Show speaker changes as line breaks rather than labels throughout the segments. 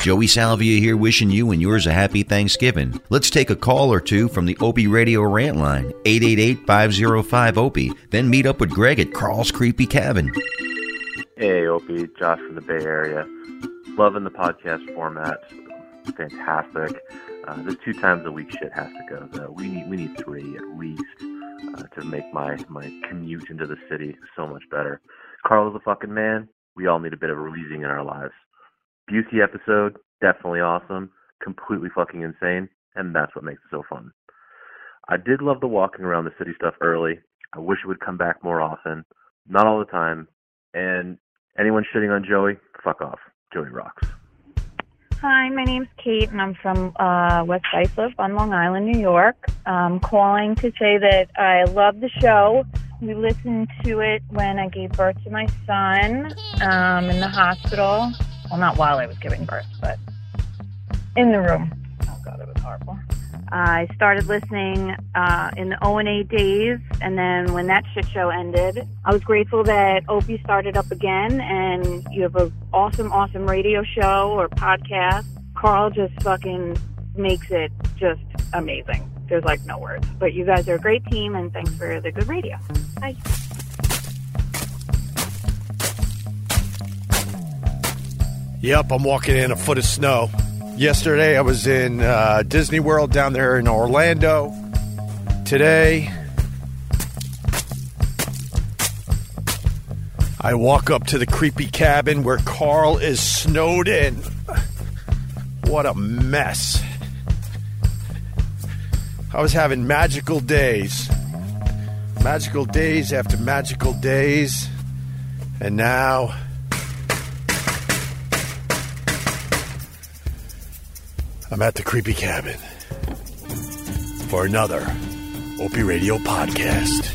Joey Salvia here wishing you and yours a happy Thanksgiving. Let's take a call or two from the Opie Radio Rant Line, 888-505-OPIE, E. then meet up with Greg at Carl's Creepy Cabin.
Hey, Opie, Josh from the Bay Area. Loving the podcast format. Fantastic. Uh, the two times a week shit has to go though. We need we need three at least uh, to make my my commute into the city so much better. Carl is a fucking man. We all need a bit of releasing in our lives. Busey episode definitely awesome, completely fucking insane, and that's what makes it so fun. I did love the walking around the city stuff early. I wish it would come back more often. Not all the time. And anyone shitting on Joey, fuck off. Joey rocks.
Hi, my name's Kate, and I'm from uh, West Islip on Long Island, New York. I'm calling to say that I love the show. We listened to it when I gave birth to my son um, in the hospital. Well, not while I was giving birth, but in the room. Oh, God, it was horrible. I started listening uh, in the O and A days, and then when that shit show ended, I was grateful that Opie started up again, and you have a awesome, awesome radio show or podcast. Carl just fucking makes it just amazing. There's like no words, but you guys are a great team, and thanks for the good radio. Bye.
Yep, I'm walking in a foot of snow. Yesterday, I was in uh, Disney World down there in Orlando. Today, I walk up to the creepy cabin where Carl is snowed in. What a mess. I was having magical days. Magical days after magical days. And now. I'm at the Creepy Cabin for another Opie Radio podcast.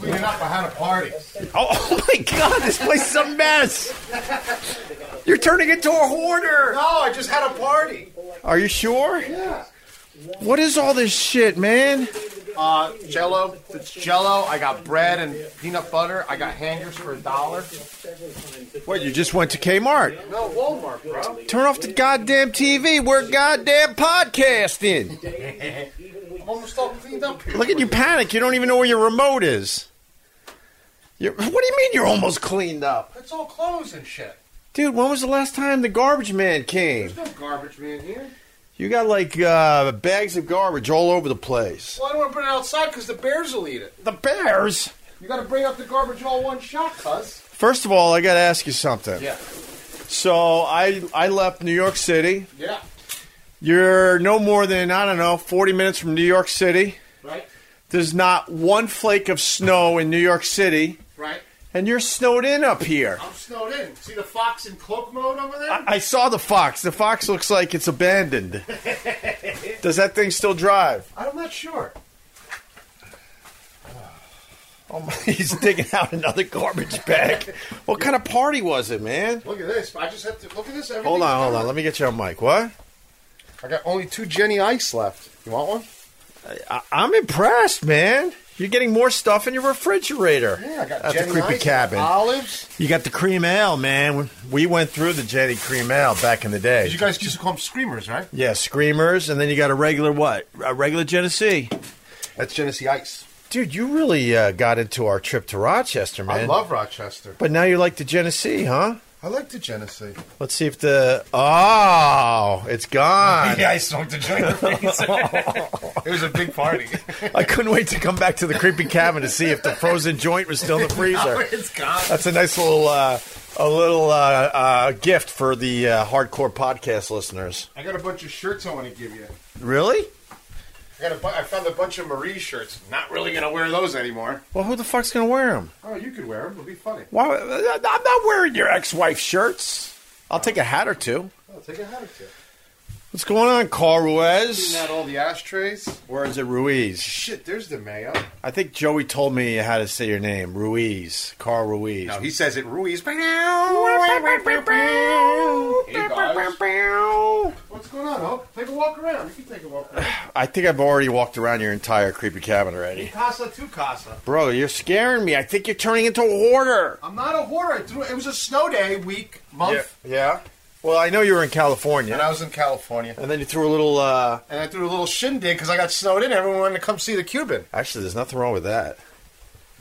Cleaning up behind a party.
Oh, my God, this place is a mess. You're turning into a hoarder.
No, I just had a party.
Are you sure? Yeah. What is all this shit, man?
Uh, Jello, it's Jello. I got bread and peanut butter. I got hangers for a dollar.
What, you just went to Kmart?
No, Walmart, bro.
Turn off the goddamn TV. We're goddamn podcasting.
I'm almost all cleaned up here.
Look at you panic. You don't even know where your remote is. You're, what do you mean you're almost cleaned up?
It's all clothes and shit.
Dude, when was the last time the garbage man came?
There's no garbage man here.
You got like uh, bags of garbage all over the place.
Well, I don't want to put it outside because the bears will eat it.
The bears?
You got to bring up the garbage all one shot, cuz.
First of all, I got to ask you something.
Yeah,
So I I left New York City.
yeah,
You're no more than I don't know 40 minutes from New York City.
right,
There's not one flake of snow in New York City,
right.
and you're snowed in up here.
I'm snowed in. See the fox in cloak mode over there?
I saw the fox. The fox looks like it's abandoned. Does that thing still drive?
I'm not sure.
Oh my, he's digging out another garbage bag. What kind of party was it, man?
Look at this. I just have to look at this. Everything's
Hold on, hold
gone.
on. Let me get you a mic. What?
I got only two Jenny Ice left. You want one?
I, I'm impressed, man. You're getting more stuff in your refrigerator.
Yeah, I got
at
Jenny
the creepy
Ice,
cabin.
Olives.
You got the cream ale, man. We went through the Jenny cream ale back in the day.
You guys used to call them screamers, right?
yeah, screamers, and then you got a regular what? A regular Genesee.
That's Genesee Ice.
Dude, you really uh, got into our trip to Rochester, man.
I love Rochester.
But now you like the Genesee, huh?
I like the Genesee.
Let's see if the oh, it's gone.
I smoked a joint in face. it was a big party.
I couldn't wait to come back to the creepy cabin to see if the frozen joint was still in the freezer.
it's gone.
That's a nice little uh, a little uh, uh, gift for the uh, hardcore podcast listeners.
I got a bunch of shirts I want to give you.
Really?
I got a bu- I found a bunch of Marie shirts. Not really gonna wear those anymore.
Well, who the fuck's gonna wear them?
Oh, you could wear them. It'll be funny.
Why? uh, I'm
Oh,
not wearing your ex-wife shirts. I'll take a hat or two.
I'll take a hat or two.
What's going on, Carl Ruiz?
Isn't that all the ashtrays?
Or is it Ruiz?
Shit, there's the mayo.
I think Joey told me how to say your name, Ruiz, Carl Ruiz.
No, he says it Ruiz. Here you go. What's going on, Hope? Take a walk around. You can take a walk around.
I think I've already walked around your entire creepy cabin already,
Casa to casa.
bro. You're scaring me. I think you're turning into a hoarder.
I'm not a hoarder. I threw, it was a snow day, week, month,
yeah. Well, I know you were in California,
and I was in California.
and then you threw a little. uh
And I threw a little shindig because I got snowed in. Everyone wanted to come see the Cuban.
Actually, there's nothing wrong with that.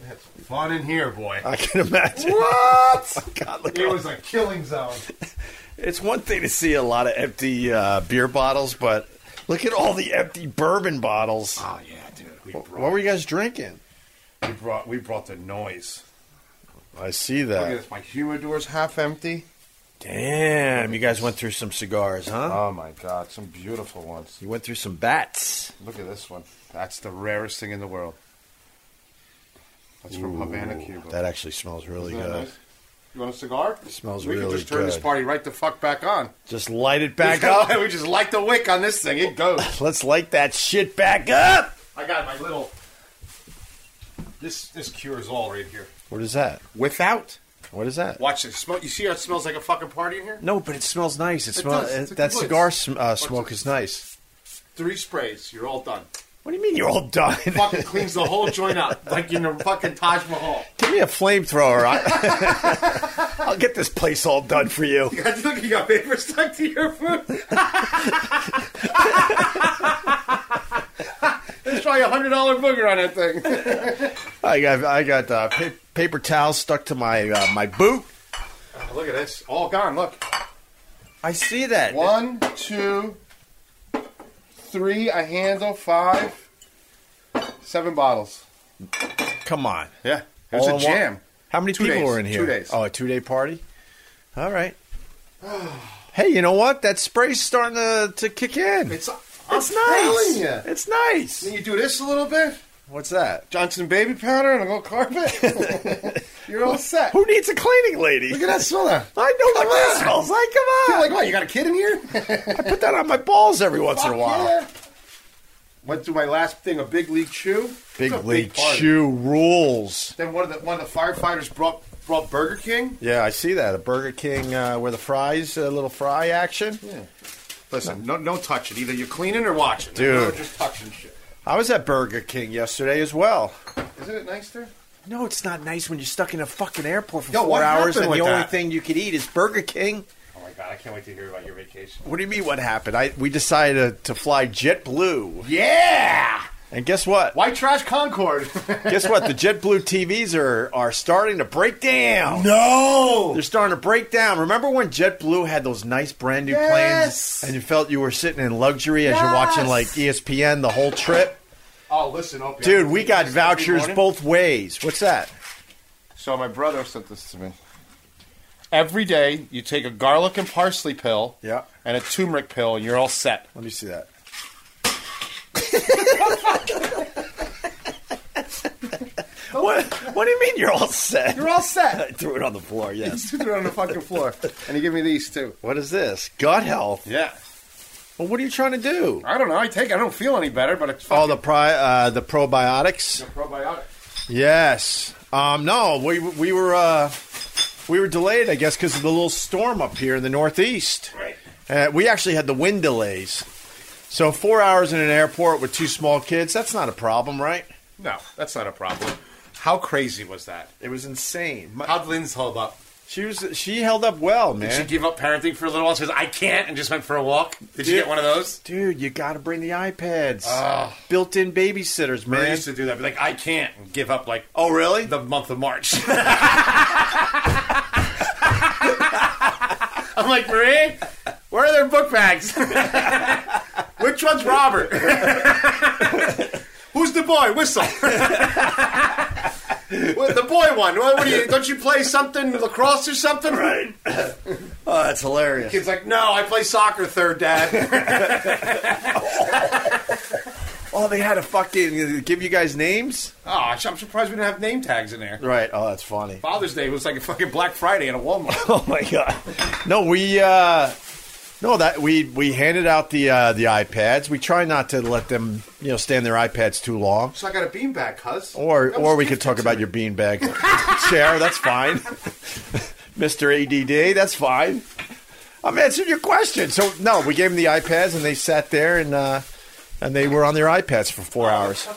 It's fun in here, boy.
I can imagine. Oh,
What?
God, look
It
how-
was a killing zone.
It's one thing to see a lot of empty uh, beer bottles, but look at all the empty bourbon bottles.
Oh yeah, dude. We
What were you guys drinking?
we brought we brought the noise.
I see
Look at
that.
this. My humidor's half empty.
Damn, you guys went through some cigars, huh?
Oh my god, some beautiful ones.
You went through some bats.
Look at this one. That's the rarest thing in the world. That's from Havana, Cuba.
That actually smells really
Isn't that
good.
nice? You want a cigar?
smells
we
really
can just turn this
good.
party right the fuck back on.
Just light it back
Just-
up.
we just light the wick on this thing. It goes.
Let's light that shit back up.
I got my little. This this cures all right here.
What is that?
Without
What is that?
watch this smell. You see how it smells like a fucking party in here?
No, but it smells nice. It,
It
smells
does. It's a
that
good
cigar
place.
sm- uh, smoke is nice.
Three sprays. You're all done.
What do you mean you're all done?
Fucking cleans the whole joint up like in the fucking Taj Mahal.
Give me a flamethrower. I- I'll get this place all done for you.
You got, look, you got paper stuck to your food. There's probably a hundred dollar booger on that thing.
I got I got uh, pa- paper towels stuck to my uh, my boot.
look at this, all gone. Look,
I see that.
one, two, three, a handle, five, seven bottles.
Come on.
Yeah, it was a
All in one-
jam.
How many
Two
people
days.
were in here?
Two days.
Oh, a two day party. All right. hey, you know what? That spray's starting to, to kick in.
It's
It's
telling
nice.
ya.
It's nice.
Then you do this a little bit,
What's that?
Johnson baby powder, and a little carpet. You're all set.
Who needs a cleaning lady?
Look at that smell. That
I know what
Come
that
on.
smells like. Come
You're
on.
like what? You got a kid in here?
I put that on my balls every once in a
Fuck
while.
yeah. Went through my last thing, a big league chew.
Big
It's a
league
party.
chew rules.
Then one of the one of the firefighters brought brought Burger King.
Yeah, I see that. A Burger King uh, where the fries, a little fry action.
Listen, no no touching. Either you're cleaning or watching.
Dude.
no, just touching shit.
I was at Burger King yesterday as well.
Isn't it nice there?
No, it's not nice when you're stuck in a fucking airport for
Yo,
four
what happened
hours and the
with
only
that?
thing you could eat is Burger King.
Oh my god, I can't wait to hear about your vacation.
What do you mean? What happened? I we decided to fly JetBlue,
Yeah,
and guess what?
white trash Concord.
guess what? The JetBlue TVs are are starting to break down.
no,
They're starting to break down. Remember when JetBlue had those nice brand new
Yes.
planes, and you felt you were sitting in luxury as you're watching
Yes.
like E ESPN the whole trip?
oh listen, Opie,
Dude, we got
Every
vouchers
morning.
both ways. What's that?
So my brother sent this to me. Every day, you take a garlic and parsley pill,
Yeah.
and a turmeric pill, and you're all set.
Let me see that. what? What do you mean you're all set?
You're all
I
set.
threw it on the floor. Yes.
Sit on the fucking floor, and he gave me these too.
What is this? Gut health.
Yeah,
Well, what are you trying to do?
I don't know. I take. I don't feel any better, but it's
Oh, the pri- uh, the probiotics.
fucking probiotic.
Yes. Um, no, we we were uh, we were delayed, I guess, because of the little storm up here in the Northeast.
Right.
Uh, we actually had the wind delays. So four hours in an airport with two small kids—that's not a problem, right?
No, that's not a problem. How crazy was that?
It was insane. My-
How'd Lynn's hold up?
She was she held up well,
Did she
man.
give up parenting for a little while? She goes, I can't, and just went for a walk. Did you
Yeah.
get one of those?
Dude, you got to bring the iPads. Built-in babysitters, man.
I used to do that. Be like, I can't, and give up like
oh, really?
the month of March. I'm like, Marie, where are their book bags? Which one's Robert? Who's the boy? Whistle. Well, the boy one. What, what do you, don't you play something, lacrosse or something? Right.
oh, that's hilarious.
Kid's like, no, I play soccer, third dad.
Oh, they had to fucking give you guys names,
oh, I'm surprised we didn't have name tags in there.
right? Oh, that's funny.
Father's Day was like a fucking Black Friday at a Walmart.
Oh my god. No, we uh No, that we we handed out the uh, the iPads. We try not to let them you know stand their iPads too long.
So I got a beanbag, cuz.
Or
That was
or we could
gifted
talk
to
about
me.
your beanbag chair. That's fine, Mister ADD. That's fine. I'm answering your question. So no, we gave them the iPads and they sat there and uh, and they were on their iPads for
Oh,
four hours.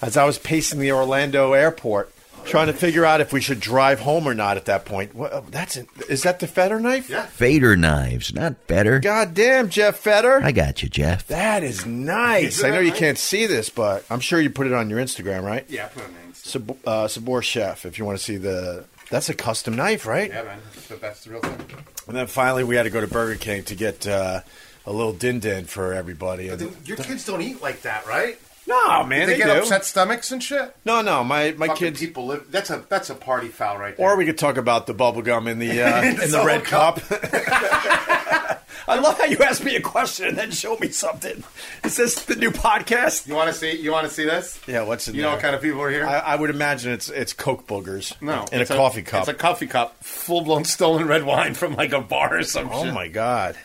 As I was pacing the Orlando airport, trying to figure out if we should drive home or not. At that point, well, oh, that's is that the Fetter knife?
Yeah.
Fader knives, not better.
God damn, Jeff Fetter.
I got you, Jeff.
That is nice.
Isn't
I know
that
you
nice?
can't see this, but I'm sure you put it on your Instagram, right?
Yeah, I put on names.
Sab- uh, Sabor Chef, if you want to see the. That's a custom knife, right?
Yeah, man. But that's the real thing.
And then finally, we had to go to Burger King to get uh, a little din din for everybody. And,
Your kids don't eat like that, right?
no, man,
they,
they,
get
do.
upset stomachs and shit.
No, no, my my
Fucking
kids.
people live. That's a that's a party foul right there.
Or we could talk about the bubble gum in the uh, in the
Bubble
red
gum.
cup. I love how you asked me a question and then show me something. Is this the new podcast?
you want to see? You want to see this?
Yeah, what's in
You know
there?
what kind of people are here?
I, I would imagine it's it's Coke boogers.
no,
in a,
it's
coffee cup.
It's a coffee cup, full blown stolen red wine from like a bar or some
oh
shit.
my god.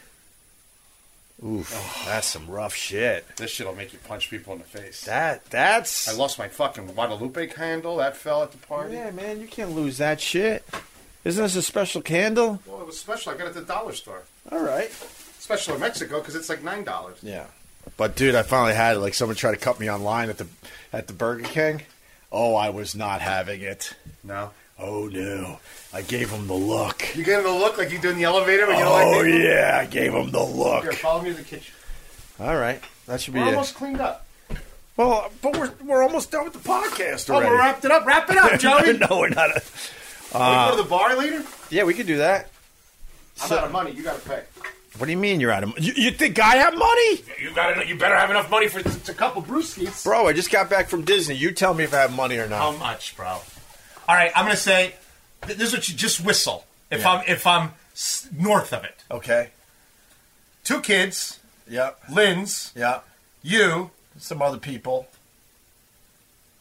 Oof, that's some rough shit.
This shit'll make you punch people in the face.
That that's.
I lost my fucking Guadalupe candle. That fell at the party.
yeah, man, you can't lose that shit. Isn't this a special candle?
Well, it was special. I got it at the dollar store.
All right.
Special in Mexico because it's like nine dollars.
Yeah. But dude, I finally had it. Like someone tried to cut me online at the at the Burger King. Oh, I was not having it.
No,
Oh no, I gave him the look.
you getting the look like you do in the elevator when you don't
Oh
like people?
yeah, I gave him the
Here,
look.
follow me to the kitchen.
All right, that should be
We're
it.
almost cleaned up.
well, but we're we're almost done with the podcast
Oh,
already.
we wrapped it up. Wrap it up, Joey.
no, we're not.
we
Uh,
go to the bar later.
Yeah, we could do that.
I'm
So-
out of money. You gotta pay.
What do you mean you're out of money? You, you think I have money?
You gotta. You better have enough money for a couple brewskis.
Bro, I just got back from Disney. You tell me if I have money or
How
not.
much, bro? All right, I'm gonna say th- this is what you just whistle if
Yeah.
I'm if I'm s- north of it.
okay.
Two kids,
Yep.
Lynn's,
Yep.
you.
Some other people.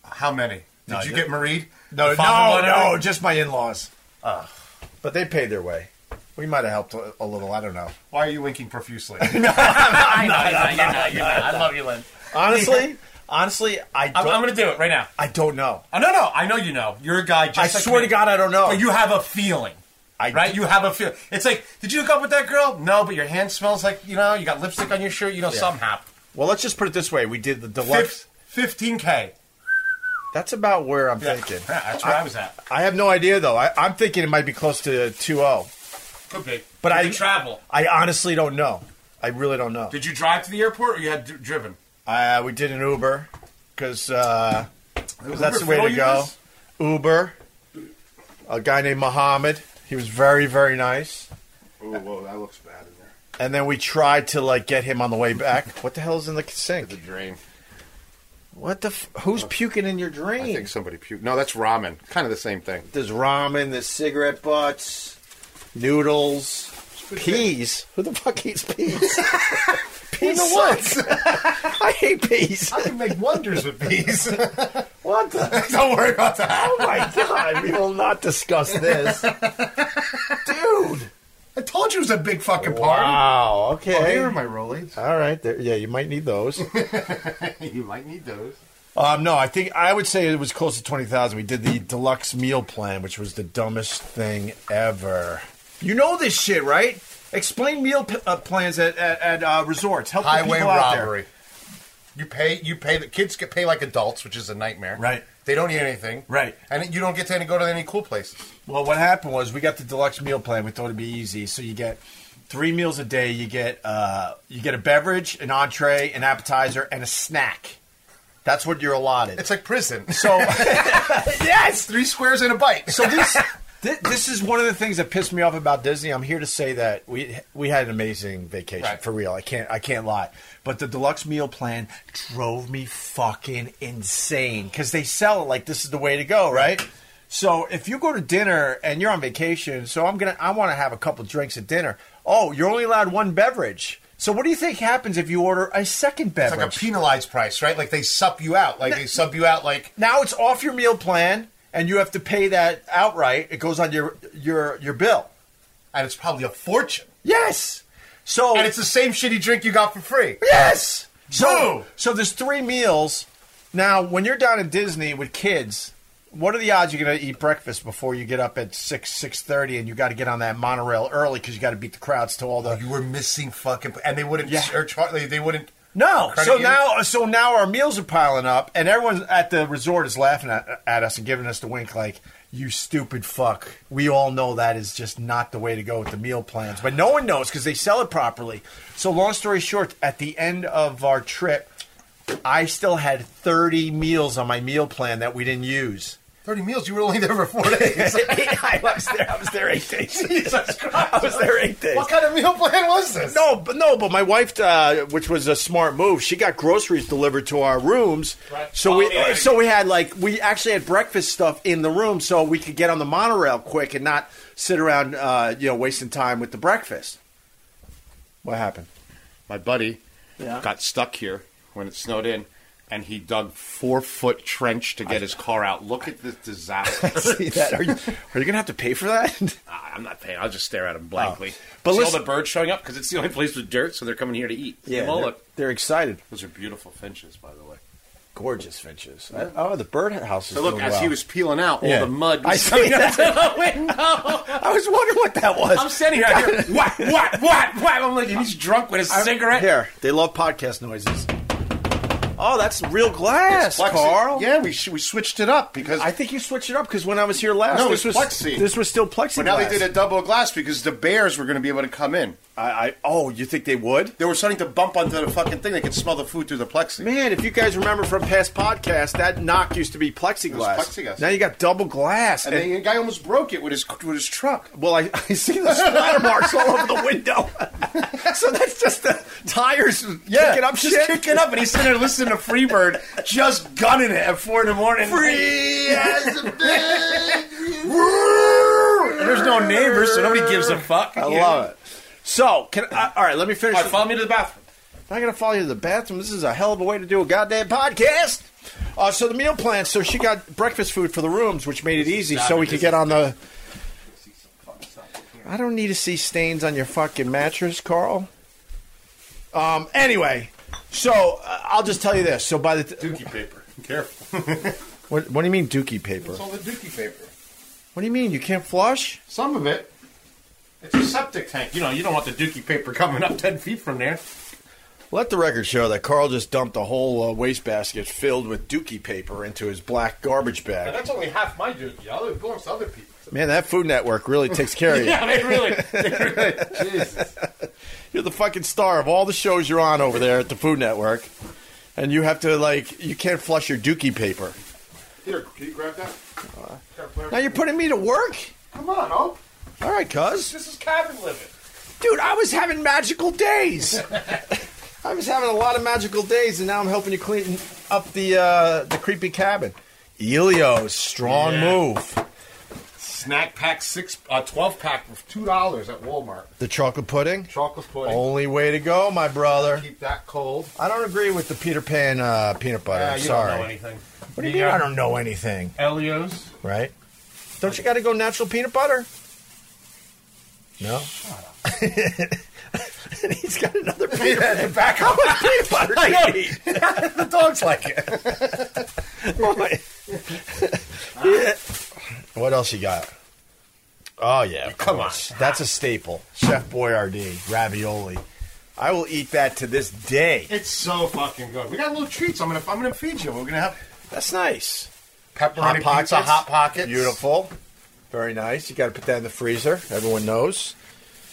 How many? Did
No,
you
you-
get married?
No,
The father
no,
wanted
no,
it?
just my in laws. But they paid their way. We might have helped a, a little. I don't know.
Why are you winking profusely?
I know, I know, you know, you know. I love you, Lynn.
Honestly, honestly, I
I'm,
don't,
I'm going to do it right now.
I don't know.
Oh, no, no, I know you know. You're a guy. Just
I
like
swear
me.
to God, I don't know.
But you have a feeling,
I,
right? You have a feel. It's like, did you hook up with that girl? No, but your hand smells like you know. You got lipstick on your shirt. You know, some somehow.
Well, let's just put it this way. We did the deluxe.
Fifteen k.
That's about where I'm thinking.
that's where I, was at.
I have no idea, though. I, I'm thinking it might be close to 2 0.
Could be.
But
Did
I- Oh.
you travel.
I honestly don't know. I really don't know.
Did you drive to the airport or you had d- driven?
Uh, we did an Uber because uh, 'cause that's the way
Uber
to
for
go.
Ubers?
Uber. A guy named Mohammed. He was very very nice.
oh, whoa, that looks bad in there.
And then we tried to like get him on the way back. What the hell's in the sink?
drain. Oh,
What the? F- who's puking in your drain?
somebody puked. No, that's ramen. Kind of the same thing.
There's ramen. There's cigarette butts. Noodles. Peas. Who the fuck eats peas? peas in the woods. I hate peas.
I can make wonders with these.
What the?
Don't worry about that.
Oh my god, we will not discuss this. Dude.
I told you it was a big fucking party.
Wow,
Oh,
okay.
here are my rollies.
All right, there, yeah, you might need those.
you might need those.
um, no, I think I would say it was close to 20,000. We did the deluxe meal plan, which was the dumbest thing ever. You know this shit, right? Explain meal p- uh, plans at, at, at uh, resorts. Help the
highway
people out there.
robbery. You pay. You pay. The kids get pay like adults, which is a nightmare.
Right.
They don't eat anything.
Right.
And you don't get to any, go to any cool places.
Well, what happened was we got the deluxe meal plan. We thought it'd be easy, so you get three meals a day. You get uh, you get a beverage, an entree, an appetizer, and a snack. That's what you're allotted.
It's like prison.
so yes,
Three squares and a bite.
so this thi- this is one of the things that pissed me off about Disney. I'm here to say that we we had an amazing vacation
Right.
for real. I can't I can't lie. But the deluxe meal plan drove me fucking insane because they sell it like this is the way to go, right? So if you go to dinner and you're on vacation, so I'm gonna I want to have a couple drinks at dinner. Oh, you're only allowed one beverage. So what do you think happens if you order a second
It's
beverage?
like a penalized price, right? Like they sup you out. Like they sub you out. Like
now it's off your meal plan and you have to pay that outright. It goes on your your your bill.
and it's probably a fortune.
Yes. So
And it's the same shitty drink you got for free.
yes. So
Boom!
so there's three meals. Now, when you're down in Disney with kids, what are the odds you're going to eat breakfast before you get up at six six thirty and you got to get on that monorail early because you got to beat the crowds to all the
You were missing fucking, and they wouldn't.
Yeah.
Or char- they, they wouldn't.
No.
Credit
so
you?
now, so now our meals are piling up, and everyone at the resort is laughing at, at us and giving us the wink, like "you stupid fuck." We all know that is just not the way to go with the meal plans, but no one knows because they sell it properly. So, long story short, at the end of our trip, I still had thirty meals on my meal plan that we didn't use.
Thirty meals. You were only there for four days.
I was there. I was there eight days.
Jesus Christ!
I was there eight days.
What kind of meal plan was this?
No, but no, but my wife, uh, which was a smart move, she got groceries delivered to our rooms.
Right.
So we,
Oh, yeah.
so we had like we actually had breakfast stuff in the room, so we could get on the monorail quick and not sit around, uh, you know, wasting time with the breakfast. What happened?
My buddy
Yeah.
got stuck here when it snowed in, and he dug four foot trench to get his car out. Look at this disaster.
See that? Are you, are you gonna have to pay for that? Oh.
Ah, I'm not paying. I'll just stare at him blankly.
But
See
listen-
all the birds showing up because it's the only place with dirt, so they're coming here to eat. Well,
they're,
look,
they're excited.
those are beautiful finches, by the way.
Gorgeous finches. Oh, the birdhouse is
So look,
doing
as
well.
he was peeling out, all
Yeah.
the mud
I
was
see
coming out
that.
the window.
I was wondering what that was.
I'm standing right here. What? What? What? What? I'm like, and he's drunk with a cigarette.
Here, they love podcast noises. Oh, that's real glass,
Plexi-
Carl.
Yeah, we sh- we switched it up because
I think you switched it up because when I was here last,
No, it
this was
was plexi.
this was still plexiglass.
but now they did a double glass because the bears were going to be able to come in.
I, I, oh, you think they would?
They were starting to bump onto the fucking thing. They could smell the food through the plexi.
Man, if you guys remember from past podcasts, that knock used to be plexiglass.
plexiglass.
Now you got double glass.
And
and-
then the guy almost broke it with his with his truck.
well, I, I see the splatter marks all over the window. so that's just the tires kicking up
just
shit.
kicking up, and he's sitting there listening to Freebird, just gunning it at four in the morning.
Free
as a bird. And There's no neighbors, so nobody gives a fuck.
I love it. So, can I, all right, let me finish.
All right, follow me to the bathroom.
I'm not gonna follow you to the bathroom. This is a hell of a way to do a goddamn podcast. Uh, so the meal plan. So she got breakfast food for the rooms, which made it easy, so we could get on the. I don't need to see stains on your fucking mattress, Carl. Um. Anyway, so uh, I'll just tell you this. So by the t-
Dookie paper. Careful.
what, what do you mean dookie paper?
It's
What
all the dookie paper.
do you mean you can't flush?
Some of it. It's a septic tank. You know, you don't want the dookie paper coming up ten feet from there.
Let the record show that Carl just dumped a whole uh, wastebasket filled with dookie paper into his black garbage
Now,
bag.
that's only half my dookie. I'll it belongs to other people.
Man, that Food Network really takes care of you.
Yeah, they really. They really Jesus.
You're the fucking star of all the shows you're on over there at the Food Network, and you have to like you can't flush your dookie paper.
Here, can you grab that? Here, Blair.
Now you're putting me to work.
Come on, Hope.
All right, cuz.
This is cabin living.
Dude, I was having magical days. I was having a lot of magical days, and now I'm helping you clean up the uh, the creepy cabin. Elio's strong
Yeah.
move.
Snack pack six, uh, 12 pack for two dollars at Walmart.
The chocolate pudding.
Chocolate pudding.
Only way to go, my brother.
Keep that cold.
I don't agree with the Peter Pan uh, peanut butter.
Ah,
I'm
you
sorry.
don't know anything.
What do you mean I don't know anything?
Elio's.
right? Don't you got to go natural peanut butter? No. and he's got another peanut butter back. How much peanut butter do you eat? the dog's like it. Yeah. What else you got? Oh yeah, of
Come
course. That's a staple. Chef Boyardee ravioli. I will eat that to this day.
It's so fucking good. We got little treats. I'm gonna, I'm gonna feed you. We're gonna have
That's nice.
pepperoni
Hot
pizza,
Pockets.
hot pockets,
Beautiful. Very nice. You got to put that in the freezer. Everyone knows.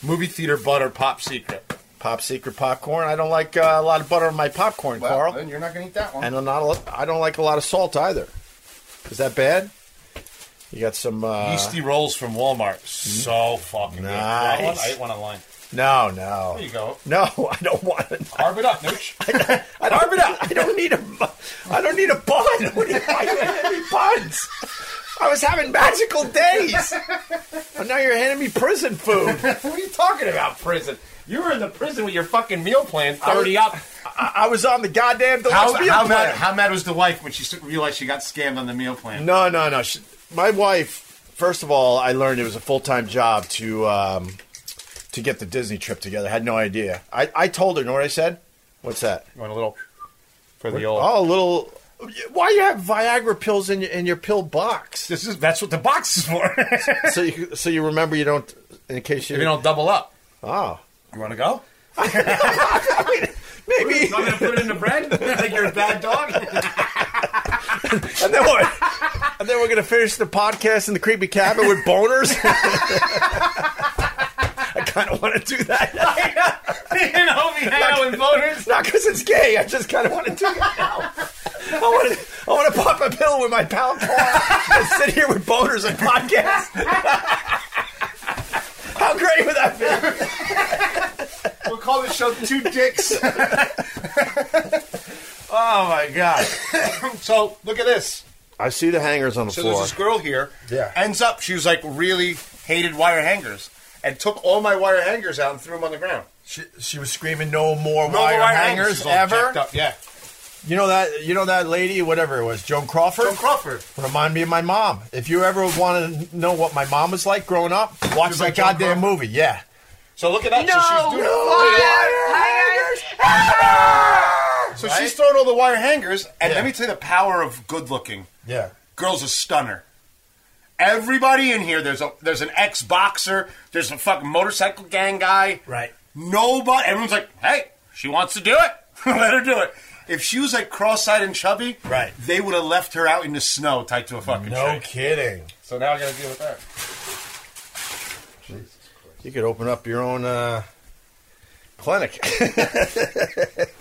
movie theater butter pop secret.
Pop secret popcorn. I don't like uh, a lot of butter on my popcorn,
Well,
Carl,
then you're not gonna eat that one.
and I'm not. a- I don't like a lot of salt either. Is that bad? You got some uh,
Yeasty rolls from Walmart. So fucking
Nice.
good. You want one? I ate one online.
No, no,
There you go.
no. I don't want it.
Carve it up, Nooch.
I don't, I don't need a. bu- I don't need a bun. What do you why do you hand me buns? I was having magical days, and now you're handing me prison food.
what are you talking about, prison? You were in the prison with your fucking meal plan, 30 up.
I, I was on the goddamn
How,
deluxe meal
how,
plan.
mad, how mad was the wife when she s- realized she got scammed on the meal plan?
No, no, no. She, my wife. First of all, I learned it was a full time job to um, to get the Disney trip together. I had no idea. I, I told her, you know what I said? What's that?
You want a little for the old?
Oh, a little. Why you have Viagra pills in your, in your pill box?
This is that's what the box is for. if
so you so you remember you don't in case you,
you don't double up,
Oh,
you want to go?
maybe.
I'm gonna put it in the bread. like you're a bad dog.
And then we're, and then we're gonna finish the podcast in the creepy cabin with boners. I kind of want to do that,
and Obi Hano and voters.
not because it's gay. I just kind of want to do it now. I want to. I want to pop a pill with my pal Paul and sit here with boners and podcast. How great would that be?
We'll call this show Two Dicks.
Oh my god!
so look at this.
I see the hangers on the
So
floor.
there's this girl here.
Yeah.
Ends up, she was like really hated wire hangers and took all my wire hangers out and threw them on the ground.
She, she was screaming, "No more
No
wire,
more
hangers,
She's all jacked
ever!"
Up. Yeah.
You know that. You know that lady, whatever it was, Joan Crawford.
Joan Crawford.
Remind me of my mom. If you ever want to know what my mom was like growing up, watch that
like Joan
goddamn
Crawford?
movie. Yeah.
So look at that. so she's doing So
Right?
she's throwing all the wire hangers, and
Yeah.
let me tell you the power of good looking.
Yeah.
Girl's a stunner. Everybody in here, there's a there's an ex boxer, there's a fucking motorcycle gang guy.
Right.
Nobody. Everyone's like, hey, she wants to do it. Let her do it. If she was like cross-eyed and chubby,
Right.
they would have left her out in the snow tied to a fucking
No
tree.
kidding.
So now I got to deal with that.
You could open up your own uh, clinic.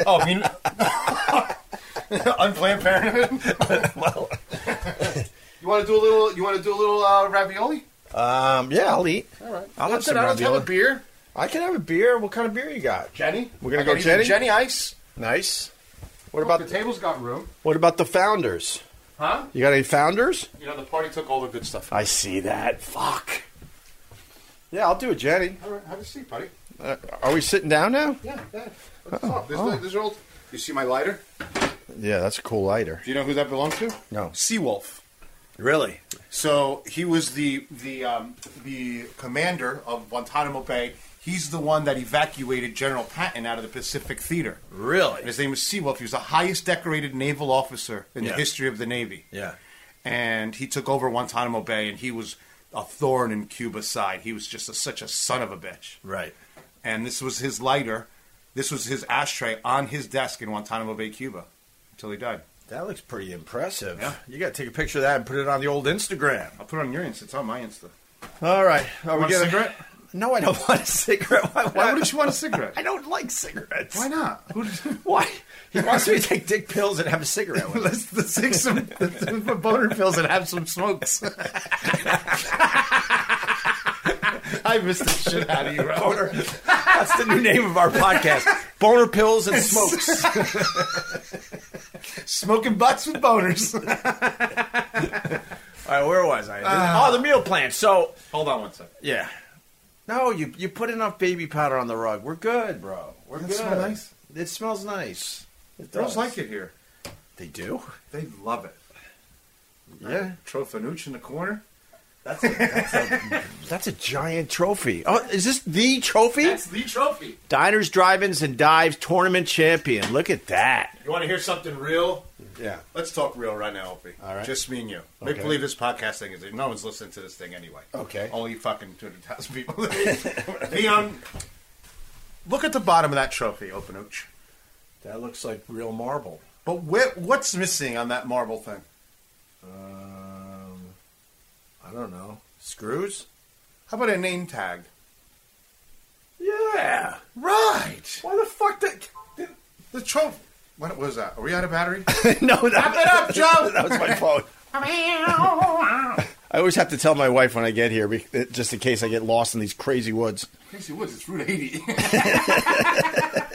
Oh, I mean, unplanned parenthood. you want to do a little? You want to do a little uh, ravioli?
um, yeah, I'll eat.
All right.
I'll have
Let's sit
some
down, let's have
ravioli.
a beer.
I can have a beer. What kind of beer you got?
Jenny,
We're gonna
I
go
got even
Jenny?
Jenny Ice.
Nice. What
Look,
about
the table's got room,
what about the founders?
huh?
You got any founders?
You know, the party took all the good stuff.
I see that. Fuck. Yeah, I'll do it, Jenny.
All right, have a seat, buddy.
Uh, are we sitting down now?
Yeah, yeah. Let's talk. There's, the- there's old. You see my lighter?
Oh, Yeah, that's a cool lighter.
Do you know who that belonged to?
No.
Seawolf.
Really?
So he was the the um, the commander of Guantanamo Bay. He's the one that evacuated General Patton out of the Pacific Theater.
Really?
And his name was Seawolf. He was the highest decorated naval officer in
Yeah.
the history of the Navy.
Yeah.
And he took over Guantanamo Bay, and he was a thorn in Cuba's side. He was just a, such a son of a bitch.
Right.
And this was his lighter. This was his ashtray on his desk in Guantanamo Bay, Cuba, until he died.
That looks pretty impressive.
Yeah.
You got to take a picture of that and put it on the old Instagram.
I'll put it on your Insta. It's on my Insta.
All right. Are
Want a
gonna-
cigarette?
No, I don't want a cigarette. Why,
Why would you want a cigarette?
I don't like cigarettes.
Why not? Who
Why? He wants me to take dick pills and have a cigarette with him.
Let's the six some the, the boner pills and have some smokes. I missed the shit out of you, Robert.
Boner. That's the new name of our podcast. Boner pills and smokes.
Smoking butts with boners.
All right, where was I?
Ah.
oh, the meal plan. So,
Hold on one second.
yeah. No, you you put enough baby powder on the rug. We're good, bro. We're
Doesn't
good.
it smell nice?
It smells nice. It
Girls
does.
like it here.
They do.
They love it.
Yeah.
Trofanuch in the corner.
That's a, that's, a, that's a giant trophy. Oh, is this the trophy?
the trophy.
Diners, Drive-Ins, and Dives Tournament Champion. Look at that.
You want to hear something real?
Yeah.
Let's talk real right now, Opie.
All right.
Just me and you.
Okay.
Make believe this podcast thing is no one's listening to this thing anyway.
Okay.
Only fucking two hundred thousand people. Leon, look at the bottom of that trophy, Opanuch.
That looks like real marble.
But where, what's missing on that marble thing?
Um, I don't know. Screws?
How about a name tag?
Yeah.
Right.
Why the fuck did...
The trophy. What was that? Are we out of battery?
no, that,
it up, Joe!
that was my phone. I always have to tell my wife when I get here, be- just in case I get lost in these crazy woods.
Casey Woods. It's Route 80.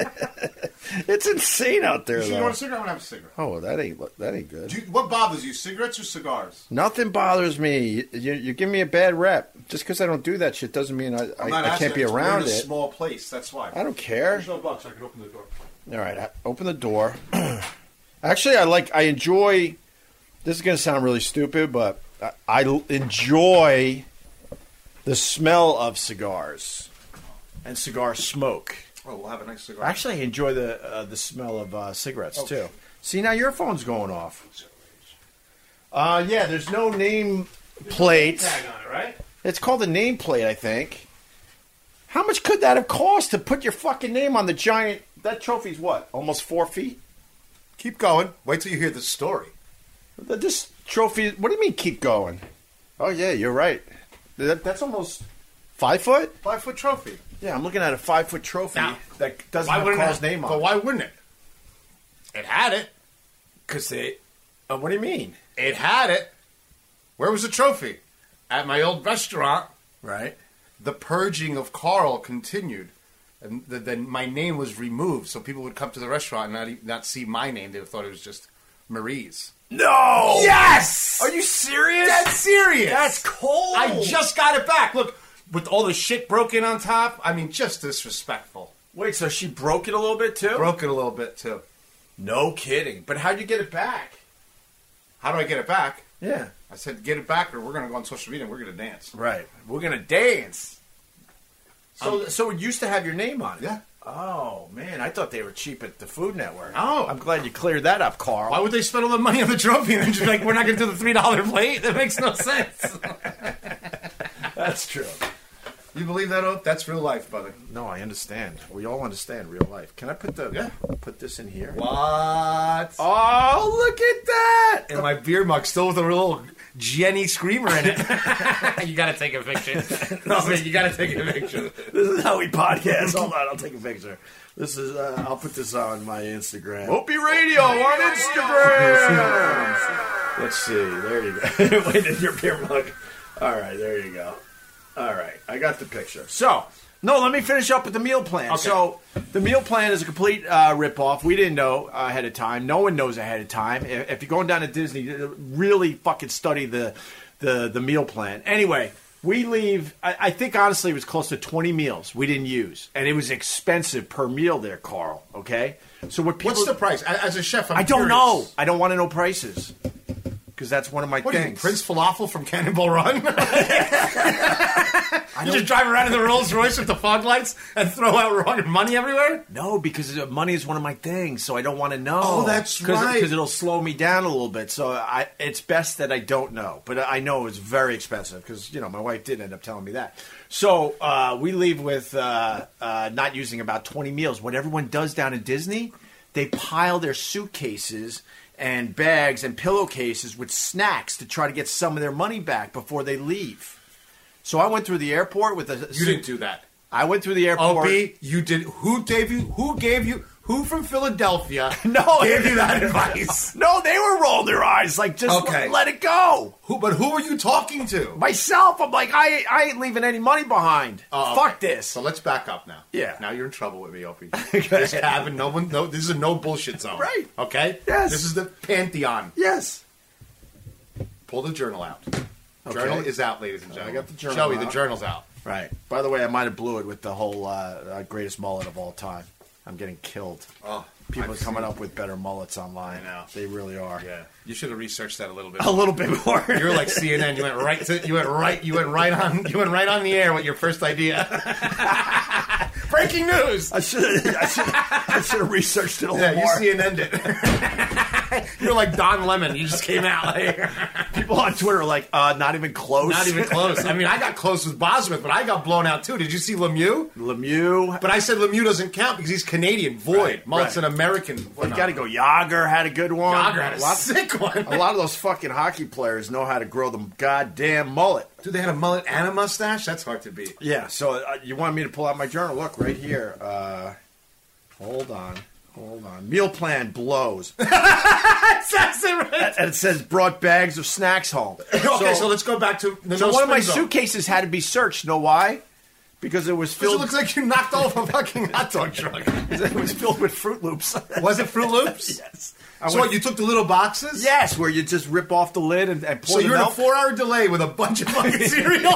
It's insane out there,
so you want
though.
a cigarette? I want to have a cigarette.
Oh, that ain't that ain't good.
Do you, what bothers you, cigarettes or cigars?
Nothing bothers me. You, you give me a bad rep. Just because I don't do that shit doesn't mean I,
I'm not
I, I
asking
can't be
that. We're in
around
a
it.
small place. That's why.
I don't care.
There's no box. I can open the door.
All right, I- open the door. Actually, I like. I enjoy. This is going to sound really stupid, but I, I l- enjoy the smell of cigars. and cigar smoke.
Oh, we'll have a nice cigar.
Actually, I enjoy the uh, the smell of uh, cigarettes
Oh.
too. See, now your phone's going off. Uh, yeah, there's no name plate.
Tag on it, right?
It's called a name plate, I think. How much could that have cost to put your fucking name on the giant? That trophy's what? Almost four feet.
Keep going. Wait till you hear the story.
Th- This trophy. What do you mean? Keep going. Oh yeah, you're right. That, that's almost five foot.
Five foot trophy.
Yeah, I'm looking at a five foot trophy
Now,
that doesn't
Why
have
wouldn't
Carl's
it?
name on.
But
it.
why wouldn't it? It had it.
Because they. Uh, what do you mean?
It had it. Where was the trophy?
At my old restaurant.
Right. The purging of Carl continued, and th- then my name was removed. So people would come to the restaurant and not e- not see my name. They would thought it was just Marie's.
No.
Yes!
Are you serious?
That's serious.
That's cold!
I just got it back. Look, with all the shit broken on top. I mean, just disrespectful.
Wait, so she broke it a little bit too?
Broke it a little bit too.
No kidding. But how'd you get it back?
How do I get it back?
Yeah.
I said, get it back, or we're gonna go on social media and we're gonna dance.
Right. We're gonna dance. So,
Um,
so it used to have your name on it.
Yeah.
Oh man, I thought they were cheap at the Food Network.
No.
I'm glad you cleared that up, Carl.
Why would they spend all the money on the trophy and then just be like, we're not gonna do the three dollar plate? That makes no sense.
That's true.
you believe that? Ope? That's real life, brother.
No, I understand. We all understand real life. Can I put the
Yeah.
put this in here?
What?
Oh, look at that!
And my beer mug still with a little Jenny screamer in it.
you gotta take a picture. no, man, you gotta take a picture.
This is how we podcast. Hold on, I'll take a picture. This is. Uh, I'll put this on my Instagram. Opie Radio on Instagram. Let's see. There you go. Wait, in your beer mug. All right, there you go. All right, I got the picture. So. No, let me finish up with the meal plan. So the meal plan is a complete uh, ripoff. We didn't know uh, ahead of time. No one knows ahead of time. If, if you're going down to Disney, uh, really fucking study the the the meal plan. Anyway, we leave. I, I think honestly, it was close to 20 meals we didn't use, and it was expensive per meal there, Carl. Okay, so what people?
What's the price? A- As a chef, I'm
I don't
curious.
know. I don't want to know prices because that's one of my
What do you,
things.
Prince Falafel from Cannonball Run? you just drive around in the Rolls Royce with the fog lights and throw out wrong money everywhere?
No, because uh, money is one of my things, so I don't want to know.
Oh, that's right.
Because it'll slow me down a little bit. So I, it's best that I don't know. But I know it's very expensive because you know my wife did end up telling me that. So uh, we leave with uh, uh, not using about twenty meals. What everyone does down in Disney, they pile their suitcases and bags and pillowcases with snacks to try to get some of their money back before they leave. So I went through the airport with a.
You didn't do that.
I went through the airport.
Opie, you did. Who gave you? Who gave you? Who from Philadelphia
No.
gave you that advice?
No, they were rolling their eyes like just
Okay.
let it go.
Who? But who were you talking to?
Myself, I'm like, I, I ain't leaving any money behind.
Oh,
Fuck
okay.
this.
So let's back up now.
Yeah.
Now you're in trouble with me, Opie. this cabin, no one, no, this is a no bullshit zone.
Right.
Okay.
Yes.
This is the pantheon.
yes.
Pull the journal out. Journal is out, ladies and gentlemen.
got the journal
Joey, the
out.
journal's out.
Right. By the way, I might have blew it with the whole uh, uh, greatest mullet of all time. I'm getting killed.
Oh,
People
I've
are coming
seen-
up with better mullets online.
I know.
They really are.
Yeah. You should have researched that a little bit.
A little bit more.
You're like CNN. You went right to. You went right. You went right on. You went right on the air with your first idea. Breaking news.
I should I should I should have researched it a little
Yeah, you
more.
CNN it. You're like Don Lemon. You just came out. Like,
People on Twitter are like, uh, not even close.
not even close. I mean, I got close with Bosworth, but I got blown out too. Did you see Lemieux?
Lemieux.
But I said Lemieux doesn't count because he's Canadian. Void.
Right,
Mullet's
right.
an American.
You got to go. Yager had a good one.
Yager had a
Lots-
sick one.
A lot of those fucking hockey players know how to grow the goddamn mullet.
Dude, they had a mullet and a mustache. That's hard to beat.
Yeah. So uh, you want me to pull out my journal? Look right here. Uh, hold on. Hold on. Meal plan blows,
That's it, right?
and it says brought bags of snacks home.
okay, so, let's go back to the
so
no
one of my
spin zone.
suitcases had to be searched. Know why? Because it was
It
filled.
looks like you knocked off a fucking hot dog truck.
it was filled with Fruit Loops.
Was it Fruit Loops?
yes. I
So
went-
what, you took the little boxes?
yes, where you just rip off the lid and, and pour
So
the
you're in a
milk.
four-hour delay with a bunch of fucking cereal.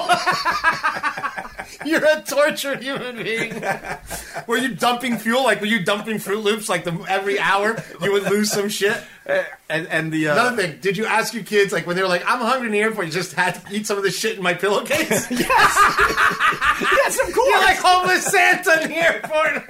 You're a tortured human being. Were you dumping fuel? Like, were you dumping Fruit Loops? Like, the, every hour you would lose some shit?
And and the uh,
Another thing, did you ask your kids, like, when they were like, I'm hungry in the airport, you just had to eat some of the shit in my pillowcase?
yes, of course.
You're like homeless Santa in the airport.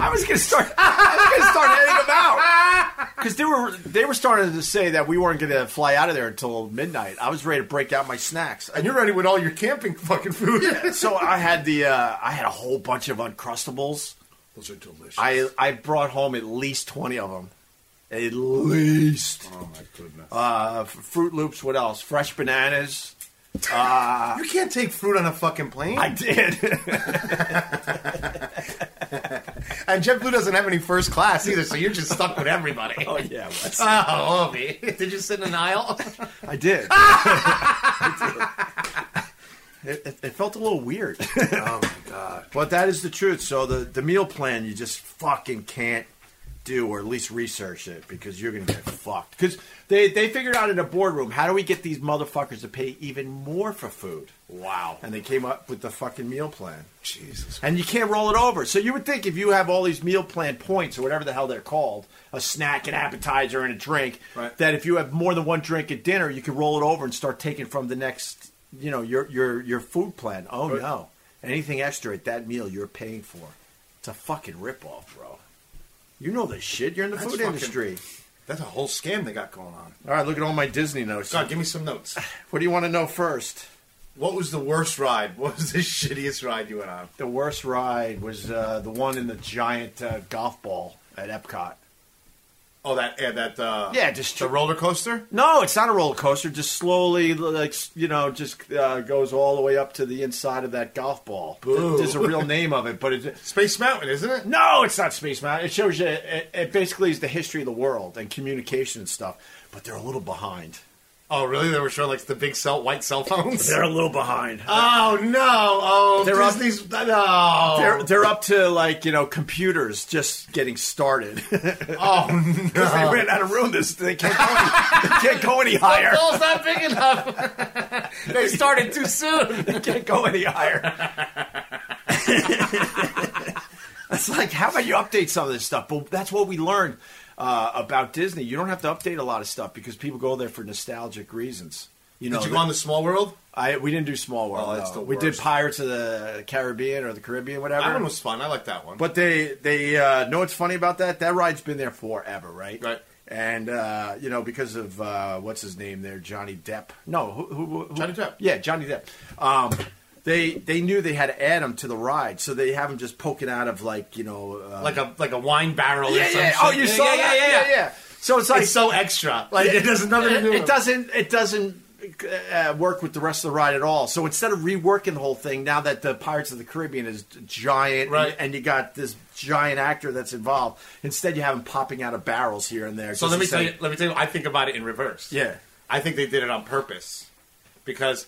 I was gonna start. I was gonna start handing them out because they were they were starting to say that we weren't gonna fly out of there until midnight. I was ready to break out my snacks.
and you're ready with all your camping fucking food.
so I had the uh, I had a whole bunch of uncrustables.
Those are delicious.
I I brought home at least twenty of them, at least.
oh, my goodness.
Uh, F- Fruit Loops. What else? Fresh bananas. Uh,
you can't take fruit on a fucking plane.
I did.
and JetBlue doesn't have any first class either, so you're just stuck with everybody.
oh yeah, what?
Oh, Obi. Did you sit in an aisle?
I did. I did. It, it, it felt a little weird. Um,
Oh, my God.
But that is the truth. So the, the meal plan you just fucking can't do, or at least research it, because you're gonna get fucked. Because they they figured out in a boardroom how do we get these motherfuckers to pay even more for food,
Wow.
and they came up with the fucking meal plan.
Jesus.
And you can't roll it over. So you would think if you have all these meal plan points or whatever the hell they're called, a snack, an appetizer, and a drink,
Right.
that if you have more than one drink at dinner, you can roll it over and start taking from the next, you know, your your your food plan. Oh no, anything extra at that meal you're paying for. It's a fucking ripoff, bro. You know the shit. You're in the
That's
food
fucking-
industry.
That's a whole scam they got going on.
All right, look at all my Disney notes.
God, give me some notes.
What do you want to know first?
What was the worst ride? What was the shittiest ride you went on?
The worst ride was uh, the one in the giant uh, golf ball at Epcot.
Oh, that yeah, that uh,
Yeah, just
the roller coaster.
No, it's not a roller coaster. Just slowly, like you know, just uh, goes all the way up to the inside of that golf ball.
Boo.
There's a real name of it, but it,
Space Mountain, isn't it?
no, it's not Space Mountain. It shows you. It, it basically is the history of the world and communication and stuff. But they're a little behind.
Oh, really? They were showing like the big cell white cell phones.
They're a little behind.
oh no! Oh,
They're up-
Disney's no.
they're, they're up to like you know computers just getting started.
oh no!
they ran out of room. This they can't go any, they can't go any higher.
Ball's not big enough. they started too soon.
They can't go any higher. it's like, how about you update some of this stuff? But that's what we learned uh, about Disney. You don't have to update a lot of stuff because people go there for nostalgic reasons. You know,
Did you go on the Small World?
I, we didn't do Small World.
Oh, that's the
no. We did
worst.
Pirates of the Caribbean or the Caribbean, whatever.
That one was fun. I like that one.
But they they uh, know what's funny about that? That ride's been there forever, right?
Right.
And uh, you know because of uh, what's his name there, Johnny Depp. No, who, who, who
Johnny Depp.
Yeah, Johnny Depp. Um, they they knew they had to add him to the ride, so they have him just poking out of like you know uh,
like a like a wine barrel. or
yeah
some
yeah
shit.
oh you saw
yeah,
that
Yeah, yeah, yeah.
So it's like
It's so extra. Like it doesn't nothing to do.
it,
with-
doesn't. It doesn't uh, work with the rest of the ride at all. So instead of reworking the whole thing, now that the Pirates of the Caribbean is giant,
Right.
and, and you got this giant actor that's involved, instead you have him popping out of barrels here and there.
So let me
just to
tell you.
say-
Let me tell you. I think about it in reverse.
Yeah.
I think they did it on purpose because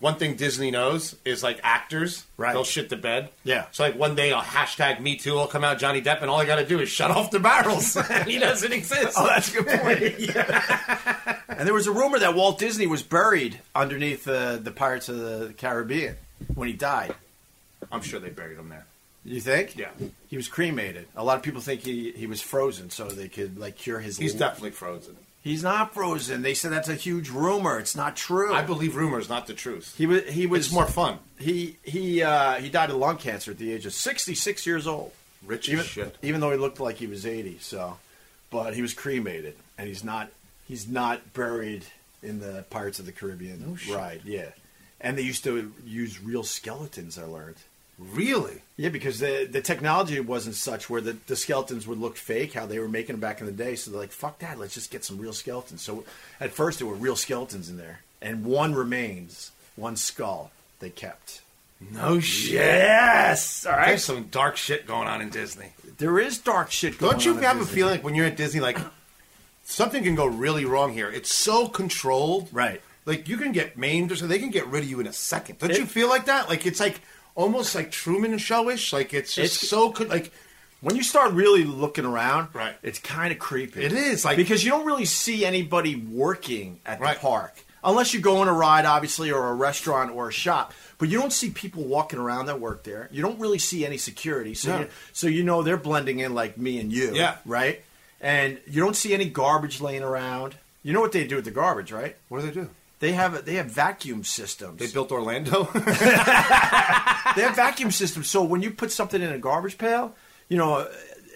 one thing Disney knows is like actors,
Right.
They'll shit the bed.
Yeah.
So like one day a hashtag Me Too will come out, Johnny Depp, and all I got to do is shut off the barrels. he doesn't exist.
Oh, that's a good point. And there was a rumor that Walt Disney was buried underneath uh, the Pirates of the Caribbean when he died.
I'm sure they buried him there.
You think?
Yeah.
He was cremated. A lot of people think he, he was frozen so they could like cure his
He's
lung-
definitely frozen.
He's not frozen. They said that's a huge rumor. It's not true.
I believe rumors, not the truth.
he was. He was
It's more fun.
He he uh, he died of lung cancer at the age of 66 years old.
Rich
Even
as shit.
even though he looked like he was 80. So, but he was cremated, and he's not he's not buried in the Pirates of the Caribbean ride. Yeah, and they used to use real skeletons. I learned.
Really?
Yeah, because the the technology wasn't such where the, the skeletons would look fake, how they were making them back in the day. So they're like, fuck that, let's just get some real skeletons. So at first there were real skeletons in there, and one remains, one skull they kept.
No shit.
Yes, all
There's some dark shit going on in Disney.
There is dark shit. Going
Don't you
on at
have a
Disney.
feeling like when you're at Disney, like something can go really wrong here? It's so controlled,
Right.
Like you can get maimed, or so they can get rid of you in a second. Don't
It-
you feel like that? Like it's like almost like Truman Showish. Like it's just
It's-
so con- like
when you start really looking around?
Right.
it's kind of creepy.
It is, like-
because you don't really see anybody working at
Right.
the park. unless you go on a ride, obviously, or a restaurant or a shop. But you don't see people walking around that work there. You don't really see any security, so
No.
you, so you know they're blending in like me and you,
Yeah.
right. And you don't see any garbage laying around. You know what they do with the garbage, right?
What do they do?
They have they have vacuum systems.
They built Orlando.
They have vacuum systems, so when you put something in a garbage pail, you know,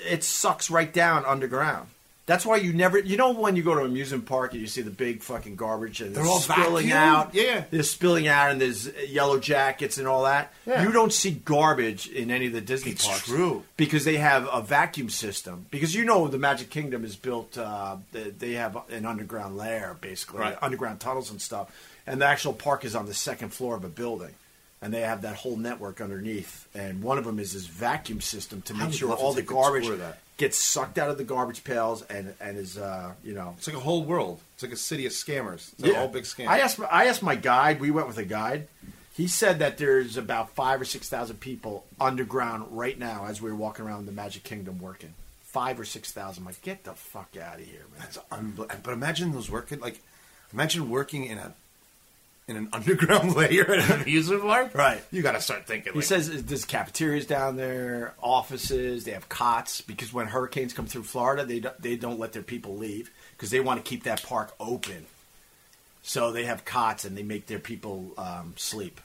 it sucks right down underground. That's why you never, you know, when you go to an amusement park and you see the big fucking garbage and
They're
it's
all
spilling
vacuumed?
out,
Yeah.
they're spilling out, and there's yellow jackets and all that.
Yeah.
You don't see garbage in any of the Disney
It's
parks,
true.
because they have a vacuum system. Because you know, the Magic Kingdom is built; uh, they they have an underground lair, basically,
Right.
underground tunnels and stuff. And the actual park is on the second floor of a building and they have that whole network underneath. And one of them is this vacuum system to
I
make
would
sure
love to
all the
take a tour
garbage
of that.
gets sucked out of the garbage pails and and is uh, you know.
it's like a whole world. It's like a city of scammers. It's like all big scammers.
I asked my- I asked my guide. We went with a guide. He said that there's about five or six thousand people underground right now as we were walking around the Magic Kingdom working. Five or six thousand. I'm like, get the fuck out of here, man.
That's unbelievable. But imagine those working like, imagine working in a in an underground layer at an amusement park.
Right.
You got to start thinking.
He
Like,
says there's cafeterias down there, offices. They have cots because when hurricanes come through Florida, they don't, they don't let their people leave because they want to keep that park open. So they have cots and they make their people um, sleep.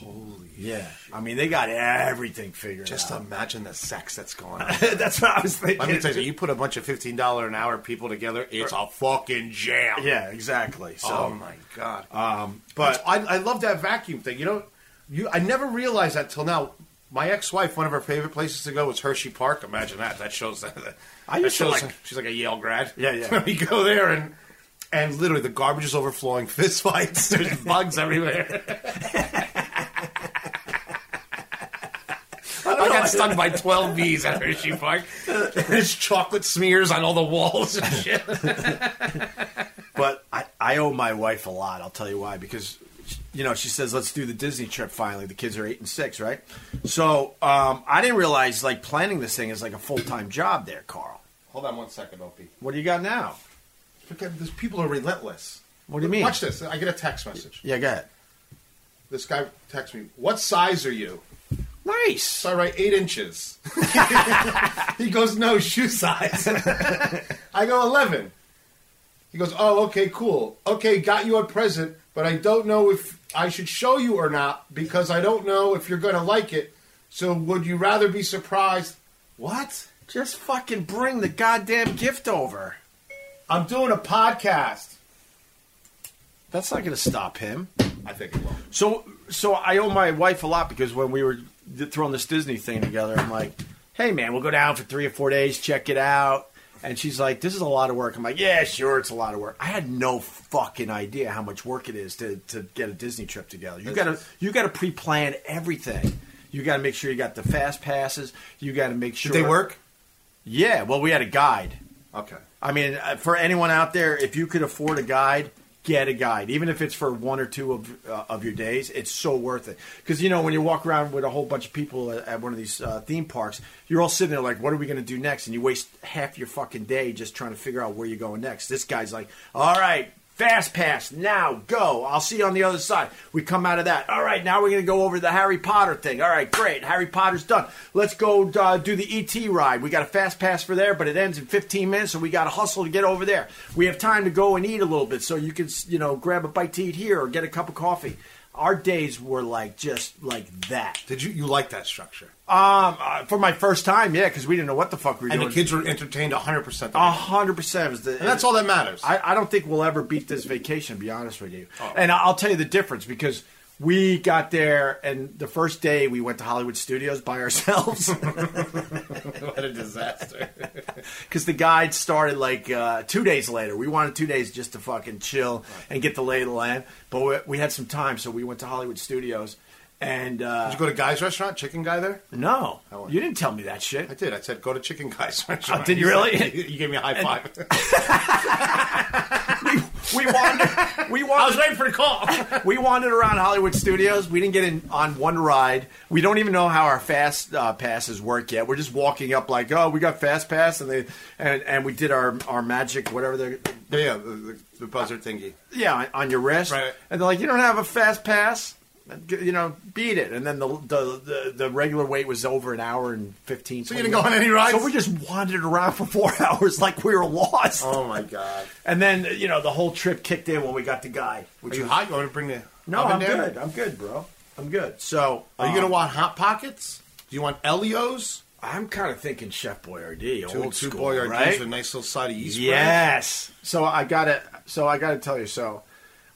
holy.
Yeah, I mean they got everything figured
Just
out.
imagine the sex that's going on.
That's what I was thinking.
Let me tell you, you put a bunch of fifteen dollar an hour people together, it's a fucking jam.
Yeah, exactly. So,
oh my god.
but
um, I, I love that vacuum thing. You know, you I never realized that till now. My ex-wife, one of her favorite places to go was Hershey Park. Imagine that. That shows that.
I
that
used to
shows
like-
She's like a Yale grad.
Yeah, yeah.
we go there and and literally the garbage is overflowing. Fist fights. There's bugs everywhere. I got stung by twelve bees at Hershey Park. There's chocolate smears on all the walls and shit.
but I, I owe my wife a lot. I'll tell you why. Because, you know, she says, let's do the Disney trip finally. The kids are eight and six, right? So um, I didn't realize, like, planning this thing is like a full time job there, Carl.
Hold on one second, Opie.
What do you got now?
Because these people are relentless.
What do you mean?
Watch this. I get a text message.
Yeah, go ahead.
This guy texts me, "What size are you?"
Nice.
So I write eight inches. he goes, "No shoe size." I go eleven. He goes, "Oh, okay, cool. Okay, got you a present, but I don't know if I should show you or not because I don't know if you're gonna like it. So would you rather be surprised?" What?
Just fucking bring the goddamn gift over.
I'm doing a podcast.
That's not going to stop him.
I think it will.
So, so I owe my wife a lot because when we were th- throwing this Disney thing together, I'm like, "Hey, man, we'll go down for three or four days, check it out." And she's like, "This is a lot of work." I'm like, "Yeah, sure, it's a lot of work." I had no fucking idea how much work it is to, to get a Disney trip together. You gotta you gotta pre plan everything. You gotta make sure you got the fast passes. You gotta make sure Yeah, well, we had a guide.
Okay.
I mean, uh, for anyone out there, if you could afford a guide, get a guide, even if it's for one or two of uh, of your days. It's so worth it because you know when you walk around with a whole bunch of people at, at one of these uh, theme parks, you're all sitting there like, "What are we going to do next?" And you waste half your fucking day just trying to figure out where you're going next. This guy's like, "All right." Fast pass now, go. I'll see you on the other side. We come out of that. All right, now we're gonna go over the Harry Potter thing. All right, great. Harry Potter's done. Let's go uh, do the ET ride. We got a fast pass for there, but it ends in 15 minutes, so we got to hustle to get over there. We have time to go and eat a little bit, so you can you know grab a bite to eat here or get a cup of coffee. Our days were like just like that.
Did you you like that structure?
Um, uh, for my first time, yeah, because we didn't know what the fuck we were
And the
doing.
kids were entertained 100%.
A hundred percent was the.
and that's all that matters. Oh.
I, I don't think we'll ever beat this vacation, to be honest with you. And I'll tell you the difference because we got there, and the first day we went to Hollywood Studios by ourselves
what a disaster.
because the guide started like uh, two days later. We wanted two days just to fucking chill and get the lay of the land, but we, we had some time, so we went to Hollywood Studios. And uh,
Did you go to Guy's restaurant, Chicken Guy there?
no,
How was it?
you didn't tell me that shit.
I did. I said, go to Chicken Guy's restaurant.
Oh, did you really?
you gave me a high five.
We wandered. We wandered.
waiting for the call.
we wandered around Hollywood Studios. We didn't get in on one ride. We don't even know how our fast uh, passes work yet. We're just walking up like, oh, we got fast pass, and they and, and we did our our magic, whatever. They're,
yeah, the, the the buzzer thingy.
yeah, on- on your wrist.
Right.
And they're like, you don't have a fast pass. You know, beat it. And then the the the, the regular wait was over an hour and fifteen.
So you didn't go on any rides?
So we just wandered around for four hours like we were lost.
Oh my god!
And then you know the whole trip kicked in when we got to Guy.
Are
Which
you
was-
hot? You want me to bring the?
No,
oven
I'm
down?
good. I'm good, bro. I'm good. So
Are you gonna want hot pockets? Do you want Elios?
I'm kind of thinking Chef Boyardee,
Two,
old
two
school,
boy
right?
with a nice little side of yeast bread.
Yes. So I gotta. So I gotta tell you. So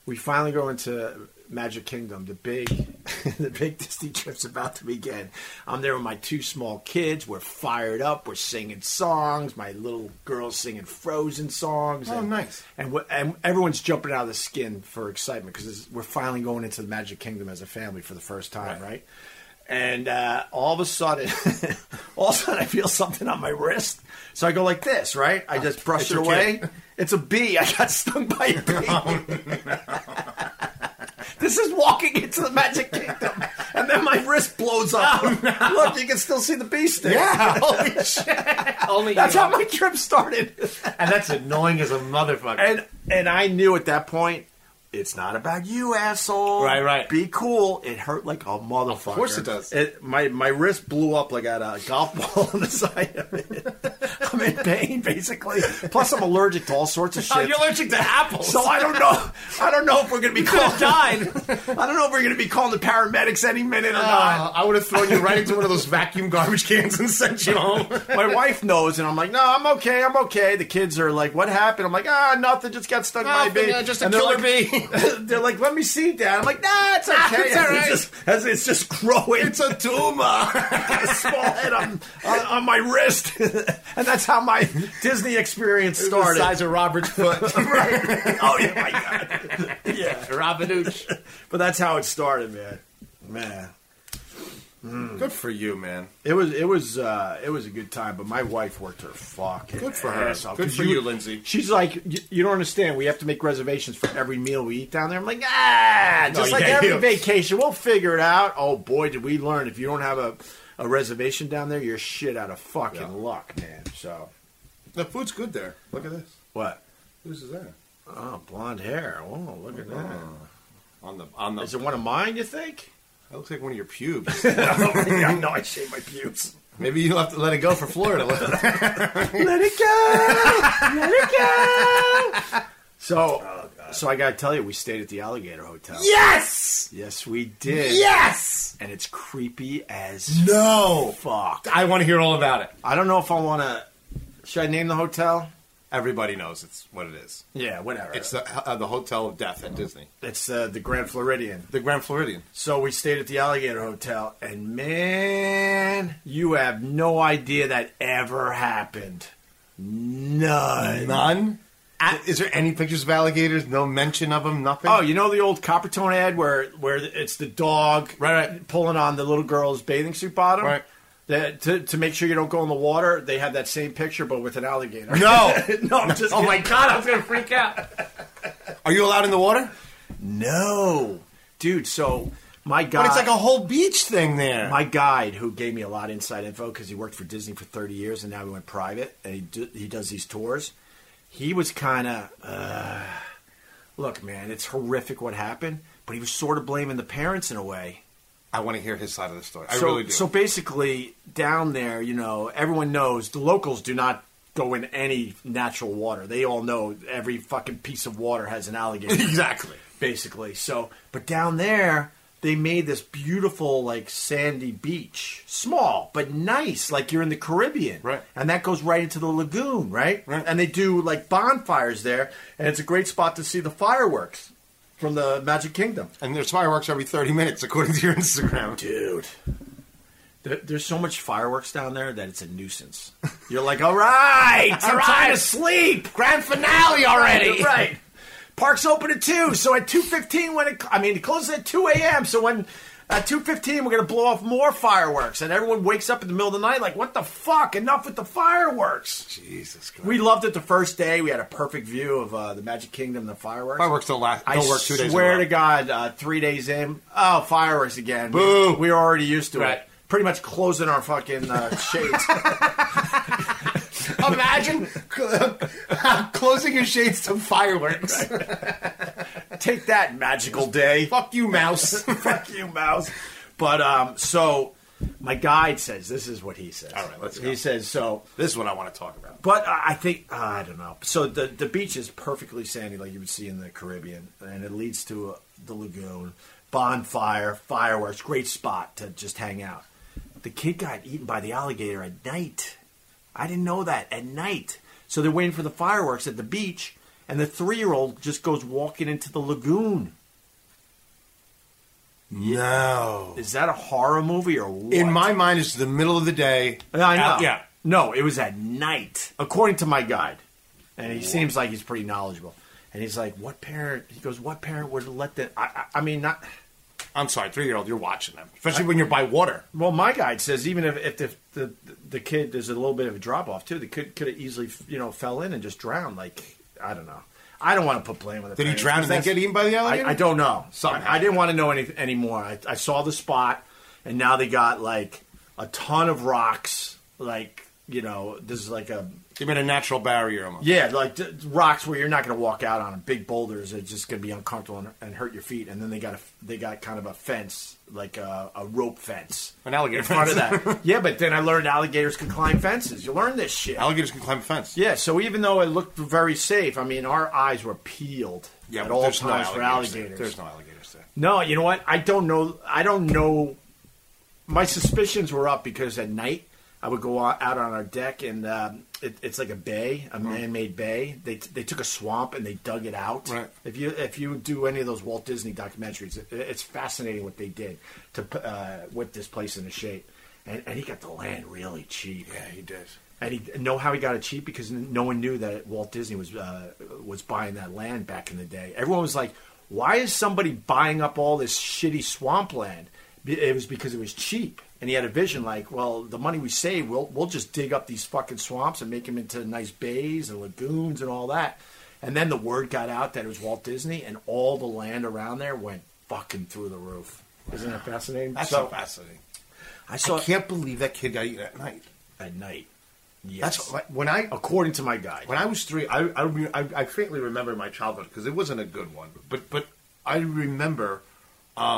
we finally go into Magic Kingdom. The big, the big Disney trip's about to begin. I'm there with my two small kids. We're fired up. We're singing songs. My little girl's singing Frozen songs.
Oh,
and,
nice.
And we- and everyone's jumping out of the skin for excitement because we're finally going into the Magic Kingdom as a family for the first time, right? And uh, all of a sudden, all of a sudden, I feel something on my wrist. So I go like this, right? I just brush it
your
away. It's a bee. I got stung by a bee. This is walking into the Magic Kingdom. And then my wrist blows up. Look, you can still see the bee sting.
Yeah.
Oh, Holy shit.
Only
That's
you
how
know.
my trip started.
and that's annoying as a motherfucker.
And and I knew at that point, it's not about you, asshole.
Right, right.
Be cool. It hurt like a motherfucker. Of
course it does.
my my wrist blew up like I got a golf ball on the side of it. I'm in pain basically. Plus, I'm allergic to all sorts of shit.
oh, you're allergic to apples.
So I don't know. I don't know if we're going to be called.
died.
I don't know if we're going to be calling the paramedics any minute or
Uh,
not.
I would have thrown you right into one of those vacuum garbage cans and sent you home.
My wife knows, and I'm like, no, I'm okay, I'm okay. The kids are like, what happened? I'm like, ah, nothing. Just got stung by a
Nothing,
bee.
uh, just a
And they're
killer
like- they're like, let me see, Dad. I'm like, nah, it's okay.
it's all right.
just, as it's just growing.
it's a tumor.
a small head on, on, on my wrist, and that's how my Disney experience
the
started.
size of Robert's foot.
right? Oh yeah, my God. yeah,
Robin Hooch.
but that's how it started, man. Man. Hmm.
Good for you, man.
It was it was uh, it was a good time, but my wife worked her fucking
Good for her.
ass off.
Good
'Cause
for you, Lindsay.
She's like, "You- you don't understand. We have to make reservations for every meal we eat down there. I'm like, ah, just like
yeah,
every
you-
vacation, we'll figure it out. Oh boy, did we learn! If you don't have a, a reservation down there, you're shit out of fucking
Yeah.
luck, man. So
The food's good there. Look at this.
what?
Who's there?
Oh, blonde hair. Oh, look at that.
Oh. On the on the.
Is it one of mine? You think?
That looks like one of your pubes.
I know I shaved my pubes.
Maybe you'll have to let it go for Florida.
Let it go. Let it go. So,
Oh,
so I gotta tell you, we stayed at the Alligator Hotel.
yes.
Yes, we did.
Yes.
and it's creepy as
No.
fuck.
I want to hear all about it.
I don't know if I want to. Should I name the hotel?
Everybody knows it's what it is.
Yeah, whatever.
It's the uh, the Hotel of Death at Disney,
it's uh, the Grand Floridian.
the Grand Floridian.
So we stayed at the Alligator Hotel, and man, you have no idea that ever happened. None.
None. is there any pictures of alligators? No mention of them. Nothing.
Oh, you know the old Coppertone ad where where it's the dog
Right, right.
pulling on the little girl's bathing suit bottom.
Right.
That- to, to make sure you don't go in the water, they have that same picture but with an alligator.
no.
no, I'm just.
oh my
kidding.
God! I was
gonna freak out.
gonna- Are you allowed in the water?
No, dude. So my guy,
But it's like a whole beach thing there.
my guide who gave me a lot of inside info because he worked for Disney for 30 years and now he went private and he do, he does these tours. He was kind of, uh, look, man, it's horrific what happened, but he was sort of blaming the parents in a way.
I want to hear his side of the story. I
so,
really do.
So basically, down there, you know, everyone knows the locals do not go in any natural water. They all know every fucking piece of water has an alligator.
exactly.
basically. So, but down there, they made this beautiful like sandy beach, small but nice, like you're in the Caribbean,
Right.
And that goes right into the lagoon, right?
Right.
And they do like bonfires there, and it's a great spot to see the fireworks from the Magic Kingdom,
And there's fireworks every 30 minutes, according to your Instagram.
dude. There, there's so much fireworks down there that it's a nuisance. You're like, all right, I'm trying to sleep.
Grand finale already.
Right. Park's open at two, so at two fifteen when it, I mean it closes at two a.m. So when at two fifteen we're gonna blow off more fireworks, and everyone wakes up in the middle of the night like, what the fuck? Enough with the fireworks.
Jesus Christ.
We loved it the first day. We had a perfect view of uh, the Magic Kingdom, and the fireworks.
Fireworks don't last.
I
Don't work two days. in a
swear
row.
to God, uh, three days in, oh fireworks again.
Boo.
We, we were already used to
Right.
it. Pretty much closing our fucking uh, shades.
Imagine cl- closing your shades to fireworks.
Take that, magical day.
Fuck you, mouse.
Fuck you, mouse. But um, so my guide says this is what he says. All
right, let's
He says so.
this one I want to talk about.
But I I think uh, I don't know. So the the beach is perfectly sandy, like you would see in the Caribbean, and it leads to uh the lagoon, bonfire, fireworks, great spot to just hang out. The kid got eaten by the alligator at night. I didn't know that at night. So they're waiting for the fireworks at the beach, and the three year old just goes walking into the lagoon.
No.
Is that a horror movie or what?
In my mind, it's the middle of the day.
I know.
Out- yeah.
No, it was at night, according to my guide. And he seems like he's pretty knowledgeable. And he's like, "What parent?" He goes, "What parent would let that?" I, I, I mean, not.
I'm sorry, three year old, you're watching them, especially when you're by water.
Well, my guide says even if, if the, the the kid there's a little bit of a drop off too, the kid could have easily you know fell in and just drowned. Like I don't know. I don't want to put blame on the.
Did he
parents,
drown and then
because
get eaten by the alligator?
I, I don't know.
Something
I, I didn't want to know any anymore. I, I saw the spot, and now they got like a ton of rocks. Like you know, this is like a
They made a natural barrier almost.
Yeah, like d- rocks where you're not going to walk out on 'em. Big boulders are just going to be uncomfortable and, and hurt your feet. And then they got a they got kind of a fence, like a, a rope fence.
An alligator
in front
fence.
of that. yeah, but then I learned alligators can climb fences. You learn this shit.
Alligators can climb a fence.
yeah, so even though it looked very safe, I mean, our eyes were peeled
Yeah,
at
but
all
there's
times
no
for
alligators. there.
alligators.
There's no alligators there.
No, you know what? I don't know. I don't know. My suspicions were up because at night I would go out out on our deck, and um, it, it's like a bay, a man-made bay. They they took a swamp and they dug it out.
Right.
If you if you do any of those Walt Disney documentaries, it, it's fascinating what they did to pu- uh, whip this place into shape. And, and he got the land really cheap.
Yeah, he did.
And he know how he got it cheap because n- no one knew that Walt Disney was uh, was buying that land back in the day. Everyone was like, "Why is somebody buying up all this shitty swampland?" B- It was because it was cheap, and he had a vision like, "Well, the money we save, we'll we'll just dig up these fucking swamps and make them into nice bays and lagoons and all that." And then the word got out that it was Walt Disney, and all the land around there went fucking through the roof. Isn't that fascinating?
That's
So,
so fascinating.
I saw
I can't believe that kid got eaten at night.
at night. Yes,
That's like, when I
according to my guide.
when I was three. I I, re- I, I faintly remember my childhood because it wasn't a good one. But but I remember, um,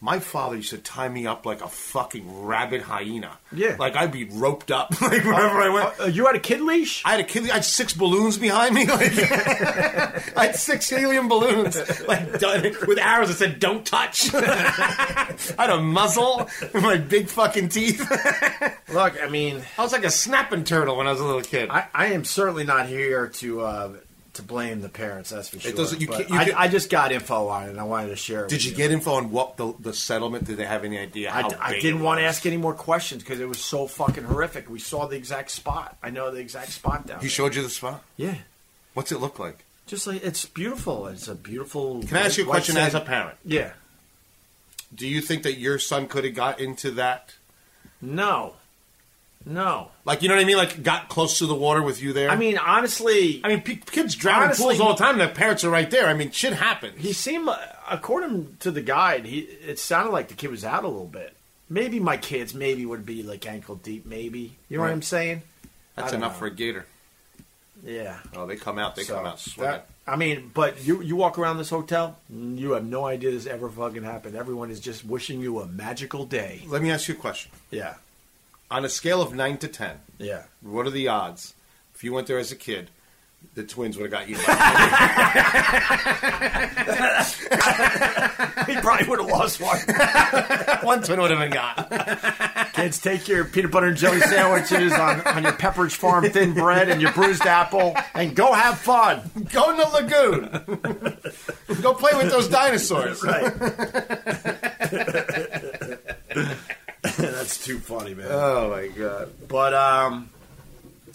my father used to tie me up like a fucking rabid hyena.
Yeah.
like I'd be roped up like wherever I went.
Uh, you had a kid leash?
I had a kid. I had six balloons behind me. Like, I had six helium balloons, like done, with arrows that said "Don't touch." I had a muzzle with my big fucking teeth.
Look, I mean,
I was like a snapping turtle when I was a little kid.
I, I am certainly not here to uh, to blame the parents. That's for sure.
doesn't- you
but
can't- you
I,
can't-
I just got info on it, and I wanted to share. it
Did
with
you get info on what the, the settlement? Did they have any idea?
I,
How
I
big
didn't
it
want to
was?
ask any more questions because it was so fucking horrific. We saw the exact spot. I know the exact spot down.
He
there.
showed you the spot.
yeah.
What's it look like?
Just like it's beautiful. It's a beautiful.
Can I ask you a
white
question
sand-
as a parent?
Yeah.
Do you think that your son could have got into that?
No. No.
Like, you know what I mean? Like, got close to the water with you there?
I mean, honestly,
I mean, pe- kids drown
Honestly-
in pools all the time. Their parents are right there. I mean, shit happens.
he seemed according to the guide he it sounded like the kid was out a little bit maybe my kids maybe would be like ankle deep maybe you know what
Right.
i'm saying I
That's
don't
enough
know.
for a gator.
yeah
Oh, they come out. They
So,
come out sweating.
that- i mean but you you walk around this hotel you have no idea this ever fucking happened everyone is just wishing you a magical day
Let me ask you a question.
yeah
On a scale of 9 to 10,
yeah
what are the odds if you went there as a kid, the twins would have got you?
he probably would have lost one
One twin would have been got.
kids take your peanut butter and jelly sandwiches on, on your pepperidge farm thin bread and your bruised apple and go have fun
Go in the lagoon. Go play with those dinosaurs.
Right. That's too funny, man.
Oh my god.
but um,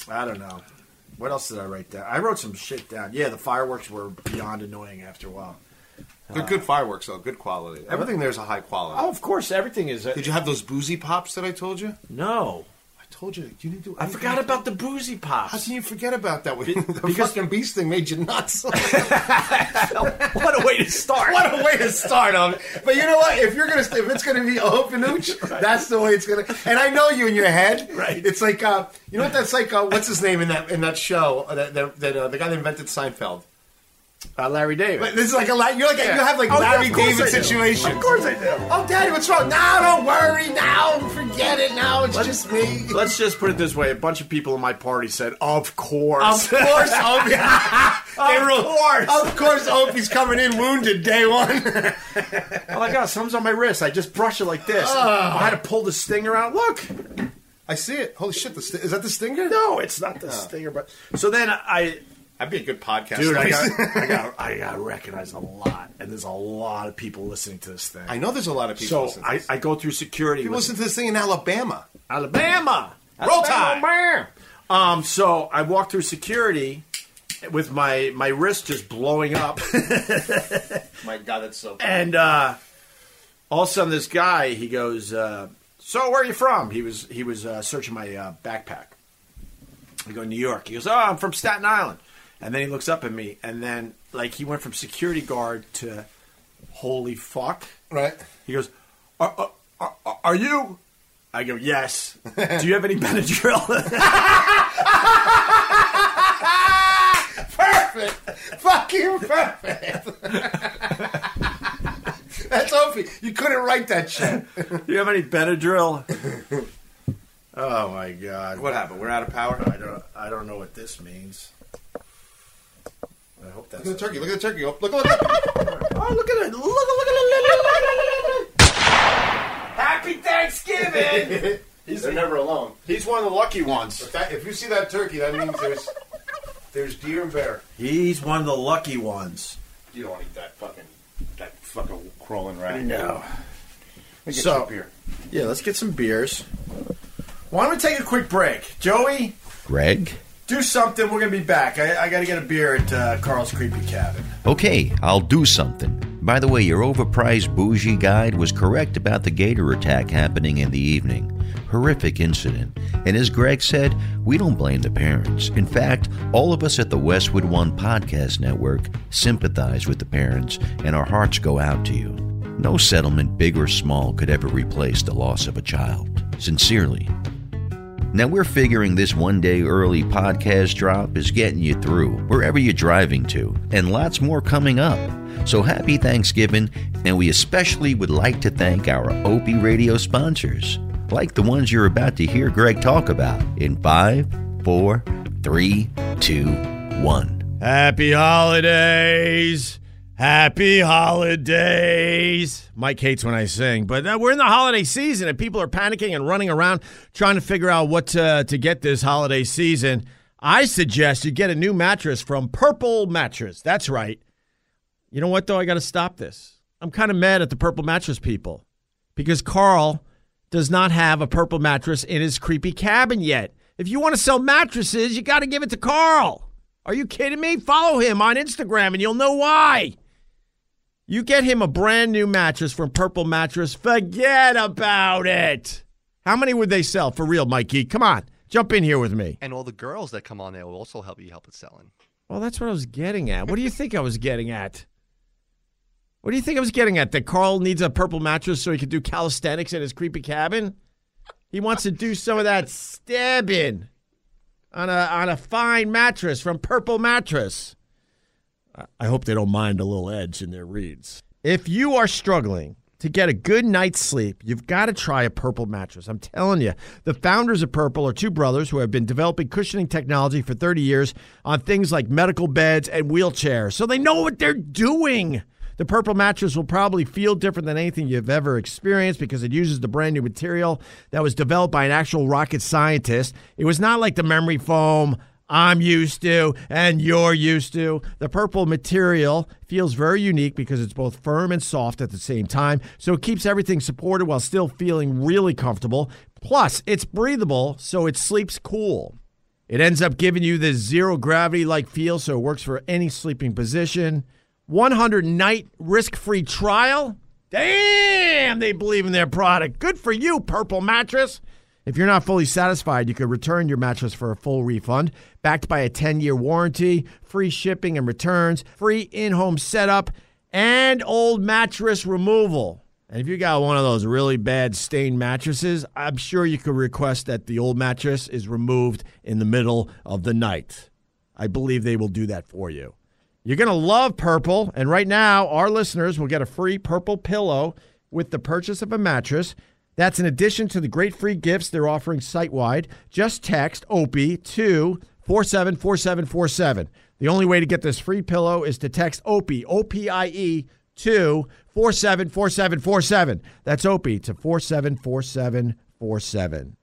I don't know. What else did I write down? I wrote some shit down. Yeah, the fireworks were beyond annoying after a while.
They're good fireworks though, good quality. Everything there's a high quality.
Oh, of course, everything is.
Did you have those boozy pops that I told you?
no,
I told you you didn't do.
I
anything.
forgot about the boozy
How
pops.
can you forget about that? the
because-
fucking beast thing made you nuts.
what a way to start.
what a way to start on. But you know what? If you're gonna, if it's gonna be a hopanooch, that's the way it's gonna. And I know you in your head.
Right.
It's like uh, you know what that's like. Uh, what's his name in that in that show? uh, That that, that uh, the guy that invented Seinfeld.
Uh, Larry David.
But this is like a lot. You're like you have like
Oh, yeah,
Larry
of course
David
I do.
situation.
Of course I do.
Oh, Daddy, what's wrong? Now don't worry. Now forget it. Now it's just me.
Let's just put it this way: a bunch of people in my party said, "Of
Of
course."
course, Opie. of
course.
Of course, Opie's coming in wounded day one.
oh my god, some's on my wrist. I just brush it like this. I had to pull the stinger out. Look,
I see it. Holy shit! The st- Ah. is that the stinger? Oh.
no, it's not the stinger. But so then I,
That'd be a good podcast.
dude, I got, I got, I got recognized a lot, and there's a lot of people listening to this thing.
I know there's a lot of people.
So
listening to
I,
this.
I go through security.
people
with-
listen to this thing in Alabama.
Alabama.
Roll
Alabama. Um, so I walk through security with my my wrist just blowing up.
My God, that's so.
And uh, all of a sudden, this guy he goes, uh, "So where are you from?" He was he was uh, searching my uh, backpack. I go New York. He goes, "Oh, I'm from Staten Island." And then he looks up at me, and then like he went from security guard to holy fuck.
Right.
He goes, "Uh, "Are are, are, are you?" I go, "Yes." Do you have any Benadryl?
Fucking perfect. that's Opie. You couldn't write that shit.
Do you have any Benadryl? oh my god!
What happened? We're out of power.
I don't I don't know what this means. I hope that's
Look at the turkey. Look at the turkey. Look, look, look.
Oh, look at it! Look, look, look, look, look, look, look, look, look.
Happy Thanksgiving.
They're never alone.
He's one of the lucky ones.
If, that, if you see that turkey, that means there's there's deer and bear.
He's one of the lucky ones.
You don't want to eat that fucking that fucking crawling rat.
No.
Let me get
So-
you a beer.
Yeah, let's get some beers. Why don't we take a quick break? Joey,
Greg?
do something. We're going to be back. I, I got to get a beer at uh, Carl's Creepy Cabin.
Okay, I'll do something. By the way, your overpriced bougie guide was correct about the gator attack happening in the evening. Horrific incident. And as Greg said, we don't blame the parents. In fact, all of us at the Westwood One Podcast Network sympathize with the parents, and our hearts go out to you. No settlement, big or small, could ever replace the loss of a child. Sincerely, now, we're figuring this one day early podcast drop is getting you through wherever you're driving to, and lots more coming up. So happy Thanksgiving, and we especially would like to thank our Opie Radio sponsors, like the ones you're about to hear Greg talk about in five, four, three, two, one.
Happy holidays. Happy holidays. Mike hates when I sing, but uh, we're in the holiday season and people are panicking and running around trying to figure out what to, to get this holiday season. I suggest you get a new mattress from Purple Mattress. That's right. You know what, though? I got to stop this. I'm kind of mad at the Purple Mattress people because Carl does not have a Purple mattress in his creepy cabin yet. If you want to sell mattresses, you got to give it to Carl. Are you kidding me? Follow him on Instagram and you'll know why. You get him a brand new mattress from Purple Mattress, forget about it. How many would they sell for real, Mikey? Come on, jump in here with me.
and all the girls that come on there will also help you help with selling.
Well, that's what I was getting at. What do you think I was getting at? What do you think I was getting at? That Carl needs a purple mattress so he can do calisthenics in his creepy cabin? He wants to do some of that stabbing on a on a fine mattress from Purple Mattress. I- I hope they don't mind a little edge in their reads. If you are struggling to get a good night's sleep, you've got to try a Purple mattress. I'm telling you, the founders of Purple are two brothers who have been developing cushioning technology for 30 years on things like medical beds and wheelchairs. So they know what they're doing. The purple mattress will probably feel different than anything you've ever experienced because it uses the brand new material that was developed by an actual rocket scientist. It was not like the memory foam I'm used to and you're used to. The purple material feels very unique because it's both firm and soft at the same time, so it keeps everything supported while still feeling really comfortable. Plus, it's breathable, so it sleeps cool. It ends up giving you this zero gravity like feel, so it works for any sleeping position. 100 night risk free trial. Damn, they believe in their product. Good for you, Purple Mattress. If you're not fully satisfied, you could return your mattress for a full refund, backed by a 10 year warranty, free shipping and returns, free in home setup, and old mattress removal. And if you got one of those really bad stained mattresses, I'm sure you could request that the old mattress is removed in the middle of the night. I believe they will do that for you. You're going to love purple. And right now, our listeners will get a free purple pillow with the purchase of a mattress. That's in addition to the great free gifts they're offering site wide. Just text OPI to 474747. The only way to get this free pillow is to text OPI, O P I E, to 474747. That's OPI to 474747.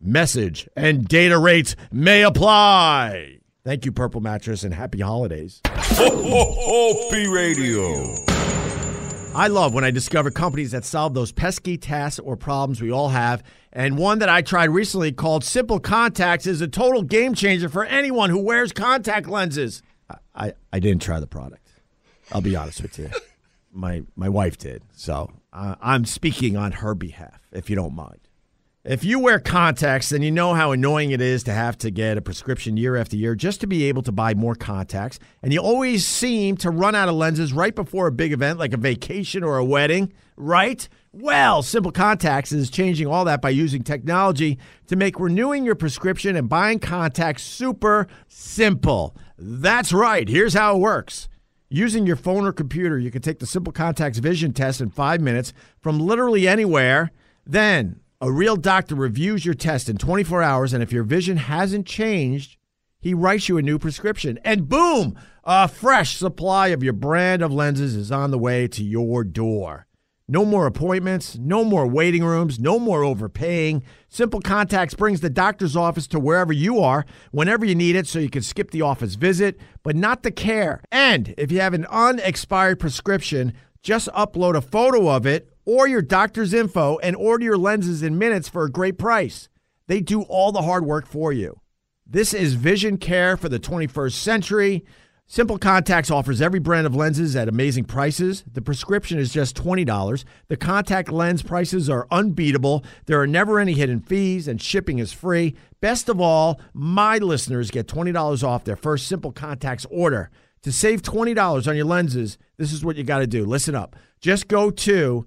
Message and data rates may apply. Thank you, Purple Mattress, and happy holidays.
OP Radio.
I love when I discover companies that solve those pesky tasks or problems we all have. And one that I tried recently called Simple Contacts is a total game changer for anyone who wears contact lenses. I, I, I didn't try the product. I'll be honest with you. My, my wife did. So uh, I'm speaking on her behalf, if you don't mind. If you wear contacts, then you know how annoying it is to have to get a prescription year after year just to be able to buy more contacts. And you always seem to run out of lenses right before a big event like a vacation or a wedding, right? Well, Simple Contacts is changing all that by using technology to make renewing your prescription and buying contacts super simple. That's right. Here's how it works. Using your phone or computer, you can take the Simple Contacts vision test in five minutes from literally anywhere. Then, a real doctor reviews your test in 24 hours, and if your vision hasn't changed, he writes you a new prescription. And boom, a fresh supply of your brand of lenses is on the way to your door. No more appointments, no more waiting rooms, no more overpaying. Simple Contacts brings the doctor's office to wherever you are whenever you need it so you can skip the office visit, but not the care. And if you have an unexpired prescription, just upload a photo of it or your doctor's info and order your lenses in minutes for a great price. They do all the hard work for you. This is vision care for the 21st century. Simple Contacts offers every brand of lenses at amazing prices. The prescription is just $20. The contact lens prices are unbeatable. There are never any hidden fees, and shipping is free. Best of all, my listeners get $20 off their first Simple Contacts order. To save $20 on your lenses, this is what you got to do. Listen up. Just go to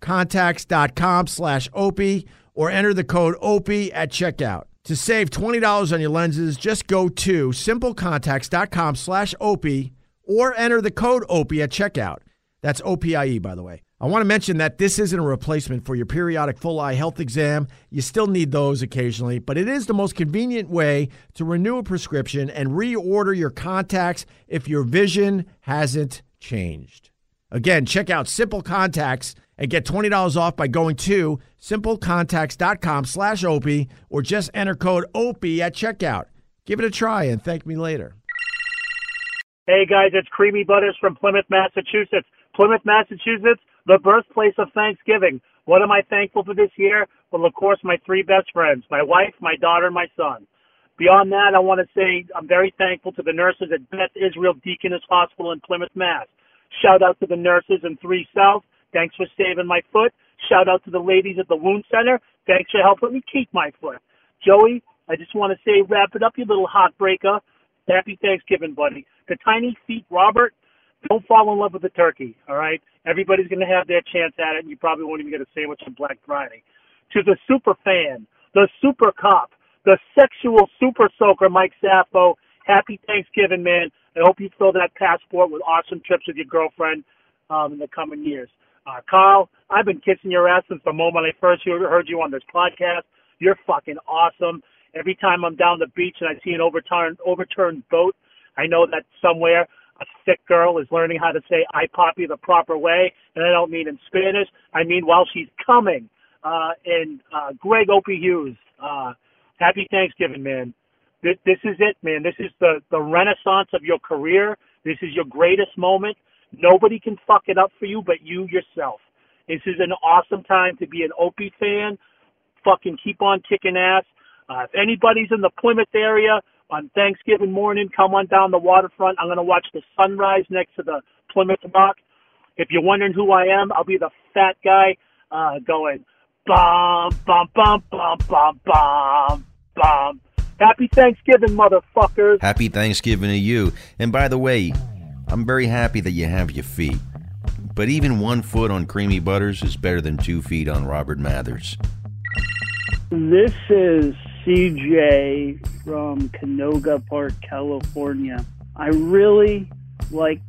simplecontacts.com slash opie or enter the code opie at checkout to save $20 on your lenses just go to simplecontacts.com slash opie or enter the code opie at checkout that's opie by the way i want to mention that this isn't a replacement for your periodic full eye health exam you still need those occasionally but it is the most convenient way to renew a prescription and reorder your contacts if your vision hasn't changed Again, check out Simple Contacts and get $20 off by going to simplecontacts.com slash OPI or just enter code OPI at checkout. Give it a try and thank me later.
Hey guys, it's Creamy Butters from Plymouth, Massachusetts. Plymouth, Massachusetts, the birthplace of Thanksgiving. What am I thankful for this year? Well, of course, my three best friends my wife, my daughter, and my son. Beyond that, I want to say I'm very thankful to the nurses at Beth Israel Deaconess Hospital in Plymouth, Mass. Shout out to the nurses in Three South. Thanks for saving my foot. Shout out to the ladies at the Wound Center. Thanks for helping me keep my foot. Joey, I just want to say, wrap it up, you little heartbreaker. Happy Thanksgiving, buddy. The tiny feet, Robert. Don't fall in love with the turkey. All right. Everybody's going to have their chance at it, and you probably won't even get a sandwich on Black Friday. To the super fan, the super cop, the sexual super soaker, Mike Sappho. Happy Thanksgiving, man. I hope you fill that passport with awesome trips with your girlfriend um, in the coming years. Uh, Carl, I've been kissing your ass since the moment I first heard heard you on this podcast. You're fucking awesome. Every time I'm down the beach and I see an overturned overturned boat, I know that somewhere a sick girl is learning how to say "I poppy" the proper way, and I don't mean in Spanish. I mean while she's coming. Uh, and uh, Greg Opie Hughes, uh, happy Thanksgiving, man this, this is it, man. This is the, the renaissance of your career. This is your greatest moment. Nobody can fuck it up for you but you yourself. This is an awesome time to be an Opie fan. Fucking keep on kicking ass. Uh, if anybody's in the Plymouth area on Thanksgiving morning, come on down the waterfront. I'm going to watch the sunrise next to the Plymouth Rock. If you're wondering who I am, I'll be the fat guy uh, going, Bum, bum, bum, bum, bum, bum, bum. Happy Thanksgiving, motherfuckers.
Happy Thanksgiving to you. And by the way, I'm very happy that you have your feet. But even one foot on Creamy Butters is better than two feet on Robert Mathers.
This is CJ from Canoga Park, California. I really like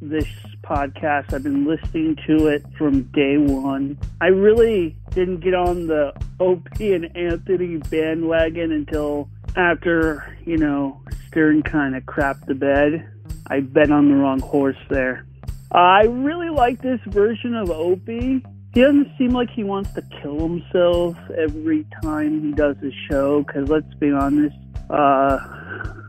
this podcast. I've been listening to it from day one. I really didn't get on the OP and Anthony bandwagon until after, you know, Stern kind of crapped the bed. I bet on the wrong horse there. I really like this version of Opie. He doesn't seem like he wants to kill himself every time he does a show, because let's be honest, uh,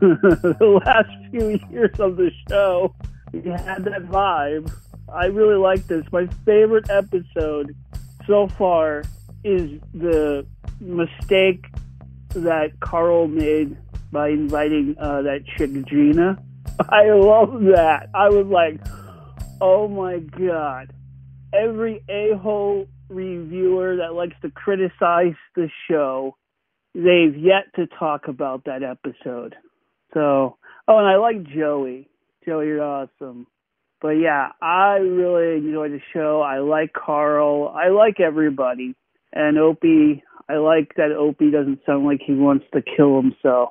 the last few years of the show, he had that vibe. I really like this. My favorite episode so far is the mistake that Carl made by inviting uh, that chick Gina. I love that. I was like, oh my god. Every a hole reviewer that likes to criticize the show, they've yet to talk about that episode. So, oh, and I like Joey. Joey, you're awesome. But yeah, I really enjoy the show. I like Carl. I like everybody. And Opie, I like that Opie doesn't sound like he wants to kill himself.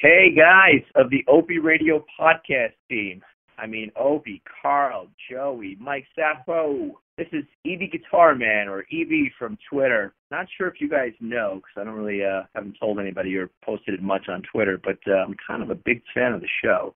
Hey guys of the Opie Radio podcast team. I mean Opie, Carl, Joey, Mike Sappho. This is EB Guitar Man or EB from Twitter. Not sure if you guys know because I don't really uh, haven't told anybody or posted it much on Twitter, but uh, I'm kind of a big fan of the show.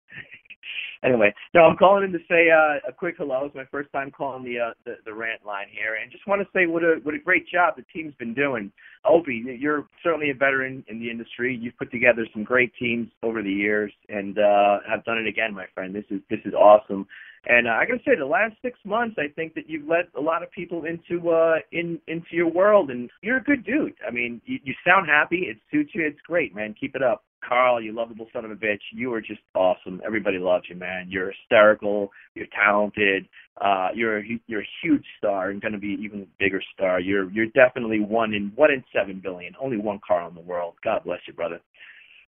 anyway, no, I'm calling in to say uh, a quick hello. It's my first time calling the, uh, the the rant line here, and just want to say what a what a great job the team's been doing. Opie, you're certainly a veteran in the industry. You've put together some great teams over the years, and uh, I've done it again, my friend. This is this is awesome. And uh, I gotta say, the last six months, I think that you've let a lot of people into uh in into your world, and you're a good dude. I mean, you, you sound happy. It suits you. It's great, man. Keep it up. Carl, you lovable son of a bitch. You are just awesome. Everybody loves you, man. You're hysterical. You're talented. Uh, you're a, hu- you're a huge star and going to be an even bigger star. You're you're definitely one in one in seven billion. Only one Carl in the world. God bless you, brother.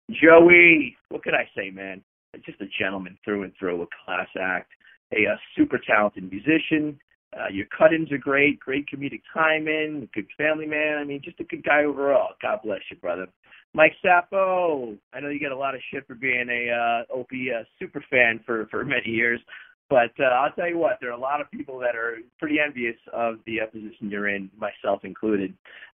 Joey, what could I say, man? Just a gentleman through and through, a class act, a, uh super talented musician. Uh, your cut-ins are great, great comedic timing, good family man. I mean, just a good guy overall. God bless you, brother. Mike Sappho, I know you get a lot of shit for being a uh, OP uh, super fan for for many years, but uh, I'll tell you what, there are a lot of people that are pretty envious of the uh, position you're in, myself included.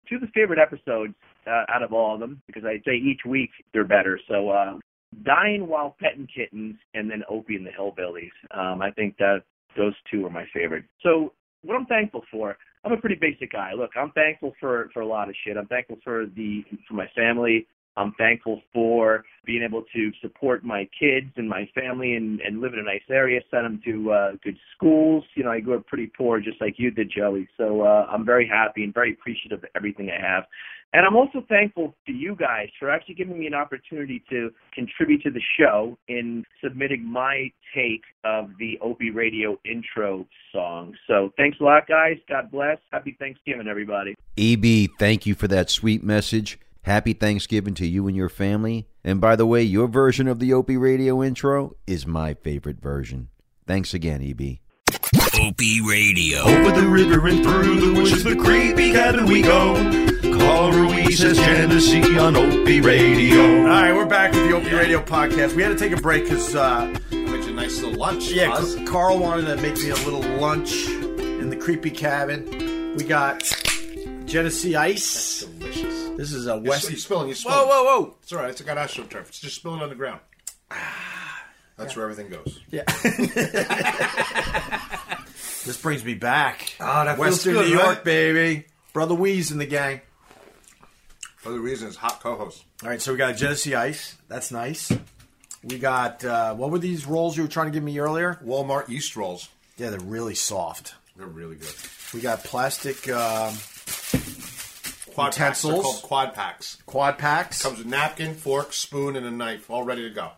Two of the favorite episodes uh, out of all of them, because I'd say each week they're better. So, uh, Dying While Petting Kittens, and then Opie and the Hillbillies. Um, I think that those two are my favorite. So what I'm thankful for, I'm a pretty basic guy. Look, I'm thankful for for a lot of shit. I'm thankful for the for my family. I'm thankful for being able to support my kids and my family and and live in a nice area, send them to uh good schools. You know, I grew up pretty poor just like you did, Joey. So uh I'm very happy and very appreciative of everything I have. And I'm also thankful to you guys for actually giving me an opportunity to contribute to the show in submitting my take of the Opie Radio intro song. So thanks a lot, guys. God bless. Happy Thanksgiving, everybody.
EB, E thank you for that sweet message. Happy Thanksgiving to you and your family. And by the way, your version of the Opie Radio intro is my favorite version. Thanks again, E EB.
Opie Radio. Over the river and through the woods, the creepy cabin we go. Call Ruiz as Genesee on Opie Radio.
All right, we're back with the Opie Radio podcast. We had to take a break because uh,
Which a nice little lunch.
yeah,
Oz.
Carl wanted to make me a little lunch in the creepy cabin. We got Genesee Ice. That's delicious. This is a
You're s-
West.
You're spilling. You're
Whoa,
spilling.
whoa, whoa!
It's all right. It's got astroturf. It's just spilling on the ground.
Ah,
That's where everything goes.
Yeah. this brings me back.
Ah, that feels
Western
good,
New York,
right?
baby. Brother Weeze in the gang.
For the reason, it's hot co-host.
All right, so we got Genesee Ice. That's nice. We got uh, what were these rolls you were trying to give me earlier?
Walmart yeast rolls.
Yeah, they're really soft.
They're really good.
We got plastic um,
Quad packs. They're
Utensils.
called quad packs.
quad packs.
Comes with napkin, fork, spoon, and a knife, all ready to go.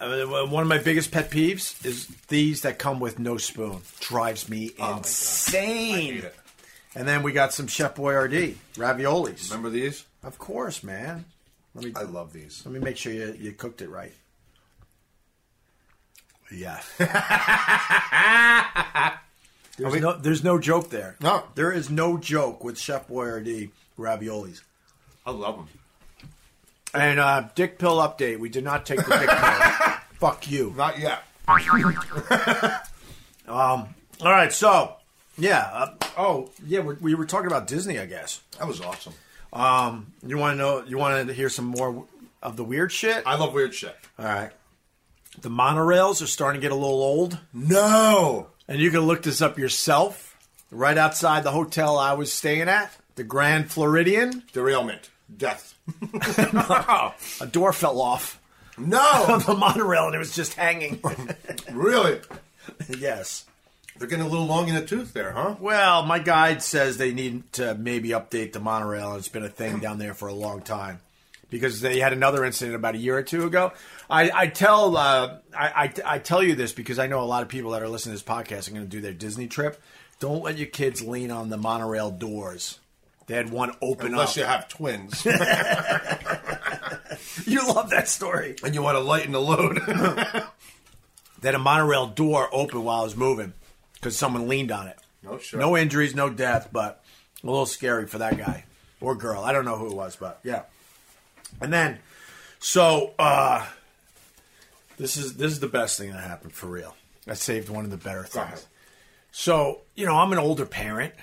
Uh, one of my biggest pet Oh peeves is these that come with no spoon. Drives me insane.
it.
And then we got some Chef Boyardee raviolis. Remember these? Of course, man. Let me. I love these. Let me make sure you, you cooked it right. Yeah. there's, no, there's no joke there. No, there is no joke with Chef Boyardee raviolis.
I love them.
And uh, Dick Pill update: We did not take the Dick Pill. Fuck you. Not yet. um. All right. So, yeah. Uh, oh, yeah. We, we were talking about Disney, I guess.
That was awesome.
Um. You want to know? You want to hear some more of the weird shit?
I love weird shit.
All right. The monorails are starting to get a little old.
No.
And you can look this up yourself. Right outside the hotel I was staying at, the Grand Floridian.
Derailment. Death.
a door fell off.
No.
the monorail, and it was just hanging.
really?
yes.
They're getting a little long in the tooth there, huh?
Well, my guide says they need to maybe update the monorail, and it's been a thing down there for a long time because they had another incident about a year or two ago. I, I tell uh, I, I, I tell you this because I know a lot of people that are listening to this podcast are going to do their Disney trip. Don't let your kids lean on the monorail doors. They had one open
Unless
up.
you have twins.
you love that story.
And you want to lighten the load.
that a monorail door opened while I was moving because someone leaned on it.
No, sure.
No injuries, no death, but a little scary for that guy or girl. I don't know who it was, but yeah. And then, so uh, this is this is the best thing that happened for real. I saved one of the better things. So you know, I'm an older parent.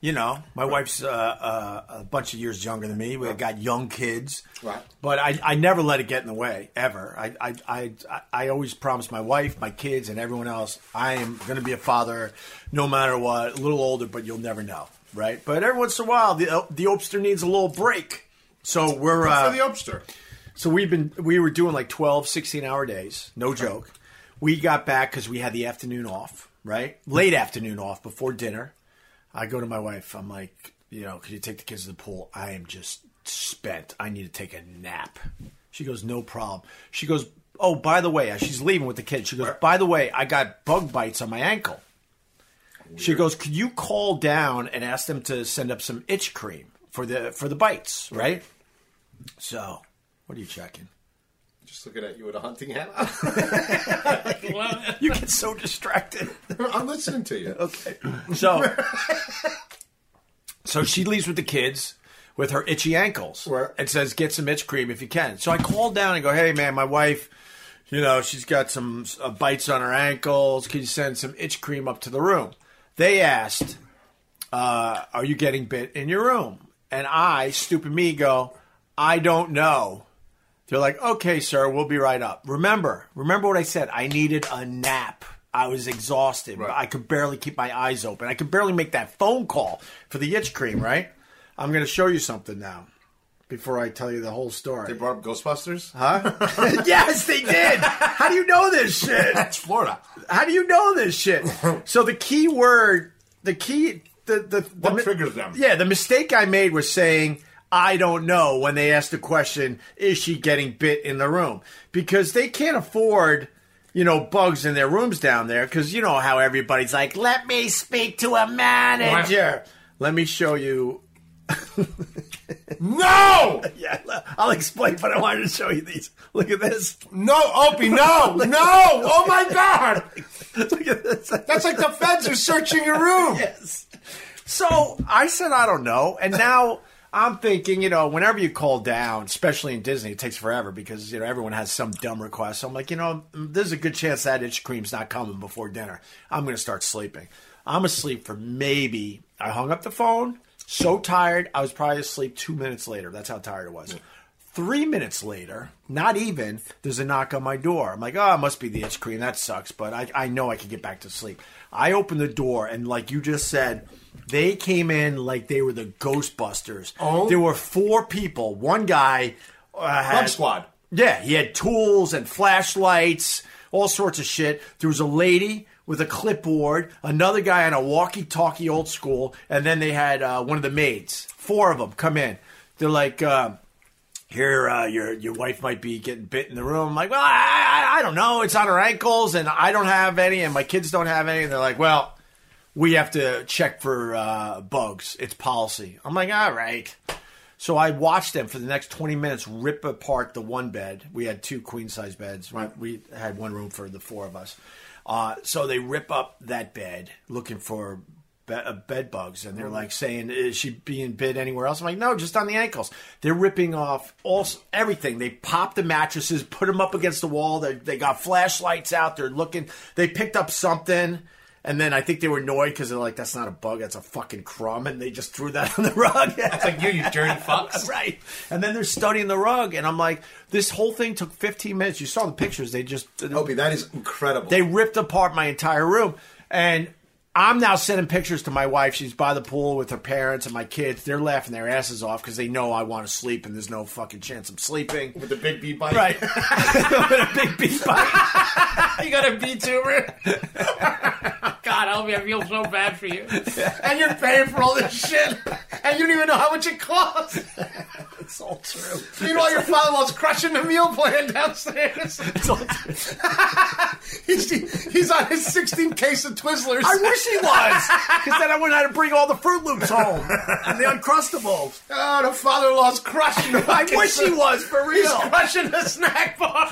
You know, my wife's uh, uh, a bunch of years younger than me. We got young kids.
Right.
But I, I never let it get in the way ever. I I, I, I always promise my wife, my kids, and everyone else, I am going to be a father, no matter what. A little older, but you'll never know, right? But every once in a while, the the Opster needs a little break, so we're
Good
uh,
for the Opster.
So we've been we were doing like 12, 16 hour days, no joke. We got back because we had the afternoon off, right? Late afternoon off before dinner. I go to my wife. I'm like, you know, could you take the kids to the pool? I am just spent. I need to take a nap. She goes, no problem. She goes, oh, by the way, she's leaving with the kids. She goes, by the way, I got bug bites on my ankle. She goes, could you call down and ask them to send up some itch cream for the for the bites, right? So, what are you checking?
Just looking at you with a hunting hat.
you get so distracted.
I'm listening to you.
Okay. So, so she leaves with the kids with her itchy ankles and says, "Get some itch cream if you can." So I call down and go, "Hey, man, my wife, you know, she's got some uh, bites on her ankles. Can you send some itch cream up to the room?" They asked, uh, "Are you getting bit in your room?" And I, stupid me, go, "I don't know." They're like, okay, sir, we'll be right up. Remember, remember what I said. I needed a nap. I was exhausted. I could barely keep my eyes open. I could barely make that phone call for the itch cream, right? I'm going to show you something now before I tell you the whole story. They
brought up Ghostbusters?
Huh? yes, they did. How do you know this shit? That's
Florida.
How do you know this shit? So the key word, the key, the the, the
What triggers them?
Yeah, the mistake I made was saying I don't know when they asked the question, "Is she getting bit in the room?" Because they can't afford. You know, bugs in their rooms down there because you know how everybody's like, let me speak to a manager. Let me show you
No!
yeah, I'll explain, but I wanted to show you these. Look at this.
No, Opie, no, no! Oh my God!
Look at this.
That's like the feds are searching your room.
Yes. So I said, I don't know. And now I'm thinking, you know, whenever you call down, especially in Disney, it takes forever because, you know, everyone has some dumb request. So I'm like, you know, there's a good chance that itch cream's not coming before dinner. I'm going to start sleeping. I'm asleep for maybe, I hung up the phone, so tired, I was probably asleep two minutes later. That's how tired I was. Three minutes later, not even, there's a knock on my door. I'm like, oh, it must be the itch cream. That sucks, but I, I know I can get back to sleep. I open the door, and like you just said, they came in like they were the Ghostbusters.
Oh.
There were four people. One guy uh, had.
Bug squad.
Yeah, he had tools and flashlights, all sorts of shit. There was a lady with a clipboard, another guy on a walkie-talkie, old school, and then they had uh, one of the maids. Four of them come in. They're like, um, "Here, uh, your your wife might be getting bit in the room." I'm like, "Well, I, I, I don't know. It's on her ankles, and I don't have any, and my kids don't have any." And they're like, "Well, we have to check for uh, bugs. It's policy. I'm like, all right. So I watched them for the next 20 minutes rip apart the one bed. We had two queen size beds. Right? We had one room for the four of us. Uh, so they rip up that bed looking for be- uh, bed bugs, and they're like saying, "Is she being bit anywhere else?" I'm like, "No, just on the ankles." They're ripping off all s- everything. They pop the mattresses, put them up against the wall. They they got flashlights out. They're looking. They picked up something. And then I think they were annoyed because they're like, "That's not a bug, that's a fucking crumb," and they just threw that on the rug. It's like you, you dirty fucks, right? And then they're studying the rug, and I'm like, "This whole thing took 15 minutes." You saw the pictures; they just Opie, that is incredible. They ripped apart my entire room, and I'm now sending pictures to my wife. She's by the pool with her parents and my kids. They're laughing their asses off because they know I want to sleep, and there's no fucking chance I'm sleeping with the big bee bite, right? with a big bee bite.
you got a B tuber? God, Opie, I feel so bad for you. And you're paying for all this shit, and you don't even know how much it costs.
It's all true.
Meanwhile, your father-in-law's crushing the meal plan downstairs. he's, he's on his 16th case of Twizzlers.
I wish he was, because then I wouldn't have to bring all the Fruit Loops home and the Uncrustables.
Oh, the father-in-law's crushing. the
I wish he was, for real.
He's crushing the snack bar.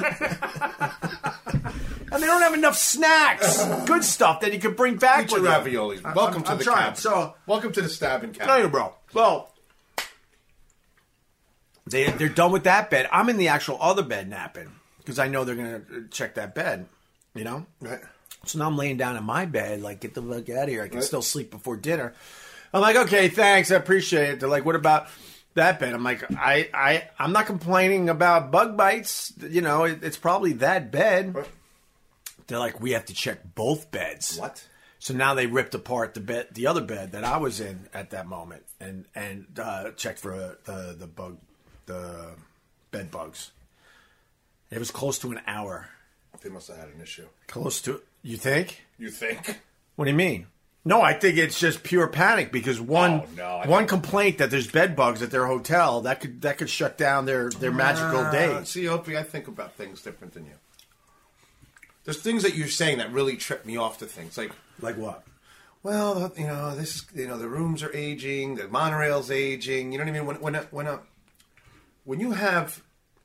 And they don't have enough snacks, good stuff that you could bring back.
Eat your
with you.
raviolis.
I-
Welcome
I'm-
to
I'm
the
trying.
camp.
So
welcome to the stabbing camp.
No, you bro. Well, they they're done with that bed. I'm in the actual other bed napping because I know they're gonna uh, check that bed. You know.
Right.
So now I'm laying down in my bed, like get the fuck out of here. I can
Right.
still sleep before dinner. I'm like, okay, thanks, I appreciate it. They're like, what about that bed? I'm like, I I I'm not complaining about bug bites. You know, it, it's probably that bed. They're like, we have to check both beds. What? So now they ripped apart the bed, the other bed that I was in at that moment, and and uh, checked for uh, the the bug, the bed bugs. It was close to an hour.
They must have had an issue.
Close to you think?
You think?
What do you mean? No, I think it's just pure panic because one
Oh, no, I
one complaint that there's bed bugs at their hotel that could that could shut down their their magical
Ah,
days.
See, Opie, I think about things different than you. There's things that you're saying that really trip me off to things like
like what?
Well, you know, this is you know the rooms are aging, the monorail's aging. You know what I mean? When when a, when a, when you have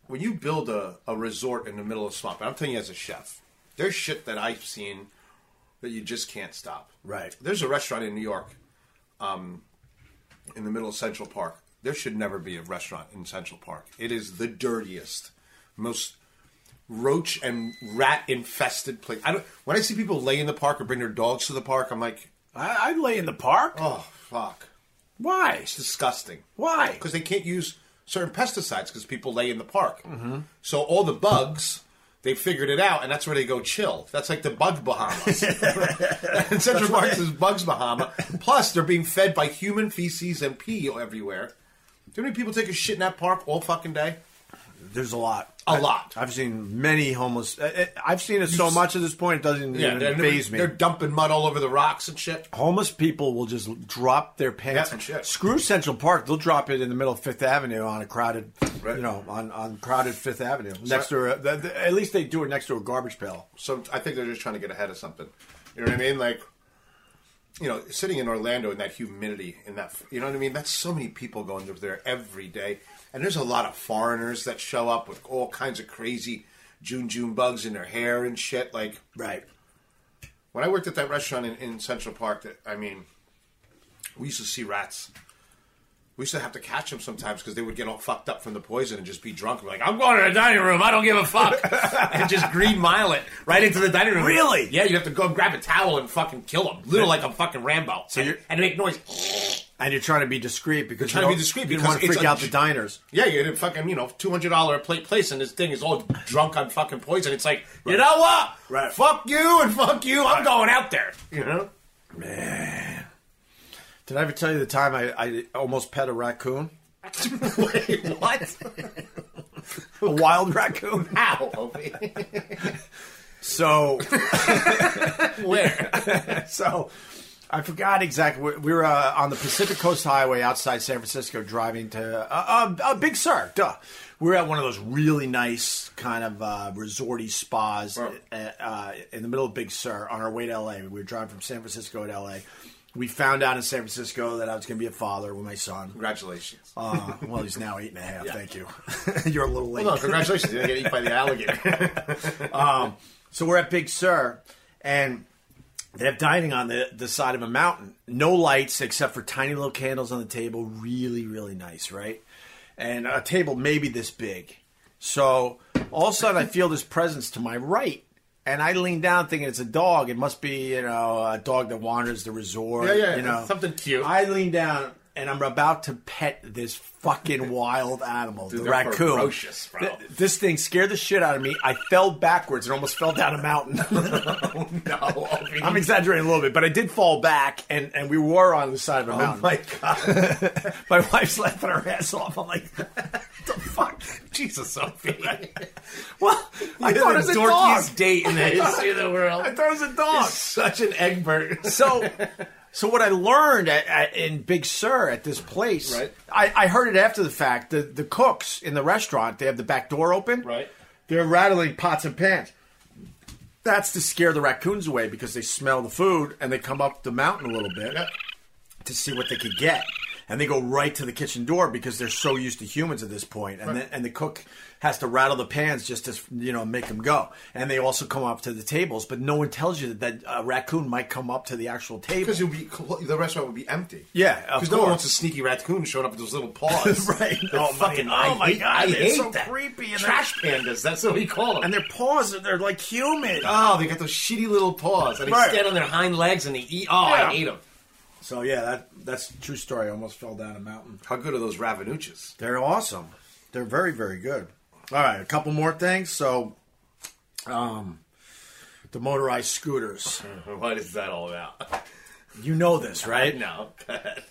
when you build a, a resort in the middle of swamp, and I'm telling you as a chef, there's shit that I've seen that you just can't stop.
Right.
There's a restaurant in New York, um, in the middle of Central Park. There should never be a restaurant in Central Park. It is the dirtiest, most roach and rat infested place. I don't. When I see people lay in the park or bring their dogs to the park, I'm like,
I, I lay in the park.
Oh fuck!
Why?
It's disgusting.
Why?
Because they can't use certain pesticides because people lay in the park.
Mm-hmm.
So all the bugs, they figured it out, and that's where they go chill. That's like the Bug Bahamas. and Central Park is Bugs Bahama. Plus, they're being fed by human feces and pee everywhere. Do you know how many people take a shit in that park all fucking day?
There's a lot,
a lot.
I've seen many homeless. I, I- I've seen it so much at this point it doesn't
Yeah,
even
they're,
phase me.
they're dumping mud all over the rocks and shit.
Homeless people will just drop their pants.
Yeah, and shit.
Screw Central Park. They'll drop it in the middle of Fifth Avenue on a crowded, you know, on, on crowded Fifth Avenue next to
uh,
a, th- th- at least they do it next to a garbage pail.
So I think they're just trying to get ahead of something. You know what I mean? Like, you know, sitting in Orlando in that humidity, in that, you know what I mean? That's so many people going over there every day. And there's a lot of foreigners that show up with all kinds of crazy June June bugs in their hair and shit. Like,
right.
When I worked at that restaurant in, in Central Park, that I mean, we used to see rats. We used to have to catch them sometimes because they would get all fucked up from the poison and just be drunk. and be like, I'm going to the dining room. I don't give a fuck. and just green mile it right into the dining room.
Really?
Yeah, you have to go grab a towel and fucking kill them. Little like a fucking Rambo. So you're, and make noise.
And you're trying to be discreet because
Trying to
you
be
don't-
discreet
You don't
because
want to
it's
freak
a-
out the diners.
Yeah, you're in a fucking, you know, $200 a plate place and this thing is all drunk on fucking poison. It's like, you know what? Right. Fuck you and fuck you. I'm going out there. You know?
Did I ever tell you the time I, I almost pet a raccoon?
Wait, what?
a wild raccoon?
How?
So
where?
so I forgot exactly. where- We were uh, on the Pacific Coast Highway outside San Francisco, driving to uh, uh, uh, Big Sur. Duh. We were at one of those really nice kind of uh, resorty spas uh, uh, in the middle of Big Sur on our way to L.A. We were driving from San Francisco to L.A. We found out in San Francisco that I was going to be a father with my son.
Congratulations.
Uh, well, he's now eight and a half. Thank you. You're a little late.
Well, no, congratulations. You didn't get eaten by the alligator.
um, so we're at Big Sur, and they have dining on the, the side of a mountain. No lights except for tiny little candles on the table. Really, really nice, right? And a table maybe this big. So all of a sudden, I feel this presence to my right. And I lean down thinking it's a dog. It must be, you know, a dog that wanders the resort.
Yeah, yeah,
you know.
something cute.
I lean down and I'm about to pet this fucking wild animal,
Dude,
the
they're
raccoon.
ferocious, bro.
Oh, Th- this thing scared the shit out of me. I fell backwards and almost fell down a mountain.
no,
I'm exaggerating a little bit, but I did fall back, and, and we were on the side of a mountain.
Oh my
god! my wife's laughing her ass off. I'm like, what the fuck?
Jesus, Sophie.
well, I
You're
thought it
the
was a
dorkiest
dog.
date in the history of the world.
I thought it was a dog.
You're
such an Egbert. so, so what I learned at, at, in Big Sur at this place,
Right.
I, I heard it after the fact. The the cooks in the restaurant, they have the back door open. Right. They're rattling pots and pans. That's to scare the raccoons away because they smell the food and they come up the mountain a little bit to see what they could get. And they go right to the kitchen door because they're so used to humans at this point. And,
Right.
the, and the cook has to rattle the pans just to you know make them go. And they also come up to the tables, but no one tells you that, that a raccoon might come up to the actual table
because you'll be clo- the restaurant would be empty.
Yeah, of
because no one
course.
wants a sneaky raccoon showing up with those little paws.
right?
They're
oh my,
fucking- I
oh my
hate-
god!
I
they're
hate
so
that.
creepy. And
Trash
they're-
pandas. That's what we call them.
And their paws are they're like human.
Oh, they got those shitty little paws, and they
Right.
stand on their hind legs and they eat. Oh, I hate them.
So yeah, that that's a true story. I almost fell down a mountain.
How good are those Ravanuchas?
They're awesome. They're very very good. All right, a couple more things. So, um, the motorized scooters.
What is that all about?
You know this, right?
No,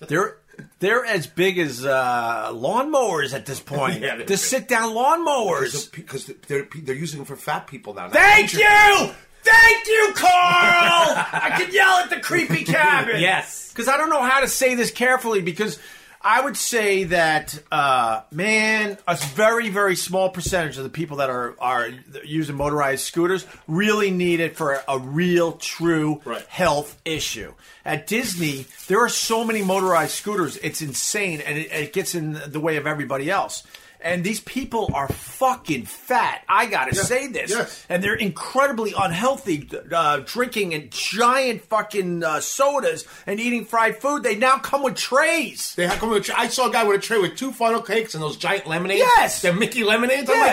They're they're as big as uh, lawnmowers at this point.
Yeah, they're
the
big.
sit down lawnmowers.
because they're they're using them for fat people now. not
Thank
nature.
you! Thank you, Carl! I can yell at the creepy cabin.
Yes.
Because I don't know how to say this carefully because I would say that, uh, man, a very, very small percentage of the people that are, are using motorized scooters really need it for a real, true health issue. At Disney, there are so many motorized scooters, it's insane, and it, it gets in the way of everybody else. And these people are fucking fat. I gotta
Yeah.
say this
Yes.
and they're incredibly unhealthy, uh, drinking and giant fucking uh, sodas and eating fried food. They now come with trays.
They have come with a tray. I saw a guy with a tray with two funnel cakes and those giant lemonades.
Yes!
they're Mickey lemonades. I'm
Yeah.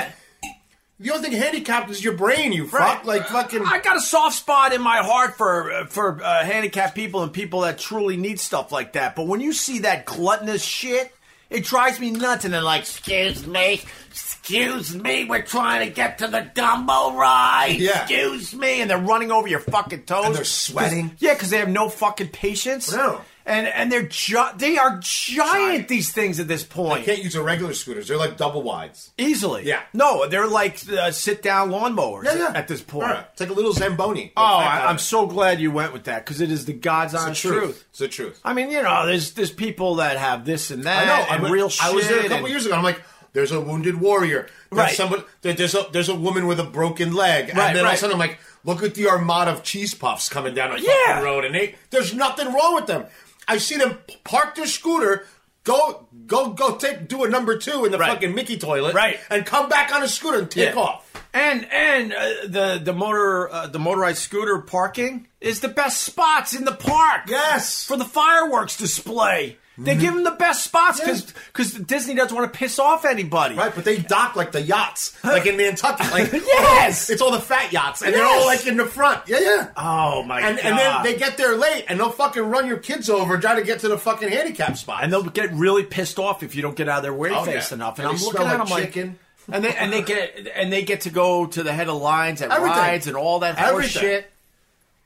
like, the only thing handicapped is your brain. You fuck, like fucking.
I got a soft spot in my heart for uh, for uh, handicapped people and people that truly need stuff like that. But when you see that gluttonous shit, it drives me nuts. And they're like, "Excuse me, excuse me, we're trying to get to the Dumbo ride.
Yeah.
Excuse me," and they're running over your fucking toes.
And they're sweating.
Yeah, because they have no fucking patience.
No.
And and they're gi- they are giant, These things at this
I
point.
can't use the regular scooters. They're like double wides.
Easily,
Yeah.
No, they're like uh, sit-down lawnmowers
Yeah, yeah.
at this point.
All right. It's like a little Zamboni.
Oh, I, I'm so glad you went with that because it is the God's
It's the
honest
truth.
truth.
It's the truth.
I mean, you know, there's there's people that have this and that
I know.
and
I'm
real
I
shit.
was there a couple
and-
years ago. I'm like, there's a wounded warrior. There's
Right.
Somebody, there- there's a there's a woman with a broken leg.
Right,
and then all of
right.
a sudden, I'm like, look at the armada of cheese puffs coming down a fucking
Yeah.
road, and they there's nothing wrong with them. I see them park their scooter. Go, go, go! Take do a number two in the
Right.
fucking Mickey toilet,
Right.
And come back on a scooter and take
Yeah.
off.
And and uh, the the motor uh, the motorized scooter parking is the best spots in the park.
Yes. Mm-hmm.
for the fireworks display. They give them the best spots because Disney doesn't want to piss off anybody.
Right, but they dock like the yachts, like in Nantucket. Like
Yes!
it's all the fat yachts, and they're all
Yes!
like in the front. Yeah, yeah.
Oh my
and,
god!
and then they get there late, and they'll fucking run your kids over and try to get to the fucking handicap spot.
and they'll get really pissed off if you don't get out of their way
Oh,
face
yeah.
enough. And,
And
I'm
they
looking
smell
at
like
them like,
chicken.
and they and they get and they get to go to the head of lines at
Everything.
rides and all that horse
Everything.
shit.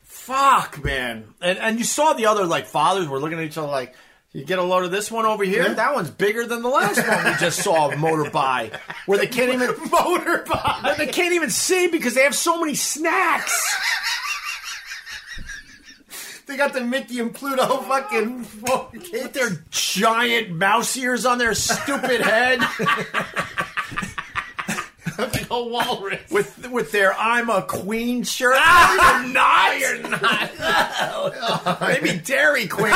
Fuck, man! And and you saw the other like fathers were looking at each other like. You get a load of this one over here. That one's bigger than the last one we just saw of motor by, where they can't even
motorbike.
they can't even see because they have so many snacks.
They got the Mickey and Pluto fucking with their giant mouse ears on their stupid head. like a walrus.
with with their "I'm a Queen" shirt.
Ah, you're not.
Maybe Dairy Queen.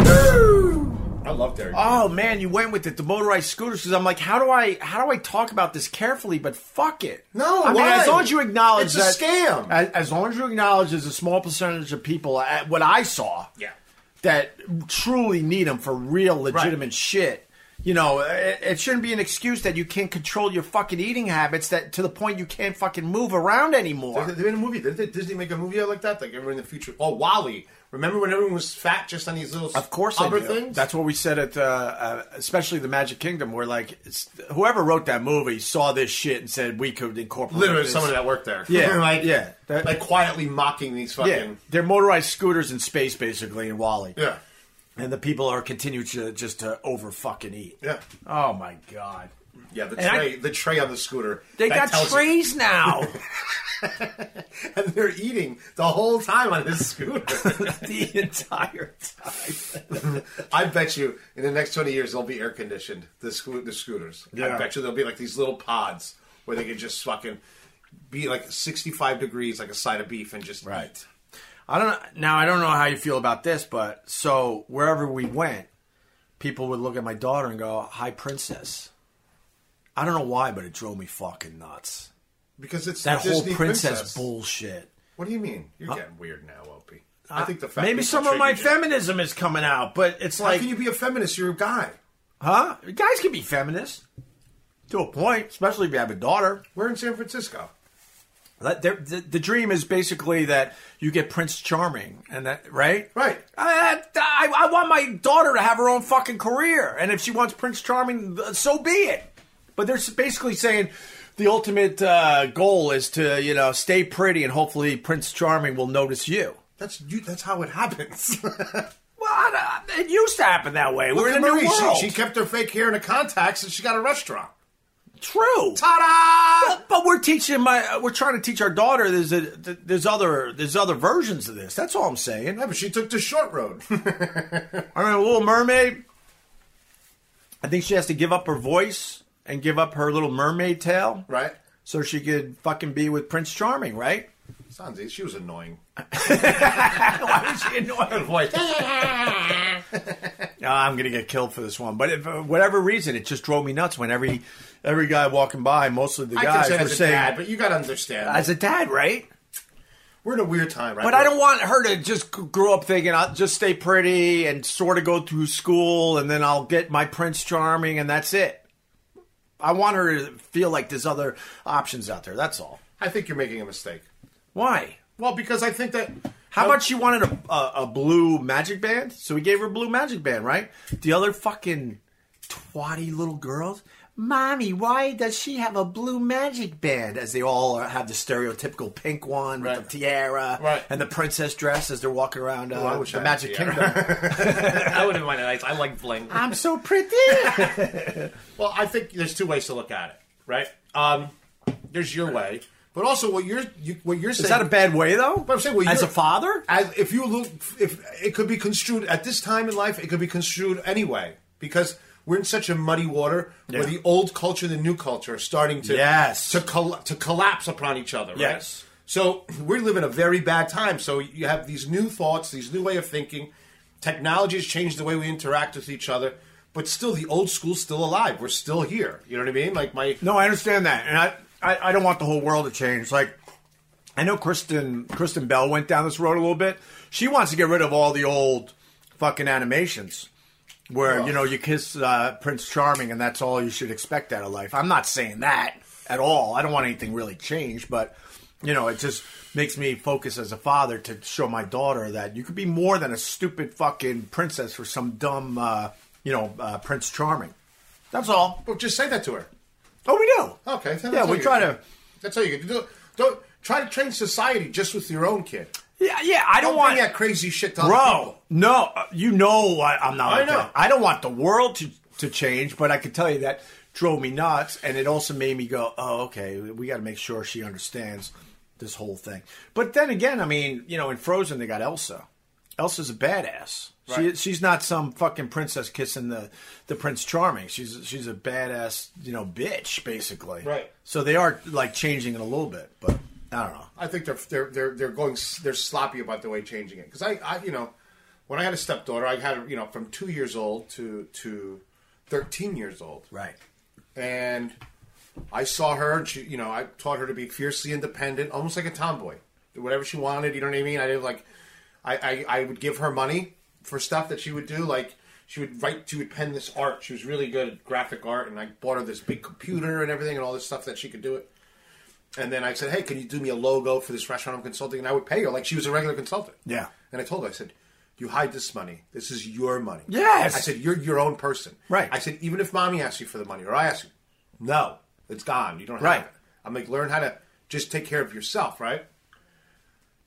I love Derek.
Oh man, you went with it, the motorized scooters. Because I'm like, how do I how do I talk about this carefully? But fuck it.
No,
I mean,
why?
as long as you acknowledge
It's a
that,
scam.
As, as long as you acknowledge, there's a small percentage of people. uh, What I saw,
Yeah.
that truly need them for real, legitimate shit. You know, uh, it, it shouldn't be an excuse that you can't control your fucking eating habits that to the point you can't fucking move around anymore.
They made a movie. Didn't they- Disney make a movie out like that? Like ever in the future? Oh, Wally. Remember when everyone was fat just on these little
Of course, I
rubber
do.
things?
That's what we said at, uh, uh, especially the Magic Kingdom, where like it's, whoever wrote that movie saw this shit and said we could incorporate.
literally
this.
someone that worked there.
Yeah,
like
yeah, that-
like quietly mocking these fucking.
yeah, they're motorized scooters in space, basically, in Wally.
Yeah.
and the people are continue to just to over fucking eat.
Yeah.
Oh my god.
Yeah, the
And I-
tray, the tray on the scooter.
They
That
got
tells
trays now.
you- and they're eating the whole time on his scooter.
the entire
time. I bet you, in the next twenty years, they'll be air conditioned. The, sco- the scooters.
Yeah.
I bet you they'll be like these little pods where they can just fucking be like sixty-five degrees, like a side of beef, and just eat.
I don't know. Now I don't know how you feel about this, but so wherever we went, people would look at my daughter and go, "Hi, princess." I don't know why, but it drove me fucking nuts.
Because it's
that
the
whole
Disney
princess,
princess.
bullshit.
What do you mean? You're
Huh?
getting weird now, Opie. I think the
Uh,
fact
maybe some of my feminism is coming out, but it's
How
like,
can you be a feminist? You're a guy.
huh? Guys can be feminists to a point, especially if you have a daughter.
We're in San Francisco.
Let- there- The, the dream is basically that you get Prince Charming, and that right,
right.
I, I, I want my daughter to have her own fucking career, and if she wants Prince Charming, th- so be it. But they're s- basically saying the ultimate uh, goal is to you know stay pretty, and hopefully Prince Charming will notice you.
That's you. That's how it happens.
Well, I, I- it used to happen that way.
Look
We're
at
in a
Marie.
new
She-
world.
She, kept her fake hair and her contacts, and she got a restaurant.
True.
Ta-da!
But, but we're teaching my. uh, We're trying to teach our daughter. There's a. There's other. There's other versions of this. That's all I'm saying.
Yeah, but she took the short road.
I mean, Little Mermaid. I think she has to give up her voice and give up her little mermaid tail,
right?
so she could fucking be with Prince Charming, right?
Sanzi, e, she was annoying.
Why would she annoy her voice? Ah, I'm gonna get killed for this one, but if, for whatever reason, it just drove me nuts when every every guy walking by, mostly the
I can
guys,
say
were
as a
saying,
dad, but you got to understand.
"As a dad, right?"
We're in a weird time, right?
But I don't want her to just g- grow up thinking I'll just stay pretty and sort of go through school and then I'll get my Prince Charming and that's it. I want her to feel like there's other options out there. That's all.
I think you're making a mistake.
Why?
Well, because I think that
How about she wanted a, a, a blue magic band? So we gave her a blue magic band, right? The other fucking twatty little girls. Mommy, why does she have a blue magic band? As they all are- have the stereotypical pink one with the tiara
Right.
and the princess dress as they're walking around uh,
I wish
the
I had a
Magic
tiara.
Kingdom.
I wouldn't mind it. I, I like bling.
I'm so pretty.
Well, I think there's two ways to look at it, right? Um, there's your way, but also what you're you, what you're saying
Is that a bad way though?
But I'm saying, well,
as a
you're-
father,
As, if you look, if it could be construed at this time in life, it could be construed anyway because we're in such a muddy water where
Yeah.
the old culture and the new culture are starting to
Yes.
to col- to collapse upon each other. Right?
Yes.
So we live in a very bad time. So you have these new thoughts, these new way of thinking. Technology has changed the way we interact with each other, but still the old school's still alive. We're still here. You know what I mean? Like my
No, I understand that, and I, I, I don't want the whole world to change. Like, I know Kristen Kristen Bell went down this road a little bit. She wants to get rid of all the old fucking animations where you know you kiss uh, Prince Charming, and that's all you should expect out of life. I'm not saying that at all. I don't want anything really changed, but you know, it just makes me focus as a father to show my daughter that you could be more than a stupid fucking princess for some dumb, uh, you know, uh, Prince Charming. That's all.
well, just say that to her.
Oh, we do.
Okay. so
Yeah,
that's
we
all
try
you-
to.
That's how you can do. it. Don't try to train society just with your own kid.
Yeah, yeah. I don't,
Don't
want
bring that crazy shit to other
bro.
people.
No, uh, you know I, I'm not.
I
okay.
know.
I don't want the world to to change, but I can tell you that drove me nuts, and it also made me go, "Oh, okay, we got to make sure she understands this whole thing. But then again, I mean, you know, in Frozen they got Elsa. Elsa's a badass. She, she's not some fucking princess kissing the, the Prince Charming. She's she's a badass, you know, bitch basically.
Right.
So they are like changing it a little bit, but I don't know.
I think they're they're they're they're going s- they're sloppy about the way changing it because I, I you know when I had a stepdaughter I had her, you know from two years old to to thirteen years old
right
and I saw her and she you know I taught her to be fiercely independent almost like a tomboy Do whatever she wanted you know what I mean I did like I, I I would give her money for stuff that she would do like she would write she would pen this art she was really good at graphic art and I bought her this big computer and everything and all this stuff that she could do it and then I said, "Hey, can you do me a logo for this restaurant I'm consulting?" And I would pay her like she was a regular consultant.
Yeah.
And I told her, I said, "You hide this money. This is your money."
Yes!
I said, "You're your own person."
Right.
I said, "Even if mommy asks you for the money, or I ask you, no, it's gone. You don't have
Right.
it." I'm like, "Learn how to just take care of yourself." Right.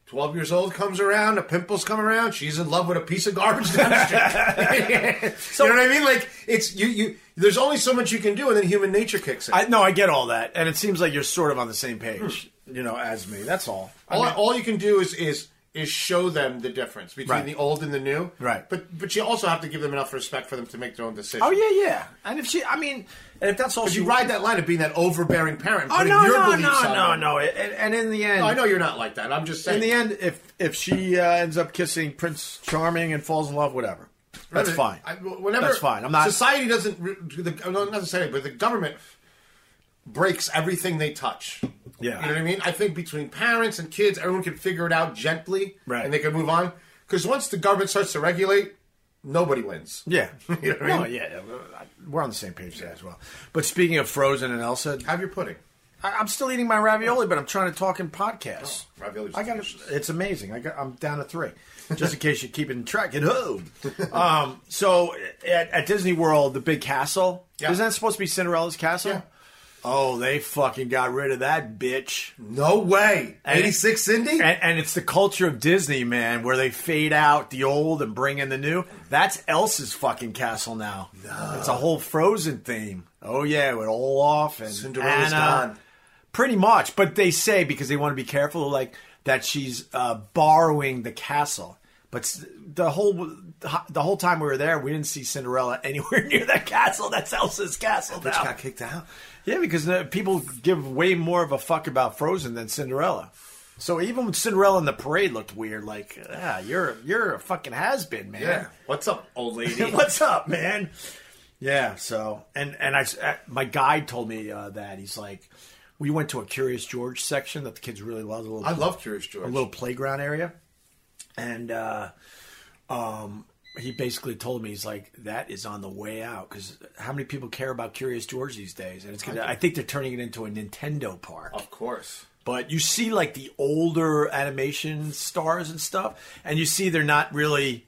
Twelve years old comes around, the pimples come around. She's in love with a piece of garbage down the street. you know what I mean? Like it's you. You there's only so much you can do, and then human nature kicks in.
I no, I get all that, and it seems like you're sort of on the same page, you know, as me. That's all. I
Hmm. all,
mean-
all you can do is is is show them the difference between
Right.
the old and the new.
Right.
But but you also have to give them enough respect for them to make their own decision.
Oh yeah, yeah. And if she, I mean, and if that's all
Because
she
you ride that line of being that overbearing parent.
Oh
putting
no,
your
no,
beliefs
no,
on
no,
them.
no. And, and in the end,
No, I know you're not like that. I'm just saying.
In the end, if if she uh, ends up kissing Prince Charming and falls in love, whatever, that's
Whatever-
fine.
I, whenever
that's fine. I'm not.
Society doesn't. re- The, no, not society, but the government breaks everything they touch.
Yeah.
you know what I mean. I think between parents and kids, everyone can figure it out gently,
Right.
And they can move on. Because once the government starts to regulate, nobody wins.
yeah,
You know what I
no,
mean?
yeah, yeah. We're on the same page there as well. But speaking of Frozen and Elsa,
have your pudding.
I, I'm still eating my ravioli, but I'm trying to talk in podcasts.
Oh, Ravioli's
I got it's amazing. I got I'm down to three, just in case you're keeping track at home. Um, so at, at Disney World, the big castle isn't that supposed to be Cinderella's castle? Oh, they fucking got rid of that bitch.
No way. 86 Cindy?
And, and it's the culture of Disney, man, where they fade out the old and bring in the new. That's Elsa's fucking castle now. It's a whole Frozen theme. Oh, yeah, with Olaf and
Cinderella's
Anna.
gone.
Pretty much. But they say, because they want to be careful, like, that she's uh, borrowing the castle. But s- the whole the whole time we were there, we didn't see Cinderella anywhere near that castle. That's Elsa's castle
Bitch
now.
got kicked out.
Yeah, because the, people give way more of a fuck about Frozen than Cinderella. So even when Cinderella in the parade looked weird, like, ah, you're you're a fucking has been, man.
Yeah. What's up, old lady?
What's up, man? Yeah. So and and I s- uh, my guide told me uh, that he's like, we went to a Curious George section that the kids really loved. A little,
I love Curious George.
A little playground area, and uh, um, he basically told me he's like, that is on the way out because how many people care about Curious George these days? And it's gonna. I think they're turning it into a Nintendo park.
Of course.
But you see like the older animation stars and stuff, and you see they're not really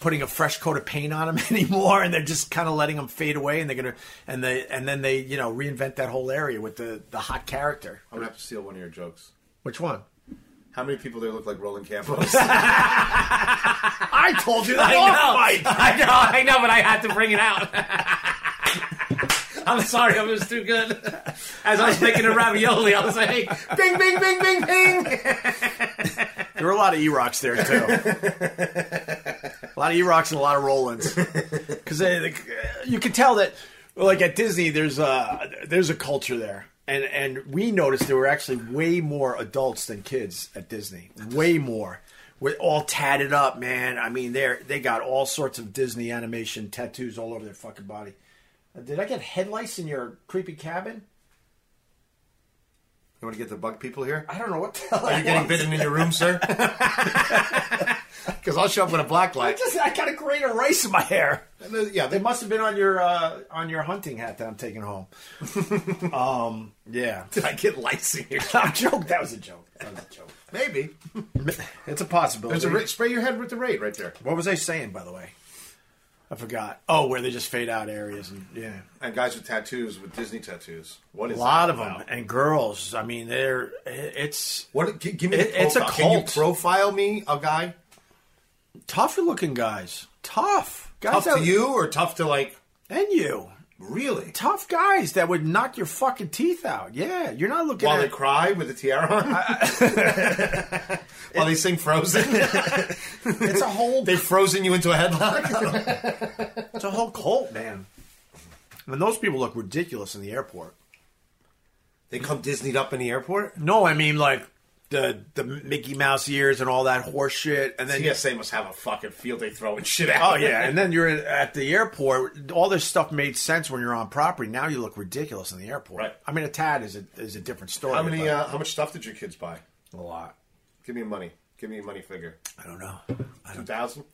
putting a fresh coat of paint on them anymore, and they're just kind of letting them fade away, and they're gonna and they and then they you know reinvent that whole area with the the hot character.
I'm gonna have to steal one of your jokes.
Which one?
How many people there look like Roland Campos?
I told you that
I know.
off mic.
I know. I know. But I had to bring it out. I'm sorry. I was too good. As I was making a ravioli, I was like, hey,
bing, bing, bing, bing, bing.
There were a lot of E-Rocks there too. a lot of E-Rocks and a lot of Rolands. Because you could tell that, like at Disney, there's a there's a culture there, and and we noticed there were actually way more adults than kids at Disney. Way more. We're all tatted up, man. I mean, they're they got all sorts of Disney animation tattoos all over their fucking body. Uh, Did I get head lice in your creepy cabin?
You want to get the bug people here?
I don't know what the hell.
Are you getting bitten in your room, sir? Because I'll show up with a black
I
light.
just I got a grain of rice in my hair.
yeah,
they must have been on your uh, on your hunting hat that I'm taking home. um, yeah,
Did I get lice in your
I'm joking. That was a joke. That was a joke.
Maybe.
It's a possibility.
There's a ra- spray your head with the raid right there.
what was I saying, by the way? I forgot. Oh, where they just fade out areas and yeah,
And guys with tattoos, with Disney tattoos. What
a
is
lot
that
of them
about?
and girls. I mean, they're it's
What? G- give me.
It-
the
it's a
profile. Can you
cult.
profile me, a guy.
tougher looking guys. Tough guys
Tough
out-
to you or tough to like?
and you.
Really?
Tough guys that would knock your fucking teeth out. Yeah, you're not looking
While
at
they cry with the tiara on? While they sing Frozen?
it's a whole.
They've frozen you into a headlock?
it's a whole cult, man. I mean, those people look ridiculous in the airport.
They come Disneyed up in the airport?
No, I mean like the the Mickey Mouse ears and all that horse shit, and then
TSA must have a fucking field day throwing shit
Oh
out.
yeah, and then you're at the airport. All this stuff made sense when you're on property. Now you look ridiculous in the airport.
Right.
I mean, a tad is a is a different story.
How many?
but-
Uh, how much stuff did your kids buy?
A lot.
Give me a money. Give me a money figure.
I don't know.
Two thousand.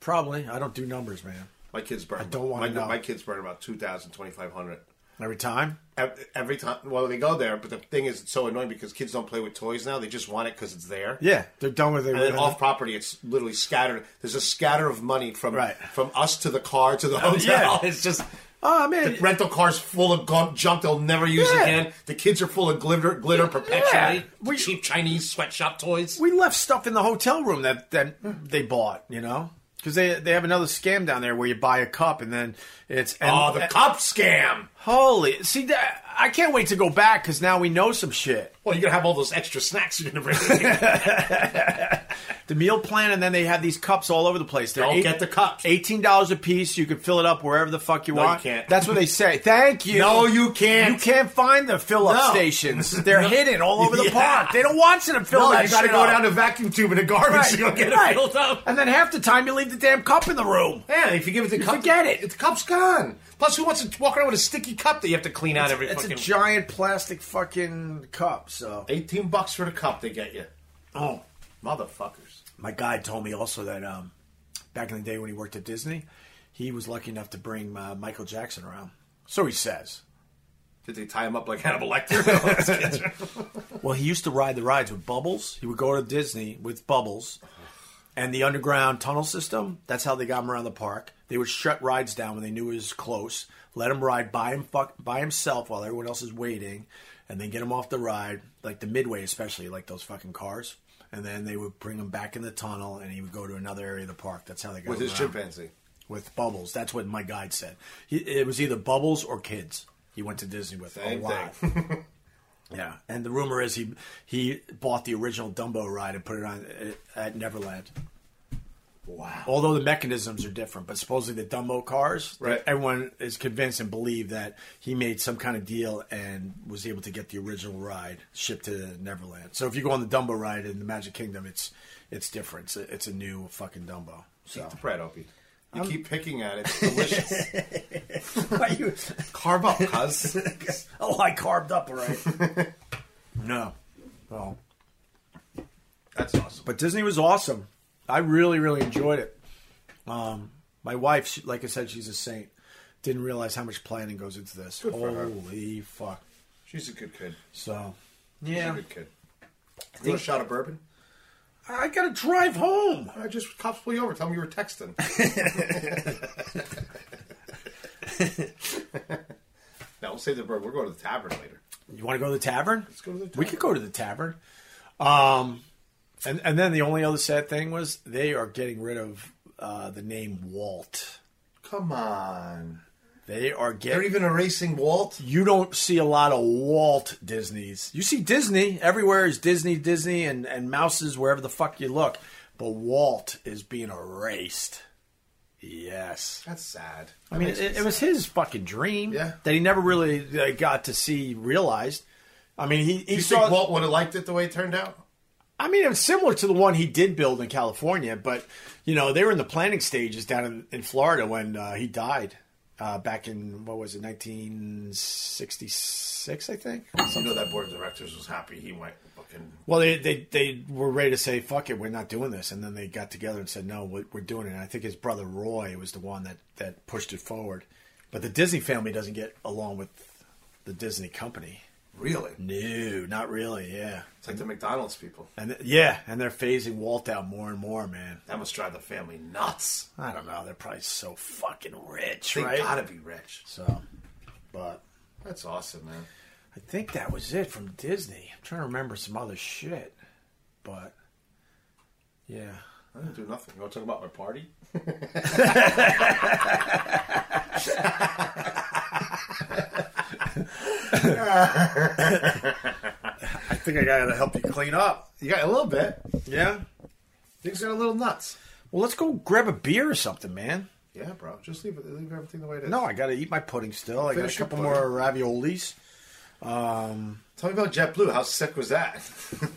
Probably. I don't do numbers, man.
My kids burn.
I don't wanna
my,
know.
My kids burn about 2,000, 2,500.
Every time.
Ev- Every time, well, they go there, but the thing is, it's so annoying because kids don't play with toys now. They just want it because it's there.
Yeah, they're done with it.
And then off property, it's literally scattered. There's a scatter of money from
Right.
from us to the car to the
Oh, yeah.
hotel. It's just
oh man,
the rental car's full of gu- junk they'll never use
Yeah.
again. The kids are full of glitter, glitter perpetually.
Yeah.
The cheap Chinese sweatshop toys.
we left stuff in the hotel room that that they bought. You know. Because they, they have another scam down there where you buy a cup and then it's
Oh, the cup scam.
Holy, see that I can't wait to go back because now we know some shit.
Well, you're gonna have all those extra snacks you're gonna bring. with you.
the meal plan, and then they have these cups all over the place. They're
Don't get the cups.
Eighteen dollars a piece. You can fill it up wherever the fuck you
No, you
want.
can't.
That's what they say. Thank you.
No, you can't.
You can't find the fill up
No.
stations. They're
No.
hidden all over the
Yeah.
park. They don't want you to fill
No,
that
you gotta
shit
go
up.
down to vacuum tube in the garbage
Right.
to go get
Right.
it filled up.
And then half the time you leave the damn cup in the room.
Yeah, if you give it the cup,
forget it.
The cup's gone. Plus, who wants to walk around with a sticky cup that you have to clean out every
It's
fucking?
a giant plastic fucking cup. So
Eighteen bucks for the cup they get you,
oh.
motherfuckers.
my guy told me also that um, back in the day when he worked at Disney, he was lucky enough to bring uh, Michael Jackson around. So he says.
Did they tie him up like Hannibal Lecter?
Well, he used to ride the rides with Bubbles. He would go to Disney with Bubbles and the underground tunnel system. That's how they got him around the park. They would shut rides down when they knew he was close, let him ride by, him fuck, by himself while everyone else is waiting, and then get him off the ride, like the midway, especially, like those fucking cars. And then they would bring him back in the tunnel and he would go to another area of the park. That's how they got
With
him
his
around.
chimpanzee.
With Bubbles. That's what my guide said. He, it was either Bubbles or kids. He went to Disney with
Same
a lot. Yeah, and the rumor is he he bought the original Dumbo ride and put it on uh, at Neverland.
Wow.
Although the mechanisms are different, but supposedly the Dumbo cars,
Right.
everyone is convinced and believed that he made some kind of deal and was able to get the original ride shipped to Neverland. So if you go on the Dumbo ride in the Magic Kingdom, it's it's different. It's a, it's a new fucking Dumbo. So
Eat the bread, Opie. You keep picking at it. It's delicious.
Why you-
Carve up, cuz.
oh, I carved up already. no, well.
That's awesome.
But Disney was awesome. I really, really enjoyed it. Um, my wife, she, like I said, she's a saint. Didn't realize how much planning goes into this.
for her.
Holy fuck!
She's a good kid.
So
She's a
yeah,
good kid. You want a shot of bourbon?
I gotta drive home.
I just cops pull you over. Tell me you were texting. no, we'll save the bourbon. We're going to the tavern later.
You want to go to the tavern?
Let's go to the
We could go to the tavern. Um, and and then the only other sad thing was they are getting rid of uh, the name Walt.
Come on.
They are
They're
getting.
even erasing Walt.
you don't see a lot of Walt Disney's. You see Disney everywhere is Disney, Disney, and and mouses wherever the fuck you look. But Walt is being erased. Yes,
That's sad.
I mean it, it was his fucking dream
Yeah.
that he never really uh, got to see realized. I mean he he
You
saw
think Walt would have liked it the way it turned out?
I mean, it was similar to the one he did build in California, but you know they were in the planning stages down in, in Florida when uh, he died uh, back in what was it, 1966, I think.
You know that board of directors was happy he went fucking.
Well, they, they they were ready to say fuck it, we're not doing this, and then they got together and said no, we're, we're doing it. And I think his brother Roy was the one that that pushed it forward, but the Disney family doesn't get along with the Disney company.
Really?
No, not really. Yeah,
It's like the McDonald's people.
and th- yeah, and they're phasing Walt out more and more, man.
That must drive the family nuts.
I don't know. They're probably so fucking rich,
They
right?
gotta be rich.
So, but
That's awesome, man.
I think that was it from Disney. I'm trying to remember some other shit, but yeah.
I didn't do nothing. You want to talk about my party? I think I gotta help you clean up. You got a little bit.
Yeah.
Things are a little nuts.
Well, let's go grab a beer or something, man.
Yeah, bro. Just leave it. Leave everything the way it is.
No, I got to eat my pudding still. I got a
Finish your
couple
pudding.
more raviolis. Um,
Tell me about JetBlue. How sick was that?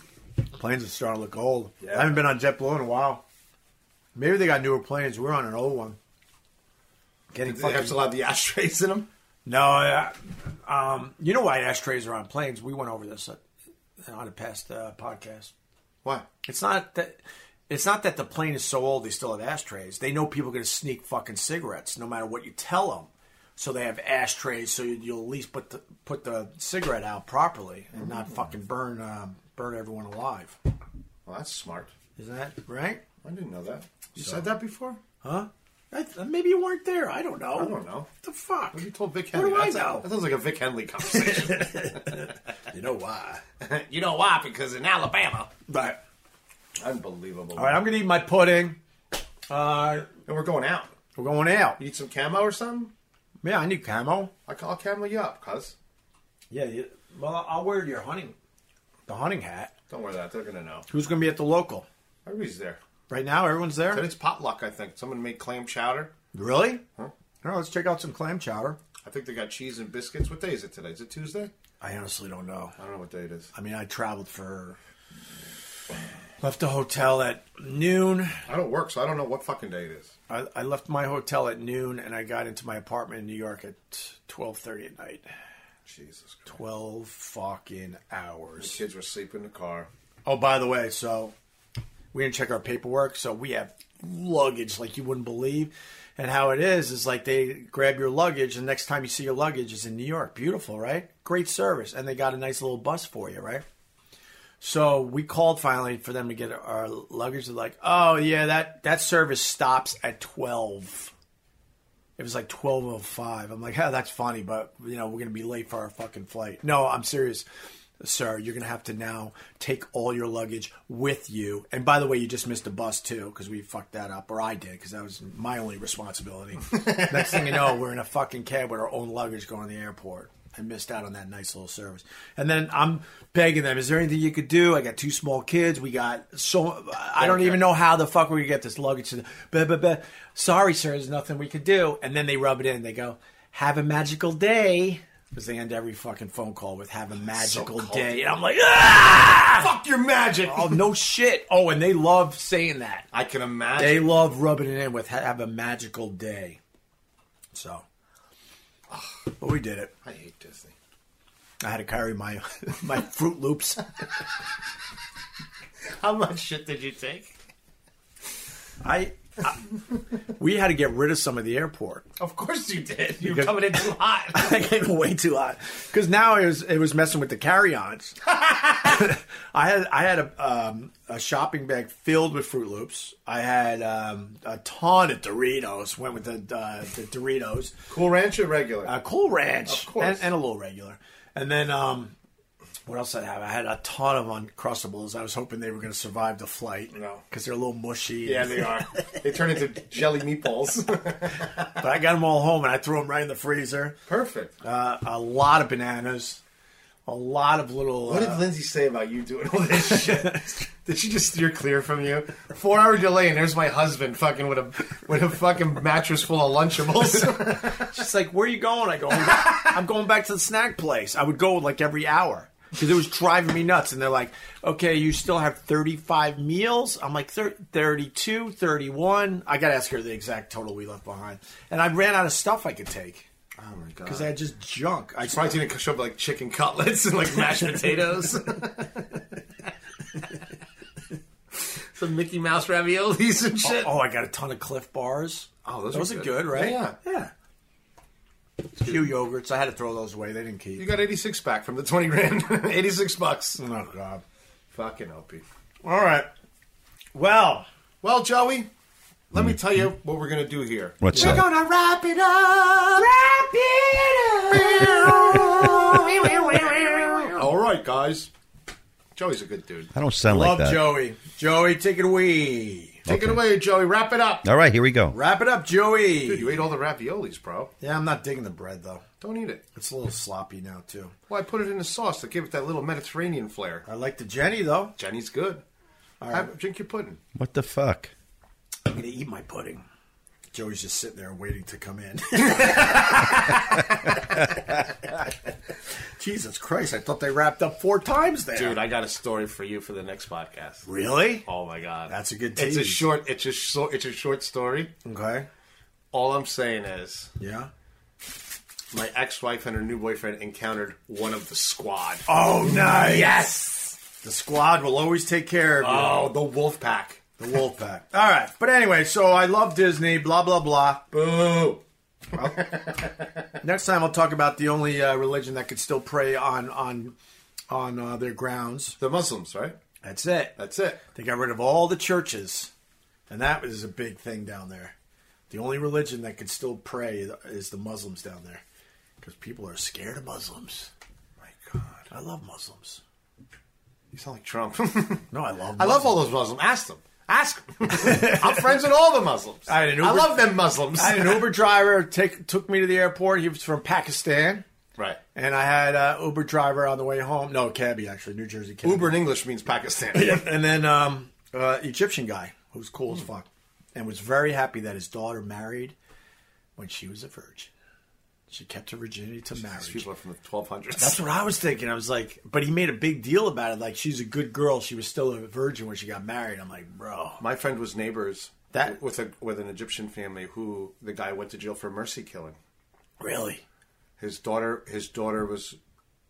planes are starting to look old. I haven't been on JetBlue in a while. Maybe they got newer planes. We're on an old one. Getting
Did they have still have the ashtrays in them?
No, I, um, you know why ashtrays are on planes? We went over this uh, on a past uh, podcast.
Why?
It's not that. It's not that the plane is so old they still have ashtrays. They know people are going to sneak fucking cigarettes no matter what you tell them. So they have ashtrays so you- you'll at least put the put the cigarette out properly and
Mm-hmm.
not fucking burn um, burn everyone alive.
Well, that's smart.
Isn't that right?
I didn't know that. You
So-
said that before?
Huh? I th- uh, maybe you weren't there. I don't know.
I don't know.
What the fuck?
You told Vic
What
Henley.
do I
That's-
know?
That sounds like a Vic Henley conversation.
you know why?
you know why? Because in Alabama.
Right.
Unbelievable.
All right, I'm gonna eat my pudding. Uh,
and we're going out.
We're going out.
You need some camo or something?
Yeah, I need camo.
I ca- I'll camo you up, cuz.
Yeah. You, well, I'll wear your hunting, the hunting hat.
Don't worry that. They're going to know.
Who's gonna be at the local?
Everybody's there.
Right now, everyone's there.
Today's potluck, I think. Someone made clam chowder.
Really?
Huh?
All right, let's check out some clam chowder.
I think they got cheese and biscuits. What day is it today? Is it Tuesday?
I honestly don't know.
I don't know what day it is.
I mean, I traveled for. Left the hotel at noon.
I don't work, so I don't know what fucking day it is.
I, I left my hotel at noon, and I got into my apartment in New York at twelve thirty at night.
Jesus Christ.
Twelve fucking
The
hours.
kids were sleeping in the car.
Oh, by the way, so we didn't check our paperwork, so we have luggage like you wouldn't believe. And how it is is like they grab your luggage, and next time you see your luggage is in New York. Beautiful, right? Great service, and they got a nice little bus for you, right? So we called finally for them to get our luggage. They're like, "Oh yeah, that that service stops at 12. It was like twelve oh five. I'm like, "Oh, that's funny, but you know we're gonna be late for our fucking flight." No, I'm serious, sir. You're gonna have to now take all your luggage with you. And by the way, you just missed a bus too because we fucked that up, or I did because that was my only responsibility. Next thing you know, we're in a fucking cab with our own luggage going to the airport. I missed out on that nice little service. And then I'm begging them, is there anything you could do? I got two small kids. We got so I don't even know how the fuck we could get this luggage. To the, blah, blah, blah. Sorry, sir, there's nothing we could do. And then they rub it in. They go, have a magical day. Because they end every fucking phone call with "Have a magical day," and I'm like, "Ah, fuck your magic!" Oh no, shit! Oh, and they love saying that.
I can imagine.
They love rubbing it in with "Ha- "Have a magical day." So, but we did it.
I hate Disney.
I had to carry my my Fruit Loops.
How much shit did you take?
I, I we had to get rid of some of the airport.
Of course you did. You were
Because-
coming in too hot.
I gave way too hot because now it was it was messing with the carry-ons. I had I had a um, a shopping bag filled with Fruit Loops. I had um, a ton of Doritos. Went with the uh, the Doritos,
Cool Ranch or regular?
uh, Cool Ranch,
Of course.
And, and a little regular. And then um, what else did I have? I had a ton of Uncrustables. I was hoping they were going to survive the flight.
No.
because they're a little mushy.
yeah, they are. they turn into jelly meatballs.
but I got them all home and I threw them right in the freezer.
Perfect.
Uh, a lot of bananas, a lot of little.
What
uh,
did Lindsay say about you doing all this shit? did she just steer clear from you? Four hour delay, and there's my husband fucking with a with a fucking mattress full of Lunchables.
She's like, "Where are you going?" I go, "I'm go- "I'm going back to the snack place." I would go like every hour because it was driving me nuts. And they're like, "Okay, you still have 35 meals." I'm like, "Thir- "32, 31." I got to ask her the exact total we left behind. And I ran out of stuff I could take
oh my god!
because I had just junk. I
probably gonna shove like chicken cutlets and like mashed potatoes.
Some Mickey Mouse raviolis and shit.
oh, I got a ton of Cliff Bars.
oh,
Those, are good, right?
Yeah,
yeah. Q yogurts. I had to throw those away. They didn't keep.
you got eighty six back from the twenty grand, eighty six bucks.
Oh God.
Fucking Opie.
All right. Well,
Well, Joey, let me tell you what we're gonna do here.
Mm-hmm. What's
we're
up?
gonna wrap it up. Wrap it up.
All right, guys. Joey's a good dude.
I don't sound like
Love
that.
Joey. Joey, take it away.
Take
Okay.
it away, Joey. Wrap it up.
All right, here we go.
Wrap it up, Joey.
Dude, you ate all the raviolis, bro.
Yeah, I'm not digging the bread though.
Don't eat it.
It's a little sloppy now too.
Well, I put it in a sauce to give it that little Mediterranean flair.
I like the Jenny though.
Jenny's good.
All right.
Have, drink your pudding.
What the fuck?
I'm gonna eat my pudding. Joey's just sitting there waiting to come in. Jesus Christ! I thought they wrapped up four times there.
Dude, I got a story for you for the next podcast.
Really?
Oh my god,
that's a good.
It's a
tease.
short. It's a short. It's a short story.
Okay.
All I'm saying is,
yeah,
my ex-wife and her new boyfriend encountered one of the squad.
Oh, nice.
Yes.
The squad will always take care of you.
Oh, the wolf pack.
The wolf pack. All right, but anyway, so I love Disney. Blah blah blah.
Boo.
Next time I'll talk about the only uh, religion that could still prey on on on uh, their grounds.
The Muslims, right?
That's it.
That's it.
They got rid of all the churches, and that was a big thing down there. The only religion that could still pray is the Muslims down there, because people are scared of Muslims. My God, I love Muslims.
You sound like Trump.
no, I love.
I love all those Muslims. Ask them. Ask them. I'm friends with all the Muslims. I, love them Muslims.
I had an Uber driver take took me to the airport. He was from Pakistan.
Right.
And I had uh, Uber driver on the way home. No, cabbie actually, New Jersey cabbie.
Uber in English means Pakistan.
Yeah, and then um, uh, Egyptian guy who's cool
Hmm.
as fuck, and was very happy that his daughter married when she was a virgin. She kept her virginity to marriage.
people are from the 1200s.
That's what I was thinking. I was like, but he made a big deal about it. Like she's a good girl. She was still a virgin when she got married. I'm like, bro.
My friend was neighbors
That-
with a with an Egyptian family who the guy went to jail for mercy killing.
Really?
His daughter his daughter was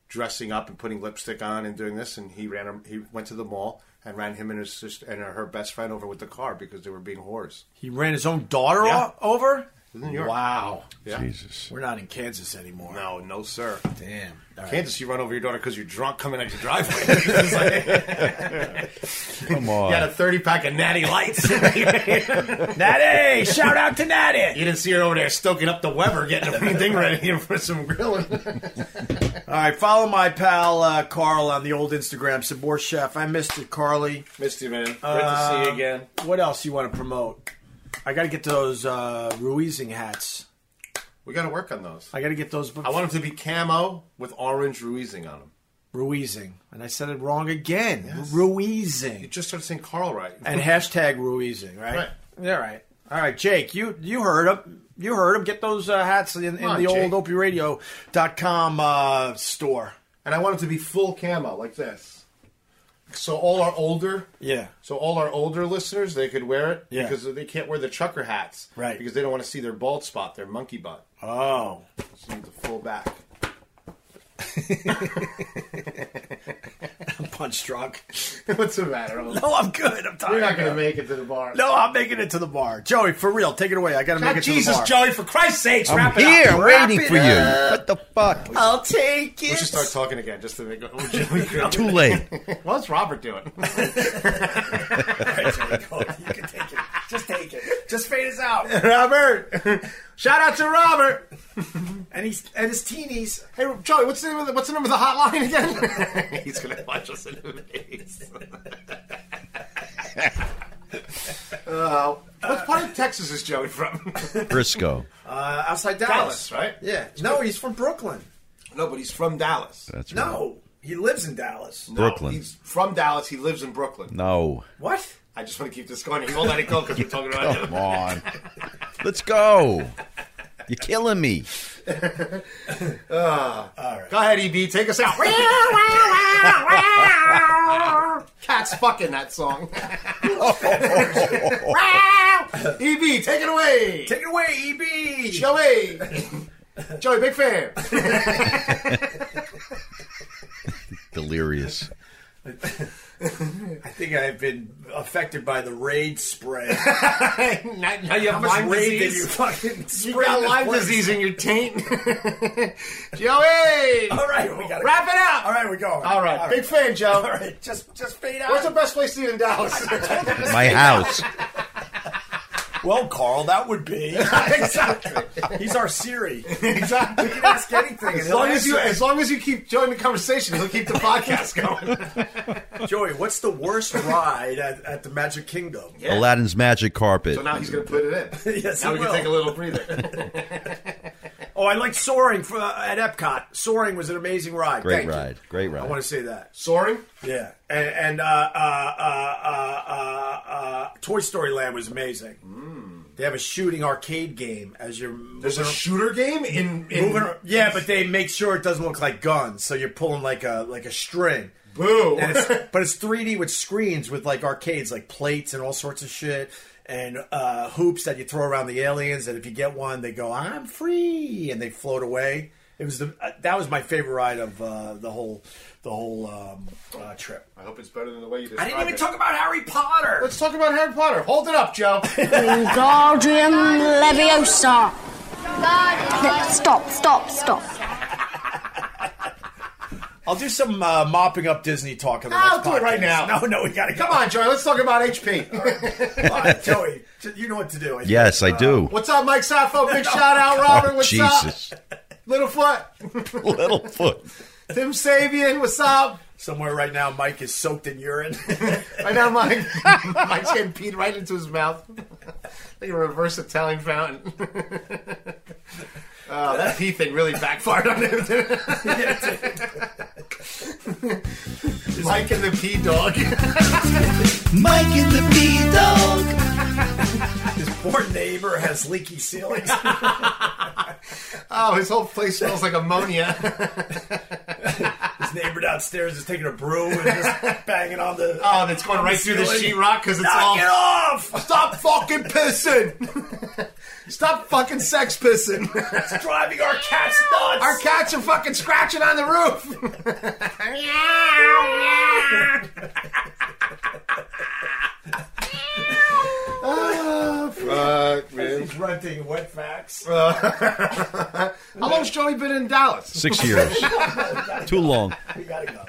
dressing up and putting lipstick on and doing this, and he ran him. He went to the mall and ran him and his sister and her best friend over with the car because they were being whores.
He ran his own daughter
Yeah.
o- over.
In New York.
Wow.
Yeah.
Jesus.
We're not in Kansas anymore.
No, no, sir.
Damn. All right.
Kansas, you run over your daughter because you're drunk coming out your driveway. It's like-
Come on.
You had a 30 pack of Natty Lights. Natty!
Natty, shout
out to Natty!
You didn't see her over there stoking up the Weber, getting everything ready for some grilling.
All right, follow my pal uh, Carl on the old Instagram, Sabor Chef. I missed it, Carly.
Missed you, man. Great to see
Uh,
you again.
What else you want to promote? I got to get those uh, Ruizing hats.
We got to work on those.
I got to get those.
I want them to be camo with orange ruizing on them.
Ruizing, and I said it wrong again. Ruizing. You
just started saying Carl right.
And hashtag Ruizing, right?
Right.
Yeah, right. All right, Jake, you you heard him. You heard him. Get those uh, hats in, in
Come on,
the
Jake.
old OpieRadio.com uh, store.
And I want it to be full camo, like this. So all our older,
Yeah.
so all our older listeners, they could wear it
Yeah.
because they can't wear the trucker hats, right? Because they don't want to see their bald spot, their monkey butt.
Oh,
so you need to full back.
I'm punch drunk.
What's the matter? No,
I'm good. I'm tired.
You're not going to make it to the bar.
No, I'm making it to the bar. Joey, for real, take it away. I got to
God,
make it
Jesus,
to the bar.
Joey, for Christ's sakes,
I'm
wrap it
here,
up.
I'm waiting for you.
What the fuck?
I'll take
We should start talking again just to make it
Too late.
What's Robert doing?
you can take it. Just take it. Just fade us out.
Robert. Shout out to Robert.
and he's and his teenies.
Hey, Joey, what's the name of the, what's the number of the hotline again? He's gonna punch us in the face. uh, what part of Texas is Joey from?
Briscoe.
Uh, outside
Dallas, right?
Yeah. No, he's from Brooklyn.
No, but he's from Dallas.
That's right.
No, he lives in Dallas.
No,
Brooklyn.
He's from Dallas. He lives in Brooklyn.
No.
What?
I just want to keep this going. He won't let it go because we're talking about him.
Come on. Let's go. You're killing me.
Ah. Go ahead, EB. Take us out. Cat's fucking that song. EB, E take it away.
Take it away, E EB.
Joey. Joey, big fan.
Delirious.
I think I've been affected by the raid spray.
now, now you have
How much
Lyme
raid did
disease.
you fucking
You
spray
got
this
Lyme
place?
disease in your taint. Joey.
All right, we gotta
wrap it up.
All right, we're going.
All right,
All
big fan, Joe.
All right, just just fade out.
Where's the best place to eat in Dallas?
My house.
Well, Carl, that would be
exactly. He's our Siri.
Exactly.
You can ask anything. and
As
he'll
long as you,
answer it.
as long as you keep joining the conversation, he'll keep the podcast going.
Joey, what's the worst ride at, at the Magic Kingdom?
Aladdin's magic carpet.
So now he's going to put it in. yes,
Now
he
we can
will.
take a little breather.
Oh, I like Soaring for, uh, at Epcot. Soaring was an amazing ride.
Great
Thank you.
ride. Great
I
ride.
want to say that.
Soaring?
Yeah. And, and uh, uh, uh, uh, uh, uh, Toy Story Land was amazing. They have a shooting arcade game as you're.
Mm. There's a
moving-
shooter game in, in
moving, yeah, but they make sure it doesn't look like guns, so you're pulling like a like a string.
Boo.
And it's, but it's 3D with screens with like arcades, like plates and all sorts of shit, and uh, hoops that you throw around the aliens. And if you get one, they go, "I'm free," and they float away. It was the uh, that was my favorite ride of uh, the whole the whole um, uh, trip.
I hope it's better than the way you
I
described
didn't even
it.
talk about Harry Potter.
Let's talk about Harry Potter. Hold it up, Joe.
Wingardium Leviosa. Th- Stop, stop, stop.
I'll do some uh, mopping up Disney talk on the
I'll
next
do it right
podcast.
now.
No, no, we gotta go.
Come on, Joey. Let's talk about HP.
All right, Joey, uh, you know what to do. I think.
Yes, I do.
What's up, Mike Sappho? Big shout out, Robert.
Oh,
What's
Jesus. Oh,
up, Littlefoot?
Littlefoot.
Tim Sabian. What's up?
Somewhere right now, Mike is soaked in urine.
Right now, Mike. Mike's getting peed right into his mouth. like a reverse Italian fountain. oh, that pee thing really backfired on him. Mike and the pee dog.
Mike and the Bee Dog.
His poor neighbor has leaky ceilings.
Oh, his whole place smells like ammonia.
His neighbor downstairs is taking a brew and just banging on the.
Oh, that's going right through the sheetrock because it's
Knock
all.
it off!
Stop fucking pissing! Stop fucking sex pissing!
It's driving our cats nuts!
Our cats are fucking scratching on the roof!
Ah,
Fuck, man.
He's renting wet facts.
How long's Joey been in Dallas?
Six years. Too long.
we gotta go.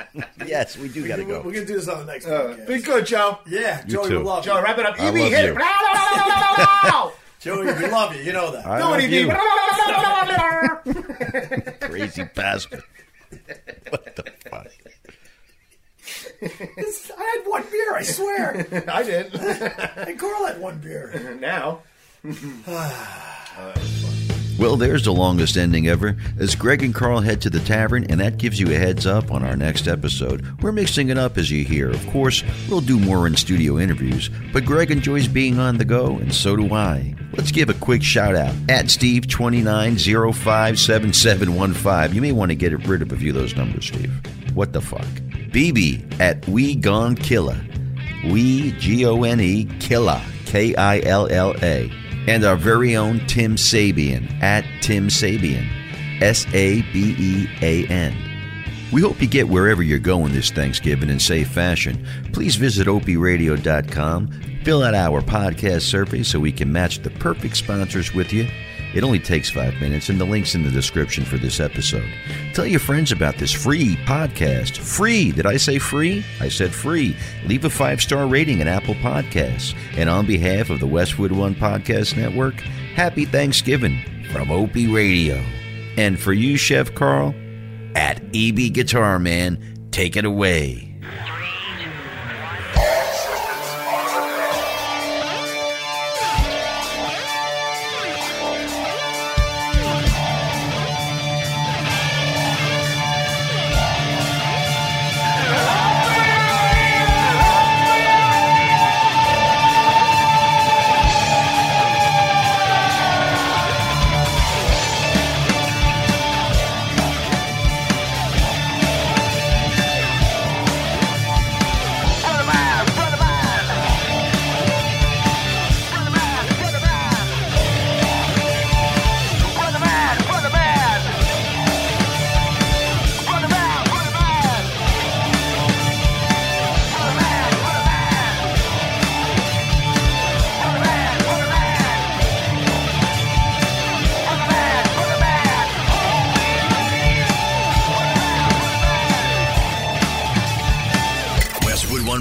Yes, we do got to
We're
go.
gonna do this on the next
Uh,
podcast.
be good, Joe.
yeah,
You
Joey,
too.
we love
Joe,
you.
wrap it up.
I
EB,
love
hit
you.
it!
Joey, we love you. You know that.
I
Do
love
it,
you,
EB.
crazy bastard. What the fuck?
It's- I had one beer, I swear.
I did.
and Carl had one beer.
Now.
Well, there's the longest ending ever. As Greg and Carl head to the tavern, and that gives you a heads up on our next episode. We're mixing it up as you hear. Of course, we'll do more in studio interviews, but Greg enjoys being on the go, and so do I. Let's give a quick shout out at Steve twenty nine zero five seven seven one five. You may want to get rid of a few of those numbers, Steve. What the fuck? BB at We Gone Killer. We G O N E Killa K I L L A, and our very own Tim Sabian at Tim Sabian, S A B E A N. We hope you get wherever you're going this Thanksgiving in safe fashion. Please visit opradio.com, fill out our podcast survey so we can match the perfect sponsors with you. It only takes five minutes, and the link's in the description for this episode. Tell your friends about this free podcast. Free! Did I say free? I said free. Leave a five star rating at Apple Podcasts. And on behalf of the Westwood One Podcast Network, happy Thanksgiving from OP Radio. And for you, Chef Carl, at EB Guitar Man, take it away.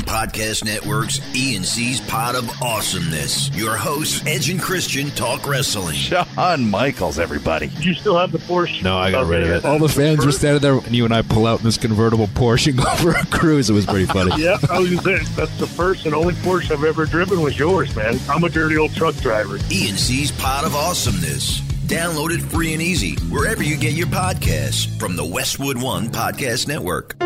Podcast Network's E&C's Pot of Awesomeness. Your hosts, Edge and Christian, talk wrestling.
Shawn Michaels, everybody.
Do you still have the Oh, Porsche?
No, I got rid of it.
All the fans were standing there, and you and I pull out in this convertible Porsche and go for a cruise. It was pretty funny.
yeah, I was gonna say, that's the first and only Porsche I've ever driven was yours, man. I'm a dirty old truck driver.
E&C's E Pot of Awesomeness. Download it free and easy wherever you get your podcasts from the Westwood One Podcast Network.